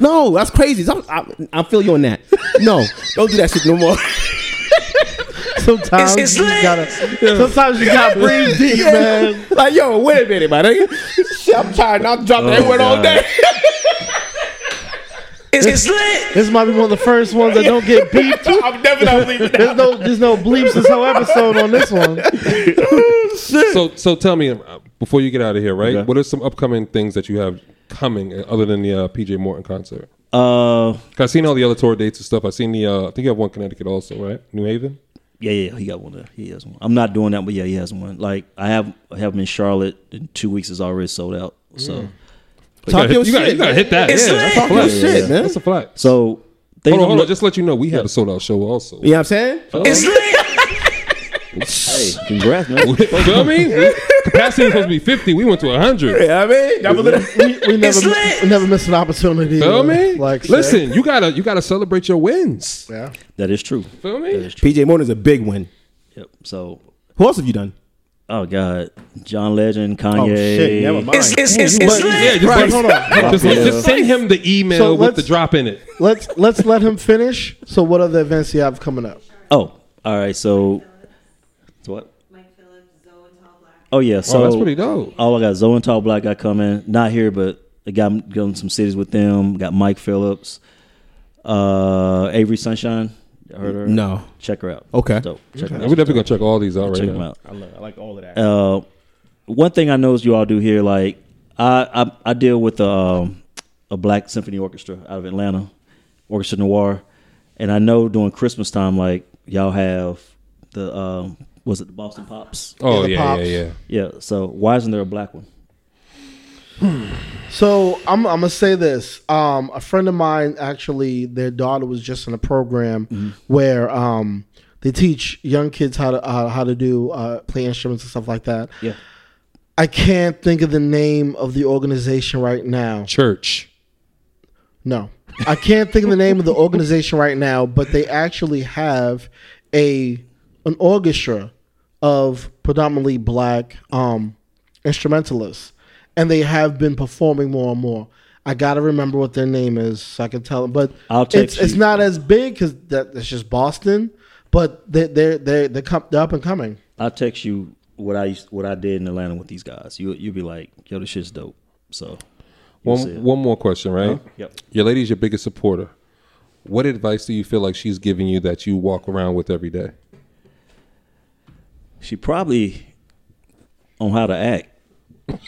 S3: no, that's crazy. So I, I, I feel you on that. No, don't do that shit no
S6: (laughs)
S3: more.
S2: (laughs) Sometimes
S1: It's- it's
S2: you
S1: lit.
S2: gotta. Sometimes you gotta breathe deep, man.
S3: like, yo, wait a minute, man. Shit, I'm tired. I'm
S6: Oh,
S3: dropping that word all day.
S1: It's, it's lit.
S2: This might be one of the first ones that don't get
S1: (laughs)
S2: beeped.
S3: I'm definitely not leaving that.
S2: There's no, there's no bleeps this whole episode on
S3: (laughs)
S2: this one.
S4: So, so tell me, uh, before you get out of here, right? What are some upcoming things that you have coming uh, other than the uh, PJ Morton concert?
S6: "Uh,
S4: 'Cause I've seen all the other tour dates and stuff. I've seen the, uh, I think you have one Connecticut also, right? New Haven?
S6: yeah, yeah, he got one there. He has one. I'm not doing that, but yeah, he has one. Like I have, I have him in Charlotte. In two weeks, is already sold out. So,
S4: Mm.
S3: Talk
S4: you
S3: your
S4: gotta, you gotta- you
S3: shit.
S4: gotta hit that.
S1: It's
S4: yeah,
S1: lit.
S4: that's a
S1: Talk
S3: your
S4: flat.
S3: shit, man.
S4: That's a flat.
S6: so
S4: Hold on,
S6: things I'm
S4: hold on.
S6: look-
S4: Just to let you know, we had a sold out show also.
S3: You know what I'm saying?
S1: It's lit.
S6: hey, congrats, man.
S4: you know what I mean? Capacity was supposed to be 50. We went to
S3: (laughs)
S4: 100.
S3: Yeah, I mean, that was a little-
S2: We, we never,
S1: It's lit.
S2: we never miss an opportunity.
S4: Feel
S2: uh,
S4: me?
S2: Like,
S4: Listen, you gotta you gotta celebrate your wins.
S2: yeah.
S6: that is true.
S4: Feel me?
S6: That is true.
S3: PJ Morton's a big win.
S6: Yep. So,
S3: Who else have you done?
S6: oh god, John Legend,
S2: Oh,
S4: Oh,
S6: Kanye.
S1: It's, it's, it's,
S2: But-
S1: it's lit.
S4: Yeah, just,
S2: Right,
S4: like,
S2: hold on.
S4: (laughs) just, just send him the email
S2: So
S4: with the
S2: let's-
S4: drop in it.
S2: Let's let's let him finish. So, what other events do you have coming up?
S6: Oh, all right. So, so what?
S7: Mike Phillips, Zoe and Tall Black.
S6: Oh yeah. So uh,
S4: Oh, that's pretty dope.
S6: All I got Zoe and Tall Black got coming. Not here, but I got going some cities with them. Got Mike Phillips, uh, Avery Sunshine. You heard her?
S3: No.
S6: Check her out.
S3: Okay.
S6: Dope. Check her
S4: We're
S6: out.
S4: definitely gonna check all these out right
S6: Check them
S4: now.
S6: out.
S3: I, love, I like all of that.
S6: Uh, one thing I know is you all do here. Like I, I, I deal with um, a black symphony orchestra out of Atlanta, Orchestra Noir, and I know during Christmas time, like y'all have the um, was it the Boston Pops?
S4: Oh
S2: the
S4: yeah, yeah,
S2: pops.
S4: yeah,
S6: Yeah. So why isn't there a black one?
S2: So I'm, I'm gonna say this. Um, a friend of mine actually, their daughter was just in a program where um, they teach young kids how to uh, how to do uh, play instruments and stuff like that.
S6: Yeah.
S2: I can't think of the name of the organization right now.
S4: Church.
S2: No, I can't think of the name of the organization right now. But they actually have a an orchestra of predominantly black um, instrumentalists, and they have been performing more and more. I gotta remember what their name is so I can tell them. But
S6: I'll text
S2: it's, it's
S6: you.
S2: not as big because that, that's just Boston. But they they they they come they're up and coming.
S6: I'll text you what I used, what I did in Atlanta with these guys. You you'll be like, yo, this shit's dope. So you'll see it.
S4: One one more question, right?
S6: Yep.
S4: Your lady's your biggest supporter. What advice do you feel like she's giving you that you walk around with every day?
S6: she probably on how to act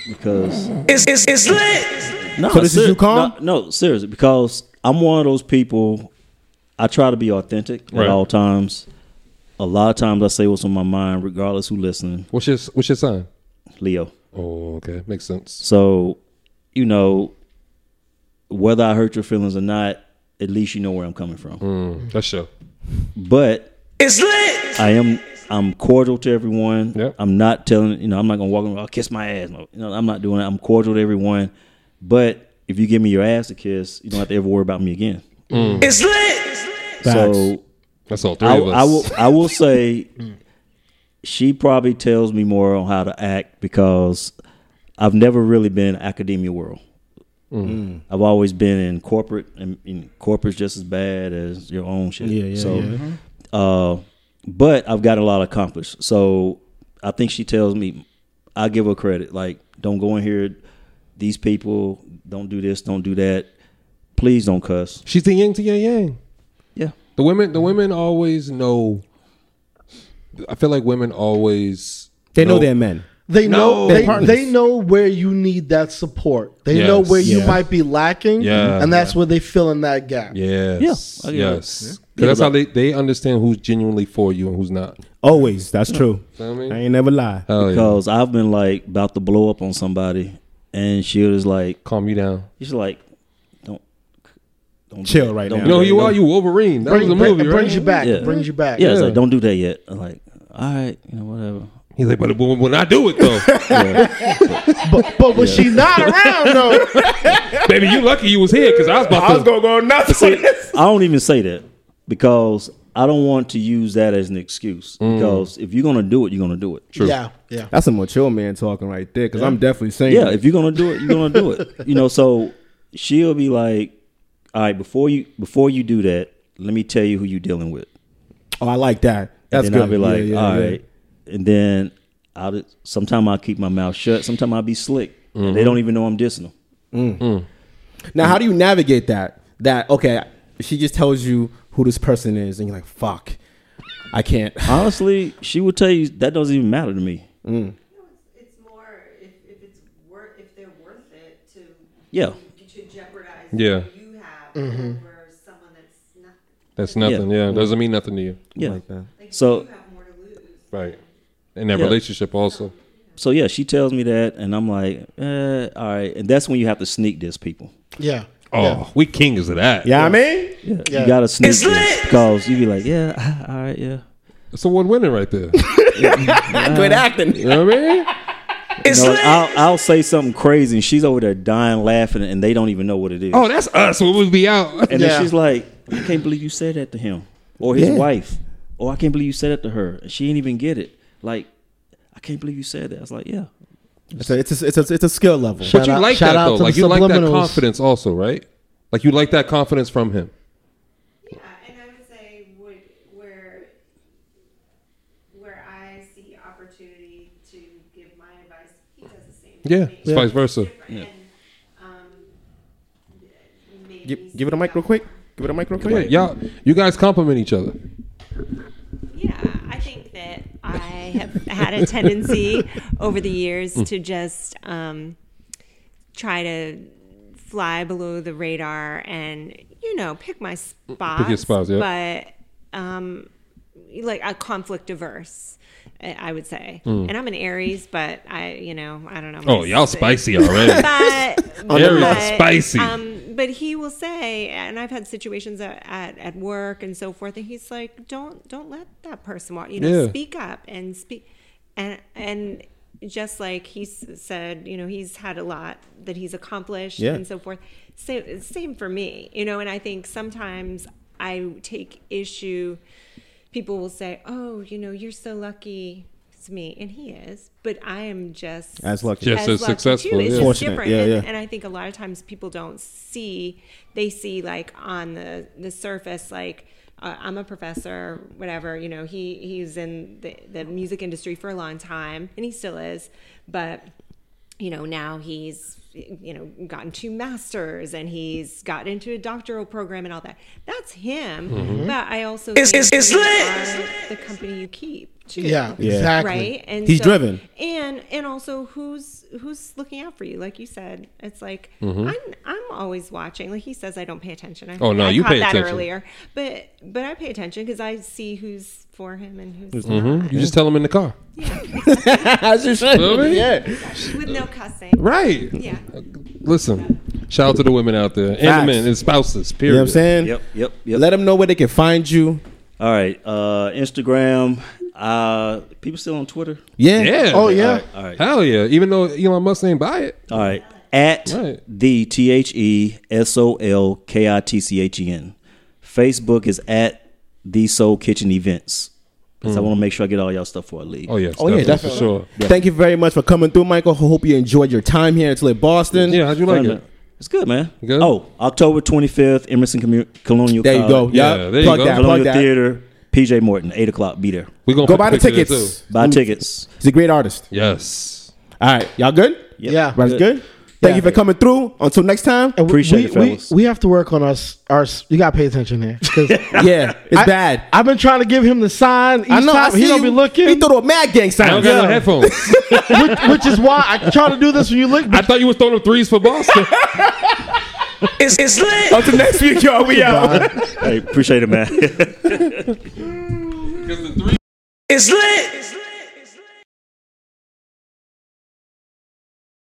S6: because.
S1: It's, it's, it's lit.
S6: No,
S3: So this is you calm?
S6: No, no, seriously, because I'm one of those people. I try to be authentic
S4: Right.
S6: at all times. A lot of times, I say what's on my mind, regardless who listening.
S4: What's your what's your sign?
S6: Leo.
S4: Oh, okay. Makes sense.
S6: So, you know, whether I hurt your feelings or not, at least you know where I'm coming from.
S4: Mm, That's show.
S6: But
S1: It's lit.
S6: I am I'm cordial to everyone.
S4: Yep.
S6: I'm not telling you know I'm not gonna walk around. I'll kiss my ass. No, you know, I'm not doing that. I'm cordial to everyone. But if you give me your ass to kiss, you don't have to ever worry about me again.
S1: It's lit.
S6: So
S4: That's all three
S6: I,
S4: of us.
S6: I will. I
S4: (laughs)
S6: will say, she probably tells me more on how to act because I've never really been in academia world.
S4: Mm.
S6: I've always been in corporate, and, and corporate's just as bad as your own shit.
S3: Yeah, yeah,
S6: So,
S3: yeah.
S4: Mm-hmm.
S6: uh, but I've got a lot accomplished. So I think she tells me, I give her credit. Like, don't go in here. These people don't do this. Don't do that. Please don't cuss.
S4: She's the yin to your yang.
S6: Yeah.
S4: The women, the women always know. I feel like women always
S3: they know their men.
S2: They know
S4: No.
S2: they,
S4: They're partners.
S2: they know where you need that support. They know
S4: Yes.
S2: where you
S3: Yeah.
S2: might be lacking,
S4: Yeah.
S2: and that's where they fill in that gap.
S4: Yes.
S6: Yeah, I get it.
S4: yes. 'Cause that's how they, they understand who's genuinely for you and who's not.
S3: Always. That's true.
S4: Feel me?
S3: I ain't never lie.
S6: Uh.
S4: Hell Oh, yeah.
S6: Because I've been like about to blow up on somebody, and she was like,
S4: Calm you down.
S6: she's like, don't, don't do
S3: Chill
S6: that.
S3: right
S6: Don't
S3: now.
S4: You
S6: do
S4: know who
S6: that.
S4: you
S6: Don't-
S4: are? You Wolverine. That
S2: Bring-
S4: was a
S2: bring-
S4: movie,
S2: brings
S4: right?
S2: you back.
S6: Yeah.
S2: Brings you back.
S6: Yeah, it's
S4: Yeah.
S6: like don't do that yet. I'm like, all right, you know, whatever.
S4: He's like, but when, when I do it though, (laughs) Yeah.
S2: But, but when
S3: (laughs)
S2: she's not around though,
S4: baby, you lucky you was here because I was about to.
S3: gonna go
S4: (laughs)
S3: nuts
S6: See, I don't even say that because I don't want to use that as an excuse. Because if you're gonna do it, you're gonna do it. True.
S2: yeah, yeah.
S3: That's a mature man talking right there, because I'm definitely saying,
S6: Yeah, if you're gonna do it, you're gonna do it. You know, so she'll be like, all right, before you before you do that, let me tell you who you're dealing with.
S3: oh, I like that. That's
S6: and
S3: good.
S6: I'll be
S3: Yeah,
S6: like,
S3: yeah,
S6: all
S3: yeah.
S6: right. And then I'll just- sometime I'll keep my mouth shut. Sometime I'll be slick. And
S3: Mm-hmm.
S6: They don't even know I'm dissing them.
S3: Now, how do you navigate that? That okay? She just tells you who this person is, and you're like, fuck, I (laughs) can't.
S6: Honestly, she will tell you that doesn't even matter to me.
S7: No, it's- it's more if, if it's worth if they're worth it to
S6: Yeah.
S7: to jeopardize
S4: Yeah.
S7: what you have
S3: Mm-hmm.
S7: over someone that's not
S4: That's nothing. Yeah. doesn't mean nothing to you,
S6: Yeah.
S7: like
S6: So-
S7: you have more to lose.
S4: right? In that
S6: Yeah.
S4: relationship, also.
S6: So yeah, she tells me that, and I'm like, eh, all right. And that's when you have to sneak this people.
S2: Yeah.
S4: Oh, we kings of that.
S3: Yeah, I mean,
S6: Yeah,
S2: Yeah.
S6: you gotta sneak
S1: It's
S6: this
S1: lit.
S6: because you be like, yeah, (laughs) all right, yeah.
S4: It's a one winner right (laughs) there.
S3: (laughs) good acting.
S4: You know what I mean?
S1: It's
S6: No,
S1: lit.
S6: like, I'll I'll say something crazy, and she's over there dying laughing, and they don't even know what it is.
S4: Oh, that's us when we be out.
S6: and
S2: Yeah.
S6: then she's like, I can't believe you said that to him or his
S3: Yeah.
S6: wife, or I can't believe you said that to her. And she didn't even get it. Like, I can't believe you said that. I was like, yeah,
S3: So it's a, it's a, it's a skill level.
S4: But you
S2: out-
S4: like
S2: shout
S4: that
S2: out
S4: though.
S2: to the
S4: Like you like that
S2: subliminals.
S4: confidence also, right? Like you like that confidence from him.
S7: Yeah, and I would say would where where I see opportunity to give my advice, he does the same.
S4: Yeah.
S7: thing.
S4: It's vice versa.
S7: Different and, um, made me
S3: Give, give it a
S7: speak
S3: mic real
S7: up
S3: quick.
S7: more.
S3: Give it a mic real
S4: Yeah,
S3: quick.
S4: y'all, you guys compliment each other.
S10: Yeah, I think that I have had
S4: (laughs)
S10: a tendency over the years
S4: Mm.
S10: to just um, try to fly below the radar and you know pick my spots,
S4: Mm, spots, yeah.
S10: but um, like a conflict averse. I I would say, and I'm an Aries, but I, you know, I don't know.
S4: Mm. Oh, y'all spicy (laughs) already.
S10: but
S4: Aries
S10: but,
S4: is spicy.
S10: Um, but he will say, and I've had situations at, at, at work and so forth, and he's like, "Don't don't let that person walk. You know,
S4: Yeah.
S10: speak up and speak." And and just like he s- said, you know, he's had a lot that he's accomplished
S3: Yeah.
S10: and so forth. Same same for me, you know. And I think sometimes I take issue. People will say, "Oh, you know, you're so lucky." It's me, and he is, but I am just
S3: As lucky. (laughs)
S4: Just as
S10: lucky,
S4: successful,
S10: It's
S4: yeah.
S10: just
S3: Fortunate,
S10: different.
S3: yeah,
S10: and,
S3: yeah.
S10: and I think a lot of times people don't see. They see like on the the surface, like uh, I'm a professor, whatever. You know, he he's in the, the music industry for a long time, and he still is, but you know now he's you know gotten two masters and he's got into a doctoral program and all that that's him
S4: Mm-hmm.
S10: but i also
S1: It's-
S10: think
S1: it's- it's
S10: you
S1: lit.
S10: are the company you keep too
S2: Yeah, exactly.
S10: right and
S3: He's driven.
S10: and and also who's who's looking out for you like you said it's like i'm i'm always watching like he says i don't pay attention I,
S4: Mm-hmm. Oh, no,
S10: I
S4: you
S10: caught
S4: pay
S10: that
S4: attention.
S10: earlier but but i pay attention because i see who's for him and who's not
S4: You just tell him in the car. (laughs)
S3: As you should.
S4: Really?
S3: Yeah.
S10: with no cussing
S4: Right.
S10: yeah
S4: Listen, shout out to the women out there and
S3: Facts.
S4: the men and spouses.
S3: You
S4: Period.
S3: know what I'm saying?
S6: yep, yep, yep.
S3: Let them know where they can find you.
S6: All right, uh, Instagram. Uh, people still on Twitter.
S3: Yeah.
S4: Yeah.
S2: Oh yeah.
S6: All right,
S4: Hell yeah. Even though Elon Musk ain't buy it.
S6: all right. At
S4: Right.
S6: the T H E S O L K I T C H E N. Facebook is at the Soul Kitchen Events. Because I want to make sure I get all y'all stuff before I leave.
S4: Oh yes.
S3: Oh, yeah,
S4: definitely, for sure.
S3: Thank you very much for coming through, Michael. Hope you enjoyed your time here until Boston.
S4: Yeah. How'd you like
S6: Thunder.
S4: it?
S6: It's good, man.
S4: Good?
S6: Oh, October 25th, Emerson Commu- Colonial
S3: There you go.
S6: College.
S4: yeah,
S3: Yeah.
S4: there you
S3: Plug
S4: go.
S3: that. Plug
S6: Colonial
S3: that.
S6: Theater, PJ Morton, 8 o'clock. Be there.
S4: We gonna
S3: Go
S4: put
S3: buy the
S4: picture there,
S3: tickets.
S4: too.
S6: Buy tickets.
S3: He's a great artist.
S4: Yes.
S3: All right. Y'all good?
S2: Yeah.
S3: Everybody's good? Thank you for coming through. Until next time.
S2: And we-
S6: Appreciate it,
S2: we,
S6: fellas.
S2: We, we have to work on us. Our, s- you gotta pay attention here. 'cause (laughs)
S3: Yeah, it's
S2: I-
S3: bad.
S2: I've been trying to give him the sign. Each
S3: I know. I
S2: Time.
S3: see
S2: he don't
S3: you.
S2: be looking,
S3: He threw a mad gang
S4: I
S3: sign.
S4: don't got no headphones.
S2: which, which is why I try to do this when you look.
S4: I thought you was throwing them threes for (laughs) Boston.
S1: It's it's lit.
S3: Until next week, y'all. We out.
S6: (laughs) Hey, appreciate it, man.
S1: It's lit.